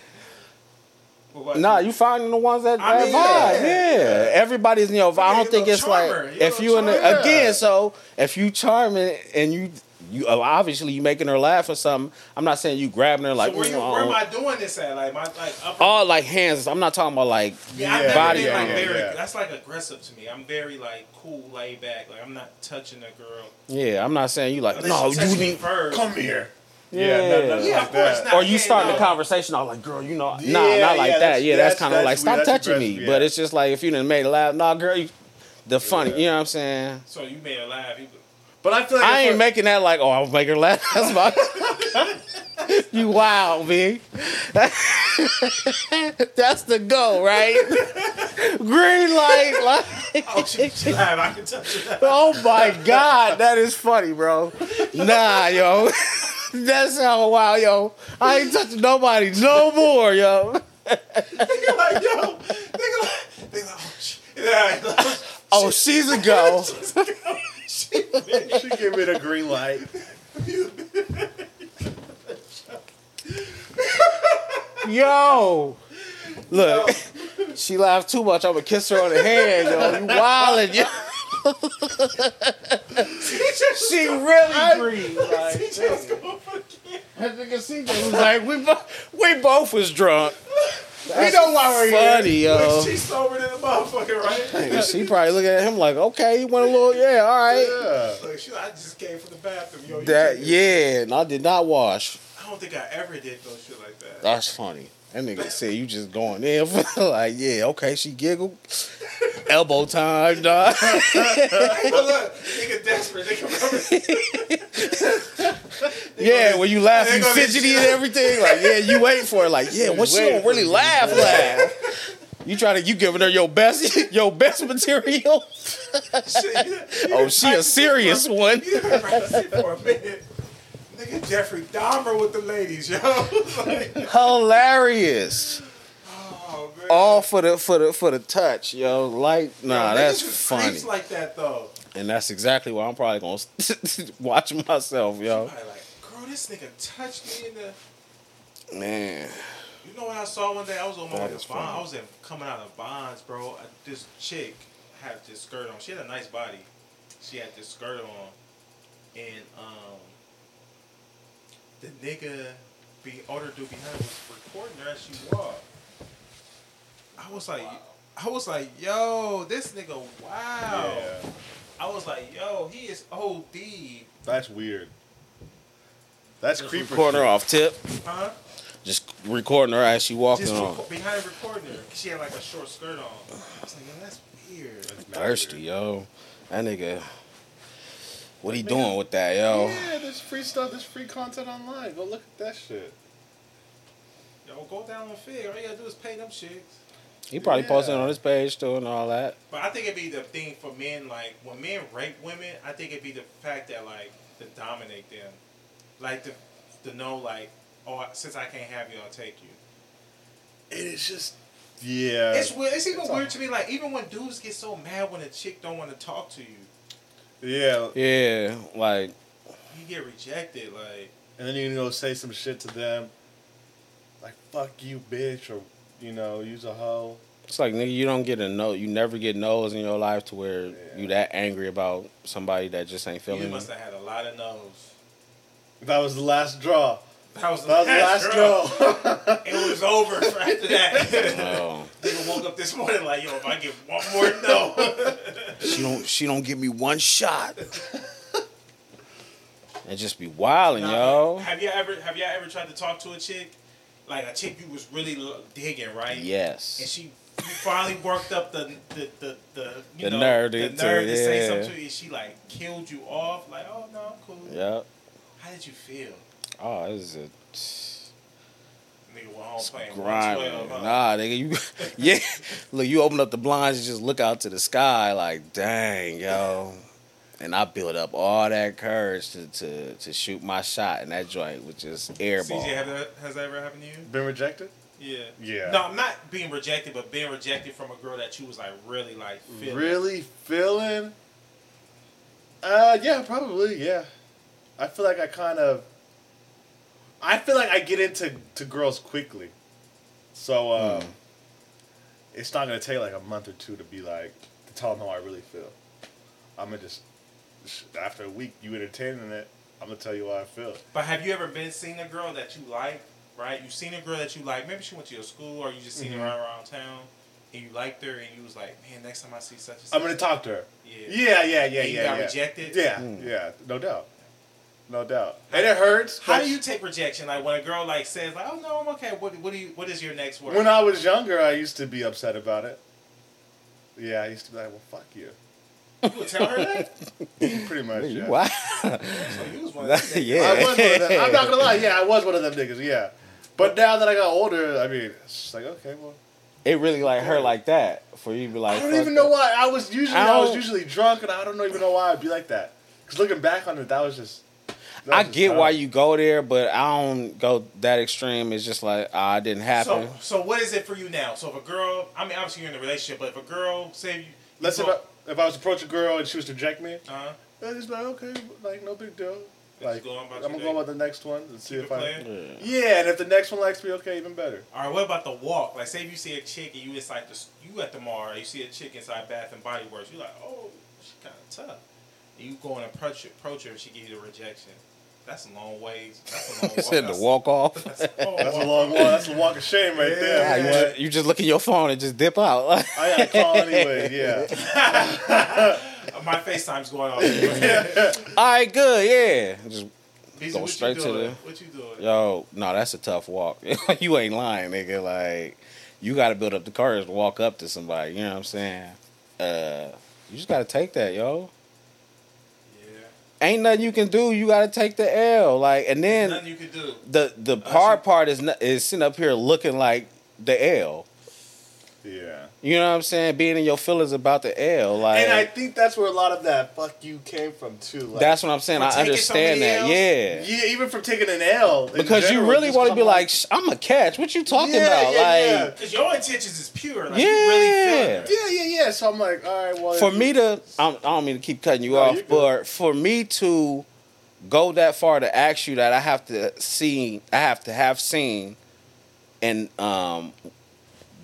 Speaker 1: Well, what-
Speaker 3: Nah, you finding the ones that,
Speaker 1: I
Speaker 3: that
Speaker 1: mean,
Speaker 3: vibe.
Speaker 1: yeah.
Speaker 3: Yeah. everybody's in your vibe. I
Speaker 1: Yeah,
Speaker 3: don't
Speaker 1: you
Speaker 3: think
Speaker 1: know,
Speaker 3: it's
Speaker 1: charmer.
Speaker 3: like
Speaker 1: You
Speaker 3: if
Speaker 1: know,
Speaker 3: you in
Speaker 4: charmer.
Speaker 3: the, again. So if you charming and you you oh, obviously you making her laugh or something. I'm not saying you grabbing her like
Speaker 1: so where, you,
Speaker 3: "Ooh,
Speaker 1: where am
Speaker 3: oh,
Speaker 1: I doing this at? Like my like upper.
Speaker 3: all like hands. I'm not talking about like
Speaker 1: yeah, I've
Speaker 4: yeah,
Speaker 1: never
Speaker 3: body
Speaker 1: been like
Speaker 3: language,
Speaker 1: very.
Speaker 4: yeah.
Speaker 1: That's like aggressive to me. I'm very like cool, laid back. Like I'm not touching a girl.
Speaker 3: yeah. I'm not saying you like
Speaker 1: Unless
Speaker 3: no
Speaker 1: she
Speaker 3: you
Speaker 1: touch me
Speaker 3: need.
Speaker 1: first.
Speaker 4: Come here.
Speaker 3: Yeah.
Speaker 4: no- nothing
Speaker 1: Yeah,
Speaker 4: like
Speaker 1: of course
Speaker 4: that.
Speaker 1: not.
Speaker 3: Or you
Speaker 1: Yeah,
Speaker 3: starting
Speaker 1: no.
Speaker 3: the conversation all like, girl, you know,
Speaker 4: Yeah,
Speaker 3: nah, not
Speaker 4: yeah,
Speaker 3: like
Speaker 4: that's-
Speaker 3: that. Yeah,
Speaker 4: that's-
Speaker 3: that's, kind of like,
Speaker 4: that's
Speaker 3: stop
Speaker 4: weird. That's
Speaker 3: touching me.
Speaker 4: aggressive,
Speaker 3: But
Speaker 4: yeah.
Speaker 3: it's just like if you done made it laugh, nah, girl, you, the funny, you know what I'm saying?
Speaker 1: So you made her laugh. You-
Speaker 4: But I feel like
Speaker 3: I
Speaker 4: if
Speaker 3: ain't
Speaker 4: a-
Speaker 3: making that like, oh, I'll make her laugh. That's my. you wild, B. That's the goal, right? Green light. Like,
Speaker 1: Oh, she, she laugh. I can touch her.
Speaker 3: oh my God, that is funny, bro. Nah, yo. That's how wild, yo. I ain't touching nobody no more, yo.
Speaker 1: Nigga like, yo, nigga like, nigga like, oh, shit. Yeah, like,
Speaker 3: Oh, she's a go.
Speaker 4: she gave me the green light.
Speaker 3: Yo. Look, she laughed too much. I'm gonna kiss her on the hand, yo. You wildin', yo. she really green. Like, that nigga CJ was like, we both we both was drunk. we know why we're funny, yo.
Speaker 1: She's sober than a motherfucker, right?
Speaker 3: Nigga, She probably looking at him like, okay, he went a little, yeah, all right.
Speaker 4: Yeah.
Speaker 1: Like, she, I just came from the bathroom, yo. you
Speaker 3: That
Speaker 1: take it.
Speaker 3: yeah, and I did not wash.
Speaker 1: I don't think I ever did no shit like that.
Speaker 3: That's funny. That nigga said you just going in for like, yeah, okay, she giggled. Elbow time, dog.
Speaker 1: Well, look, nigga desperate. Nigga,
Speaker 3: Yeah, when you laugh,
Speaker 1: They
Speaker 3: you
Speaker 1: gonna be
Speaker 3: fidgety and everything. Like, yeah, you wait for it. Like, yeah, what she
Speaker 4: waiting
Speaker 3: gonna really laugh? Laugh. You try to you giving her your best, your best material.
Speaker 1: shit.
Speaker 3: Oh, she a serious one.
Speaker 1: You didn't practice it for a minute. Nigga Jeffrey Dahmer with the ladies, yo. like,
Speaker 3: Hilarious.
Speaker 1: oh man.
Speaker 3: All for the for the for the touch, yo. Like, nah,
Speaker 1: Niggas
Speaker 3: that's
Speaker 1: is
Speaker 3: funny,
Speaker 1: creeps like that though.
Speaker 3: and that's exactly why I'm probably gonna watch myself, yo.
Speaker 1: Probably like, girl, this nigga touched me in the.
Speaker 3: Man,
Speaker 1: You know what I saw one day? I was on my
Speaker 3: That
Speaker 1: way to
Speaker 3: is
Speaker 1: Bonds.
Speaker 3: funny.
Speaker 1: I was in, coming out of Bonds, bro. I, this chick had this skirt on. She had a nice body. She had this skirt on, and um, the nigga, be older dude behind was recording her as she walked. I was like, I was like, yo, this nigga, wow.
Speaker 4: Yeah.
Speaker 1: I was like, yo, he is OD,
Speaker 4: That's weird. That's creeper.
Speaker 3: recording her
Speaker 4: shit.
Speaker 3: off tip,
Speaker 1: huh?
Speaker 3: just recording her as she walking
Speaker 1: Just
Speaker 3: on.
Speaker 1: reco- behind the recorder. She had like a short skirt on. I was like, yo, that's weird.
Speaker 3: Thirsty, yo. That nigga. What he doing with that, yo?
Speaker 2: Yeah, there's free stuff. There's free content online. Go look at that shit.
Speaker 1: Yo, go down on Fig. All you gotta do is pay them chicks.
Speaker 3: He probably
Speaker 2: Yeah.
Speaker 3: posted on his page too and all that.
Speaker 1: But I think it'd be the thing for men, like when men rape women, I think it'd be the fact that like to dominate them, like to to know like, oh, since I can't have you, I'll take you.
Speaker 2: It is just. Yeah.
Speaker 1: It's weird. It's even
Speaker 2: It's
Speaker 1: weird
Speaker 2: all-
Speaker 1: to me. Like even when dudes get so mad when a chick don't want to talk to you,
Speaker 2: yeah.
Speaker 3: Yeah, like
Speaker 1: you get rejected. Like
Speaker 2: And then you can go say some shit to them, like "fuck you, bitch," or you know, "use a hoe."
Speaker 3: it's like nigga, you don't get a no, you never get no's in your life to where you that angry about somebody that just ain't
Speaker 1: you
Speaker 3: feeling you.
Speaker 1: must have had a lot of no's.
Speaker 2: That was the last draw.
Speaker 1: That was the
Speaker 2: That was the
Speaker 1: last,
Speaker 2: last
Speaker 1: straw.
Speaker 2: draw.
Speaker 1: It was over after that.
Speaker 3: No,
Speaker 1: Nigga woke up this morning like, yo, if I get one more no,
Speaker 3: she don't. She don't give me one shot. And just be wilding,
Speaker 1: Nah,
Speaker 3: yo.
Speaker 1: Have you ever have y'all ever tried to talk to a chick, like a chick you was really lo- digging, right? And
Speaker 3: Yes.
Speaker 1: she you finally worked up the the the, the you
Speaker 3: The
Speaker 1: know
Speaker 3: nerve
Speaker 1: the
Speaker 3: to-
Speaker 1: nerve
Speaker 3: to-
Speaker 1: to, say
Speaker 3: yeah.
Speaker 1: something to you. and She like killed you off. Like, oh no, I'm cool.
Speaker 3: Yep.
Speaker 1: How did you feel?
Speaker 3: Oh, this is
Speaker 1: Nigga, went home
Speaker 3: a
Speaker 1: playing
Speaker 3: grind.
Speaker 1: 112. huh?
Speaker 3: Nah, nigga, you yeah. Look, you open up the blinds and just look out to the sky, like dang, yo. And I built up all that courage to to, to shoot my shot, and that joint was just airball.
Speaker 1: CJ, have that, has that ever happened to you?
Speaker 2: Been rejected?
Speaker 1: Yeah.
Speaker 2: Yeah.
Speaker 1: No, I'm not being rejected, but being rejected from a girl that you was like really like feeling.
Speaker 2: Really feeling? Uh, yeah, probably, yeah. I feel like I kind of. I feel like I get into to girls quickly, so um,
Speaker 1: Hmm.
Speaker 2: it's not gonna take like a month or two to be like to tell them how I really feel. I'm gonna just sh- after a week you entertaining it, I'm gonna tell you how I feel.
Speaker 1: But have you ever been seen a girl that you like, right? You've seen a girl that you like. Maybe she went to your school, or you just seen
Speaker 2: Mm-hmm.
Speaker 1: her around town, and you liked her, and you was like, man, next time I see such and such.
Speaker 2: I'm gonna talk to her.
Speaker 1: Yeah.
Speaker 2: Yeah, yeah, yeah,
Speaker 1: And you
Speaker 2: yeah.
Speaker 1: got
Speaker 2: yeah.
Speaker 1: rejected? Hmm.
Speaker 2: Yeah, yeah, no doubt, no doubt, and it hurts.
Speaker 1: How
Speaker 2: but
Speaker 1: do you take rejection? Like when a girl like says, like, oh no, I'm okay. What what do you what is your next word?
Speaker 2: When I was younger, I used to be upset about it. Yeah, I used to be like, "Well, fuck you,"
Speaker 1: you would tell her that.
Speaker 2: pretty much.
Speaker 3: You
Speaker 2: Yeah.
Speaker 3: wild.
Speaker 1: So you was one of them.
Speaker 3: yeah.
Speaker 2: I was one of them. I'm not gonna lie. Yeah, I was one of them niggas. Yeah, but now that I got older, I mean, it's just like, okay, well,
Speaker 3: It really like hurt like that for you to be like.
Speaker 2: I don't
Speaker 3: fuck
Speaker 2: even know
Speaker 3: that.
Speaker 2: why. I was usually
Speaker 3: I
Speaker 2: I, was
Speaker 3: don't-
Speaker 2: usually drunk, and I don't even know why I'd be like that. Because looking back on it, that was just. that
Speaker 3: I
Speaker 2: was just
Speaker 3: get
Speaker 2: dumb.
Speaker 3: why you go there, but I don't go that extreme. It's just like ah, it didn't happen.
Speaker 1: So oh, so what is it for you now? So if a girl, I mean, obviously you're in a relationship, but if a girl say you,
Speaker 2: Let's
Speaker 1: you
Speaker 2: if I, if I was to approach a girl and she was to reject me,
Speaker 1: uh,
Speaker 2: I'd just be like, okay, like no big deal. Like
Speaker 1: go on about
Speaker 2: I'm
Speaker 1: your
Speaker 2: gonna
Speaker 1: day.
Speaker 2: go about the next one and see
Speaker 1: keep it
Speaker 2: if I.
Speaker 1: playing.
Speaker 3: Yeah.
Speaker 2: Yeah, and if the next one likes me, okay, even better.
Speaker 1: All right, what about the walk? Like, say if you see a chick and you inside the you at the mall, or you see a chick inside Bath and Body Works, you're like, oh, she kind of tough. And you go and approach her, approach her, and she give you the rejection. That's a long ways. That's a long
Speaker 3: It's in the
Speaker 1: That's-
Speaker 3: walk off.
Speaker 1: That's, a long
Speaker 2: That's a
Speaker 1: walk.
Speaker 2: long one. That's a walk of shame right
Speaker 3: Yeah,
Speaker 2: there.
Speaker 3: you,
Speaker 2: boy.
Speaker 3: just, you just look at your phone and just dip out.
Speaker 2: I gotta call anyway. Yeah.
Speaker 1: My FaceTime's going off. Busy,
Speaker 3: All right, good, yeah. Just Go
Speaker 1: what
Speaker 3: straight
Speaker 1: you
Speaker 3: to
Speaker 1: doing?
Speaker 3: the-
Speaker 1: What you doing?
Speaker 3: yo, no, that's a tough walk. you ain't lying, nigga. Like you got to build up the courage to walk up to somebody. You know what I'm saying? Uh, you just got to take that, yo.
Speaker 1: Yeah.
Speaker 3: Ain't nothing you can do. You got to take the L. Like, and then
Speaker 1: Nothing you could do.
Speaker 3: the the hard part is not, is sitting up here looking like the L.
Speaker 2: Yeah.
Speaker 3: You know what I'm saying? Being in your feelings about the L, like
Speaker 2: And I think that's where a lot of that fuck you came from too. Like,
Speaker 3: that's what I'm saying.
Speaker 1: From
Speaker 3: I
Speaker 1: taking
Speaker 3: understand
Speaker 1: somebody
Speaker 3: that,
Speaker 1: else?
Speaker 3: yeah.
Speaker 2: yeah, even from taking an L. in
Speaker 3: Because
Speaker 2: general,
Speaker 3: you really
Speaker 2: just
Speaker 3: want to
Speaker 2: come
Speaker 3: be
Speaker 2: on-
Speaker 3: like, Shh, I'm a catch. What you talking
Speaker 2: Yeah,
Speaker 3: about?
Speaker 2: yeah,
Speaker 3: like,
Speaker 1: Because your intentions is pure. Like, you really
Speaker 3: Yeah.
Speaker 1: feeling her.
Speaker 2: yeah, yeah, yeah. So I'm like, all right, well.
Speaker 3: for
Speaker 2: you-
Speaker 3: me to I'm, i don't mean to keep cutting you
Speaker 2: No,
Speaker 3: off
Speaker 2: you good.
Speaker 3: but for me to go that far to ask you that i have to see i have to have seen and um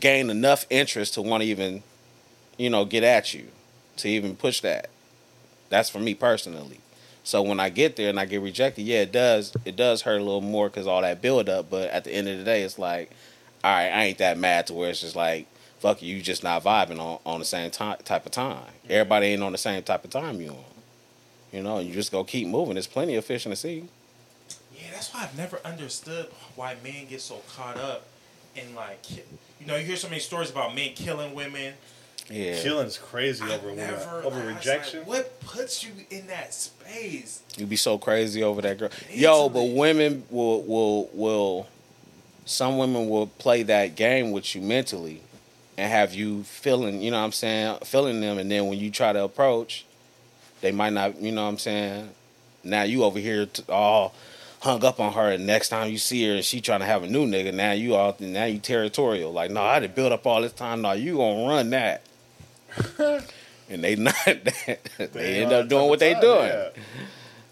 Speaker 3: gain enough interest to want to even you know get at you to even push that that's for me personally so when i get there and i get rejected yeah it does it does hurt a little more because all that build up but at the end of the day it's like all right, I ain't that mad to where it's just like, fuck you, you just not vibing on, on the same time, type of time. Everybody ain't on the same type of time you on. You know, you just go keep moving. There's plenty of fish in the sea.
Speaker 1: Yeah, that's why I've never understood why men get so caught up in like, ki- you know, you hear so many stories about men killing women,
Speaker 3: Yeah.
Speaker 2: Chilling's crazy
Speaker 1: I
Speaker 2: over women-
Speaker 1: never- I was
Speaker 2: over
Speaker 1: like,
Speaker 2: rejection.
Speaker 1: what puts you in that space?
Speaker 3: You be so crazy over that girl. Yo, but
Speaker 1: Easily.
Speaker 3: women will will will some women will play that game with you mentally and have you feeling, you know what I'm saying, feeling them and then when you try to approach, they might not, you know what I'm saying? Now you over here t- all hung up on her and next time you see her and she trying to have a new nigga, now you all now you territorial. Like, no, I done built up all this time, no, you gonna run that. and they not that they end
Speaker 2: are
Speaker 3: up doing what they
Speaker 2: tough,
Speaker 3: doing.
Speaker 2: yeah.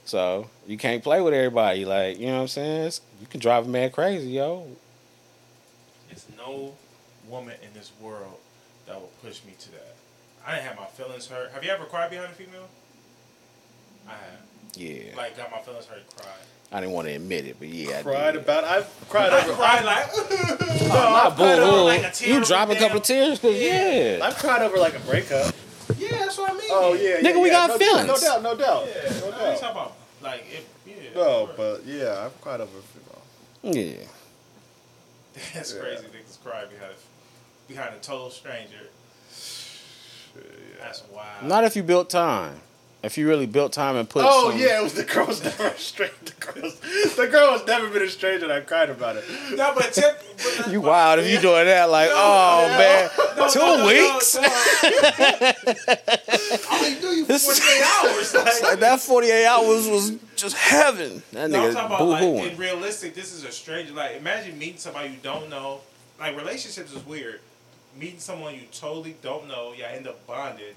Speaker 3: So you can't play with everybody. Like you know what I'm saying? It's- you can drive a man crazy, yo.
Speaker 1: There's no woman in this world that will push me to that. I didn't have my feelings hurt. Have you ever cried behind a female? I have.
Speaker 3: Yeah,
Speaker 1: Like, got my feelings hurt, cried.
Speaker 3: I didn't want to admit it, but yeah, I
Speaker 2: Cried
Speaker 3: did.
Speaker 2: about. I've cried
Speaker 1: I
Speaker 2: over.
Speaker 1: cried like,
Speaker 3: Oh, not
Speaker 1: cried
Speaker 3: boo-hoo.
Speaker 1: over like a tear
Speaker 3: you drop a
Speaker 1: down.
Speaker 3: couple of tears, but
Speaker 1: Yeah.
Speaker 3: yeah,
Speaker 2: I've cried over like a breakup.
Speaker 1: yeah, that's what I mean.
Speaker 2: Oh yeah, yeah
Speaker 3: Nigga, we
Speaker 2: yeah.
Speaker 3: got
Speaker 2: no,
Speaker 3: feelings.
Speaker 2: No doubt, no doubt,
Speaker 1: Yeah,
Speaker 2: no
Speaker 1: I ain't
Speaker 2: doubt.
Speaker 1: talking about, like, it, yeah.
Speaker 2: No,
Speaker 1: that's
Speaker 2: but yeah, I've cried over. Female.
Speaker 3: yeah.
Speaker 1: right. That's
Speaker 2: yeah.
Speaker 1: crazy niggas cry behind a, behind a total stranger. That's wild.
Speaker 3: Not if you built time. If you really built time and put.
Speaker 2: Oh
Speaker 3: some-
Speaker 2: yeah, it was the girl's never straight. The girl's, the girl has never been a stranger. And I cried about it.
Speaker 1: no, but tip. but-
Speaker 3: You wild if you doing that? Like,
Speaker 1: No,
Speaker 3: oh
Speaker 1: no,
Speaker 3: man,
Speaker 1: no,
Speaker 3: two
Speaker 1: no, no,
Speaker 3: weeks.
Speaker 1: No, no. I only knew you for
Speaker 3: This is-
Speaker 1: 48 hours. Like,
Speaker 3: Like that 48 hours was just heaven. That
Speaker 1: No, I'm
Speaker 3: nigga
Speaker 1: talking about
Speaker 3: boo
Speaker 1: like
Speaker 3: hooing.
Speaker 1: in realistic. This is a stranger. Like imagine meeting somebody you don't know. Like relationships is weird. Meeting someone you totally don't know, y'all end up bonding,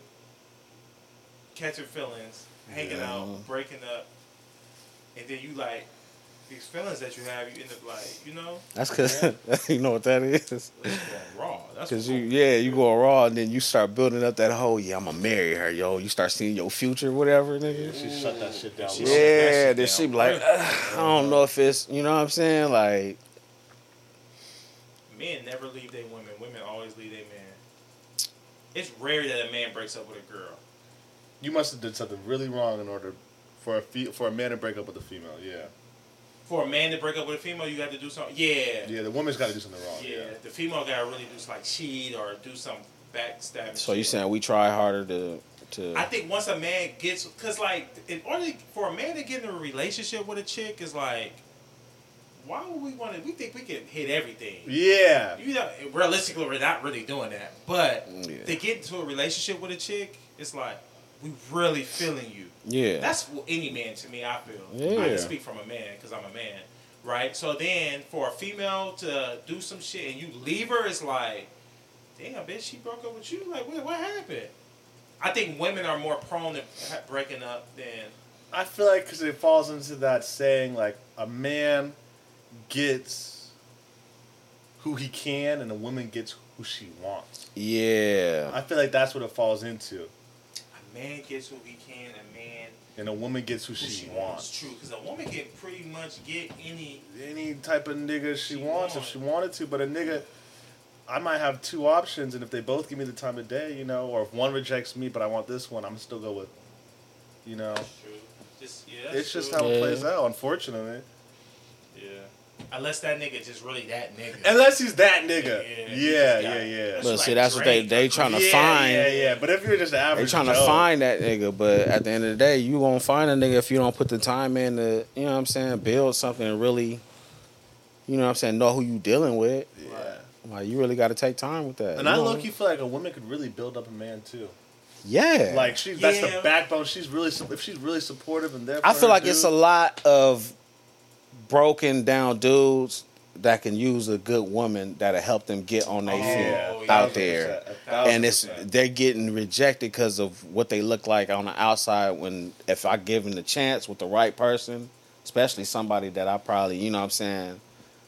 Speaker 1: catching feelings, hanging
Speaker 3: Yeah.
Speaker 1: out, breaking up, and then you like these feelings that you have, you end up like you know,
Speaker 3: That's because you know what that is.
Speaker 1: it's going raw. That's
Speaker 3: Cause
Speaker 1: what
Speaker 3: you, yeah, you go raw, and then you start building up that whole, yeah, I'm gonna marry her, yo. You start seeing your future, whatever, nigga.
Speaker 2: She shut that shit down.
Speaker 1: She
Speaker 2: real
Speaker 1: shut that
Speaker 3: Yeah,
Speaker 1: shit
Speaker 3: then
Speaker 1: down.
Speaker 3: she be like, "Ugh, I don't know if it's, you know what I'm saying, like,
Speaker 1: men never leave their women. Women always leave their man. It's rare that a man breaks up with a girl.
Speaker 2: You must have did something really wrong in order for a fe- for a man to break up with a female. Yeah,
Speaker 1: For a man to break up with a female, you got to do something. Yeah.
Speaker 2: yeah. The woman's got to do something wrong.
Speaker 1: Yeah, the female guy really just like cheat or do some backstabbing.
Speaker 3: so you
Speaker 1: shit.
Speaker 3: saying we try harder to, to,
Speaker 1: I think once a man gets, cause like in order for a man to get in a relationship with a chick is like, why would we want to? We think we can hit everything.
Speaker 2: Yeah.
Speaker 1: You know, realistically, we're not really doing that. But
Speaker 3: Yeah.
Speaker 1: to get into a relationship with a chick, it's like we really feeling you.
Speaker 3: yeah,
Speaker 1: That's what any man to me. I feel. I
Speaker 3: Yeah.
Speaker 1: can speak from a man because I'm a man, right? So then, for a female to do some shit and you leave her, it's like, damn, bitch, she broke up with you. Like, what, what happened? I think women are more prone to ha- breaking up than
Speaker 2: I feel like because it falls into that saying like a man gets who he can and a woman gets who she wants.
Speaker 3: yeah,
Speaker 2: I feel like that's what it falls into,
Speaker 1: a man gets who he can, a man
Speaker 2: and a woman gets who,
Speaker 1: who
Speaker 2: she,
Speaker 1: she
Speaker 2: wants.
Speaker 1: wants. True, because a woman can pretty much get any.
Speaker 2: Any type of nigga
Speaker 1: She
Speaker 2: she, wants if
Speaker 1: wants.
Speaker 2: she wanted to, but a nigga. I might have two options, and if they both give me the time of day, you know, or if one rejects me, but I want this one, I'm still go with, you know,
Speaker 1: True. Just yeah. that's
Speaker 2: it's just
Speaker 1: true.
Speaker 2: how it
Speaker 3: Yeah.
Speaker 2: plays out. Unfortunately,
Speaker 1: Yeah. Unless that nigga just really that nigga.
Speaker 2: unless he's that nigga,
Speaker 1: Yeah,
Speaker 2: yeah,
Speaker 1: yeah, he
Speaker 2: yeah,
Speaker 1: just got-
Speaker 2: yeah.
Speaker 1: that's
Speaker 3: but
Speaker 1: like
Speaker 3: see, that's what they,
Speaker 1: Drake.
Speaker 3: they trying to
Speaker 2: yeah,
Speaker 3: find,
Speaker 2: Yeah, yeah. But if you're just an
Speaker 3: they
Speaker 2: average,
Speaker 3: trying to
Speaker 2: Joe,
Speaker 3: find that nigga, but at the end of the day, you gonna find a nigga if you don't put the time in to, you know what I'm saying, build something and really, you know what I'm saying, know who you dealing with.
Speaker 2: Yeah.
Speaker 3: Like you really got to take time with that.
Speaker 2: And
Speaker 3: you
Speaker 2: I
Speaker 3: know?
Speaker 2: look, you feel like a woman could really build up a man too.
Speaker 3: yeah.
Speaker 2: Like she, that's the
Speaker 1: Yeah.
Speaker 2: backbone. She's really, su- if she's really supportive and there.
Speaker 3: I
Speaker 2: for
Speaker 3: feel
Speaker 2: her
Speaker 3: like it's a
Speaker 2: dude-
Speaker 3: lot of broken down dudes that can use a good woman that'll help them get on their
Speaker 2: Oh, yeah,
Speaker 3: feet
Speaker 1: Oh, yeah.
Speaker 3: out there.
Speaker 2: percent, a thousand
Speaker 3: And it's
Speaker 2: percent.
Speaker 3: they're getting rejected because of what they look like on the outside. When if I give them the chance with the right person, especially somebody that I probably you know what I'm saying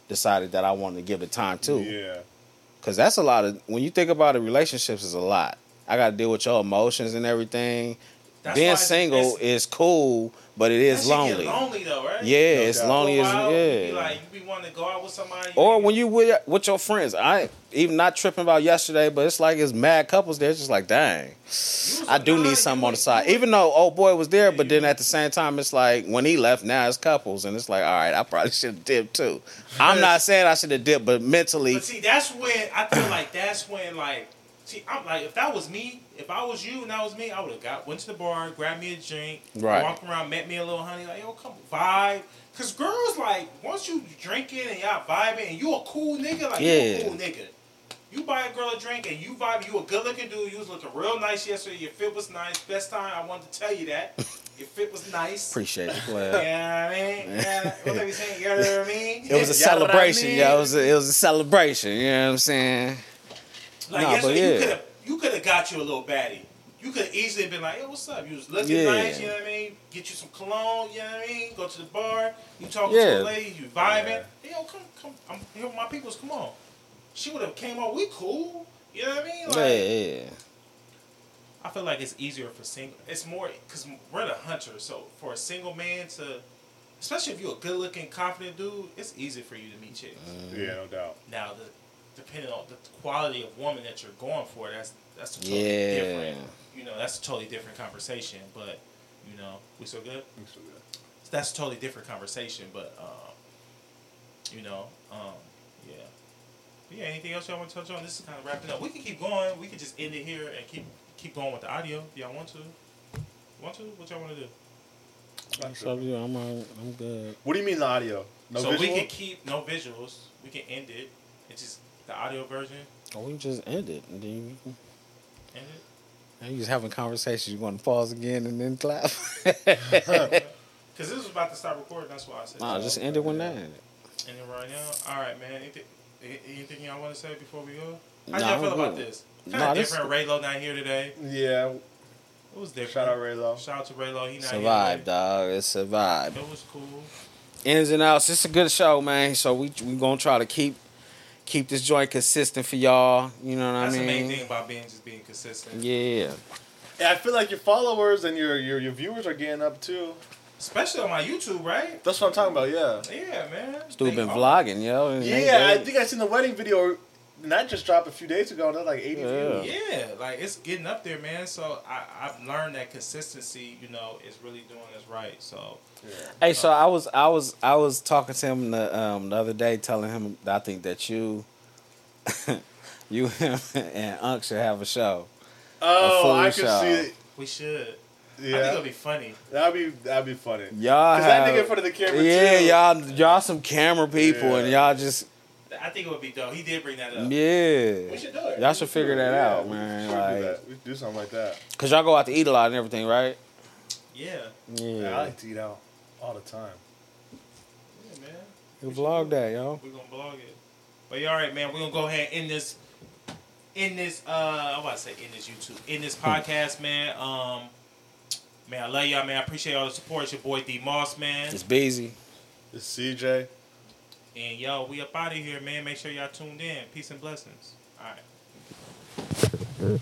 Speaker 3: decided that I wanted to give it time to.
Speaker 2: Yeah,
Speaker 3: Cause that's a lot of when you think about it, relationships is a lot. I got to deal with your emotions and everything.
Speaker 1: That's why
Speaker 3: Being
Speaker 1: it's-
Speaker 3: single
Speaker 1: it's-
Speaker 3: is cool, but it is
Speaker 1: That shit get
Speaker 3: lonely.
Speaker 1: lonely though, right?
Speaker 3: Yeah,
Speaker 2: No
Speaker 3: it's
Speaker 2: doubt.
Speaker 3: lonely
Speaker 1: Go
Speaker 3: as
Speaker 1: out,
Speaker 3: yeah.
Speaker 1: You be like you be wanting to go out with somebody.
Speaker 3: or when you with, with your friends, I ain't even not tripping about yesterday, but it's like it's mad couples there. It's just like, dang,
Speaker 1: was
Speaker 3: I
Speaker 1: like,
Speaker 3: do
Speaker 1: nah,
Speaker 3: need something
Speaker 1: you
Speaker 3: on the
Speaker 1: ain't-
Speaker 3: side.
Speaker 1: you
Speaker 3: Even though old boy was there, but
Speaker 1: Yeah, you-
Speaker 3: then at the same time, it's like when he left, now it's couples, and it's like, all right, I probably should have dipped too. I'm not saying I should have dipped, but mentally,
Speaker 1: But see, that's when I feel like that's when like See, I'm like, if that was me, if I was you and that was me, I would have got went to the bar, grabbed me a drink,
Speaker 3: Right.
Speaker 1: walked around, met me a little honey, like, yo, come vibe. Cause girls like once you drinking and y'all vibing and you a cool nigga, like you
Speaker 3: Yeah.
Speaker 1: a cool nigga. You buy a girl a drink and you vibe. You a good looking dude. You was looking real nice yesterday. Your fit was nice. Best time I wanted to tell you that. Your fit was nice.
Speaker 3: Appreciate you, player.
Speaker 1: Yeah, I mean, yeah, what they be saying? You know what I mean?
Speaker 3: It was a
Speaker 2: Y'all know what I
Speaker 3: celebration,
Speaker 2: mean?
Speaker 3: yo. It was a, it was a celebration. You know what I'm saying?
Speaker 1: like
Speaker 3: nah,
Speaker 1: yesterday,
Speaker 3: but yeah.
Speaker 1: you could have you could have got you a little baddie. You could have easily been like, "Yo, what's up? You was looking
Speaker 3: Yeah.
Speaker 1: nice. You know what I mean? Get you some cologne. You know what I mean? Go to the bar. You talking
Speaker 3: Yeah.
Speaker 1: to a lady. You vibing. Hey, yo, come, come. I'm here with my peoples. Come on. She would have came on. We cool. You know what I mean? Like,
Speaker 3: Yeah, yeah.
Speaker 1: I feel like it's easier for single. It's more because we're the hunter. So for a single man to, especially if you're a good-looking, confident dude, it's easy for you to meet chicks.
Speaker 3: Mm-hmm.
Speaker 4: Yeah, no doubt.
Speaker 1: Now, the, depending on the quality of woman that you're going for, that's that's a totally
Speaker 3: Yeah.
Speaker 1: different. You know, that's a totally different conversation. But you know, we so good.
Speaker 4: Thanks for that.
Speaker 1: That's a totally different conversation. But um, you know, um, yeah. But yeah. Anything else y'all want to touch on? This is kind of wrapping up. We can keep going. We can just end it here and keep keep going with the audio if y'all want to. Want to? What y'all want to do?
Speaker 4: Not
Speaker 3: What's
Speaker 4: sure.
Speaker 3: up, you? I'm all- I'm good.
Speaker 4: What do you mean the audio? No
Speaker 1: so
Speaker 4: visual?
Speaker 1: we can keep no visuals. We can end it. It's just the audio version.
Speaker 3: Oh, we just end it. And then you can-
Speaker 1: End it.
Speaker 3: now you just having conversations. You want to pause again and then clap?
Speaker 1: Because this was about to stop recording, that's why I said
Speaker 3: nah,
Speaker 1: that.
Speaker 3: just end it when that ended.
Speaker 1: And then right now, all right, man. Anything, a- anything y'all want to say before we go? How
Speaker 3: Nah,
Speaker 1: y'all
Speaker 3: I'm
Speaker 1: feel about
Speaker 3: good.
Speaker 1: this? Kind of
Speaker 3: Nah, this-
Speaker 1: different. Raylo not here today.
Speaker 4: yeah.
Speaker 1: It was different.
Speaker 4: Shout out Raylo.
Speaker 1: Shout out to Raylo. He not
Speaker 3: Survive,
Speaker 1: here.
Speaker 3: dog. It survived.
Speaker 1: Today. It was cool.
Speaker 3: ins and outs. It's a good show, man. So we we gonna try to keep keep this joint consistent for y'all. You know what
Speaker 1: That's
Speaker 3: I mean?
Speaker 1: the main thing about being just being consistent.
Speaker 3: Yeah,
Speaker 4: Yeah, I feel like your followers and your, your your viewers are getting up too.
Speaker 1: Especially on my YouTube, right?
Speaker 4: That's what I'm talking about. Yeah.
Speaker 1: Yeah, man.
Speaker 3: dude,
Speaker 1: They
Speaker 3: been
Speaker 1: all-
Speaker 3: vlogging, yo. and they-
Speaker 4: Yeah, I
Speaker 3: they-
Speaker 4: think I seen the wedding video, and that just dropped a few days ago, and they're like 80
Speaker 3: Yeah.
Speaker 4: views.
Speaker 1: Yeah, like it's getting up there, man. So I, I've learned that consistency, you know, is really doing us right. So
Speaker 3: Hey, so I was I was I was talking to him the um the other day, telling him that I think that you, you him and Unc should have a show.
Speaker 4: Oh,
Speaker 3: full
Speaker 4: I could
Speaker 3: shout.
Speaker 4: see it.
Speaker 1: we should. I think
Speaker 4: Yeah,
Speaker 1: it'll be funny.
Speaker 4: that'd be that'd be funny.
Speaker 3: Y'all
Speaker 4: Cause that
Speaker 3: have
Speaker 4: nigga in front of the camera
Speaker 3: yeah,
Speaker 4: too.
Speaker 3: y'all y'all some camera people, and
Speaker 4: Yeah.
Speaker 3: y'all just
Speaker 1: I think it would be dope. He did bring that up.
Speaker 3: yeah.
Speaker 1: We should do it.
Speaker 3: Y'all should figure that
Speaker 4: Yeah,
Speaker 3: out,
Speaker 4: we
Speaker 3: man.
Speaker 4: should do
Speaker 3: Like,
Speaker 4: that. we should do something like that.
Speaker 3: cause y'all go out to eat a lot and everything, right?
Speaker 1: Yeah.
Speaker 4: Yeah, I like to eat out all the time.
Speaker 1: Yeah, man.
Speaker 3: You vlog that, yo.
Speaker 1: We're gonna blog it. But you all right, man. We're gonna go ahead and end this in this uh I want to say in this YouTube. In this podcast, man. Um man, I love y'all, man. I appreciate all the support. It's your boy D Moss, man.
Speaker 3: It's busy.
Speaker 4: It's CJ.
Speaker 1: And yo, we up out of here, man. Make sure y'all tuned in. Peace and blessings. All right.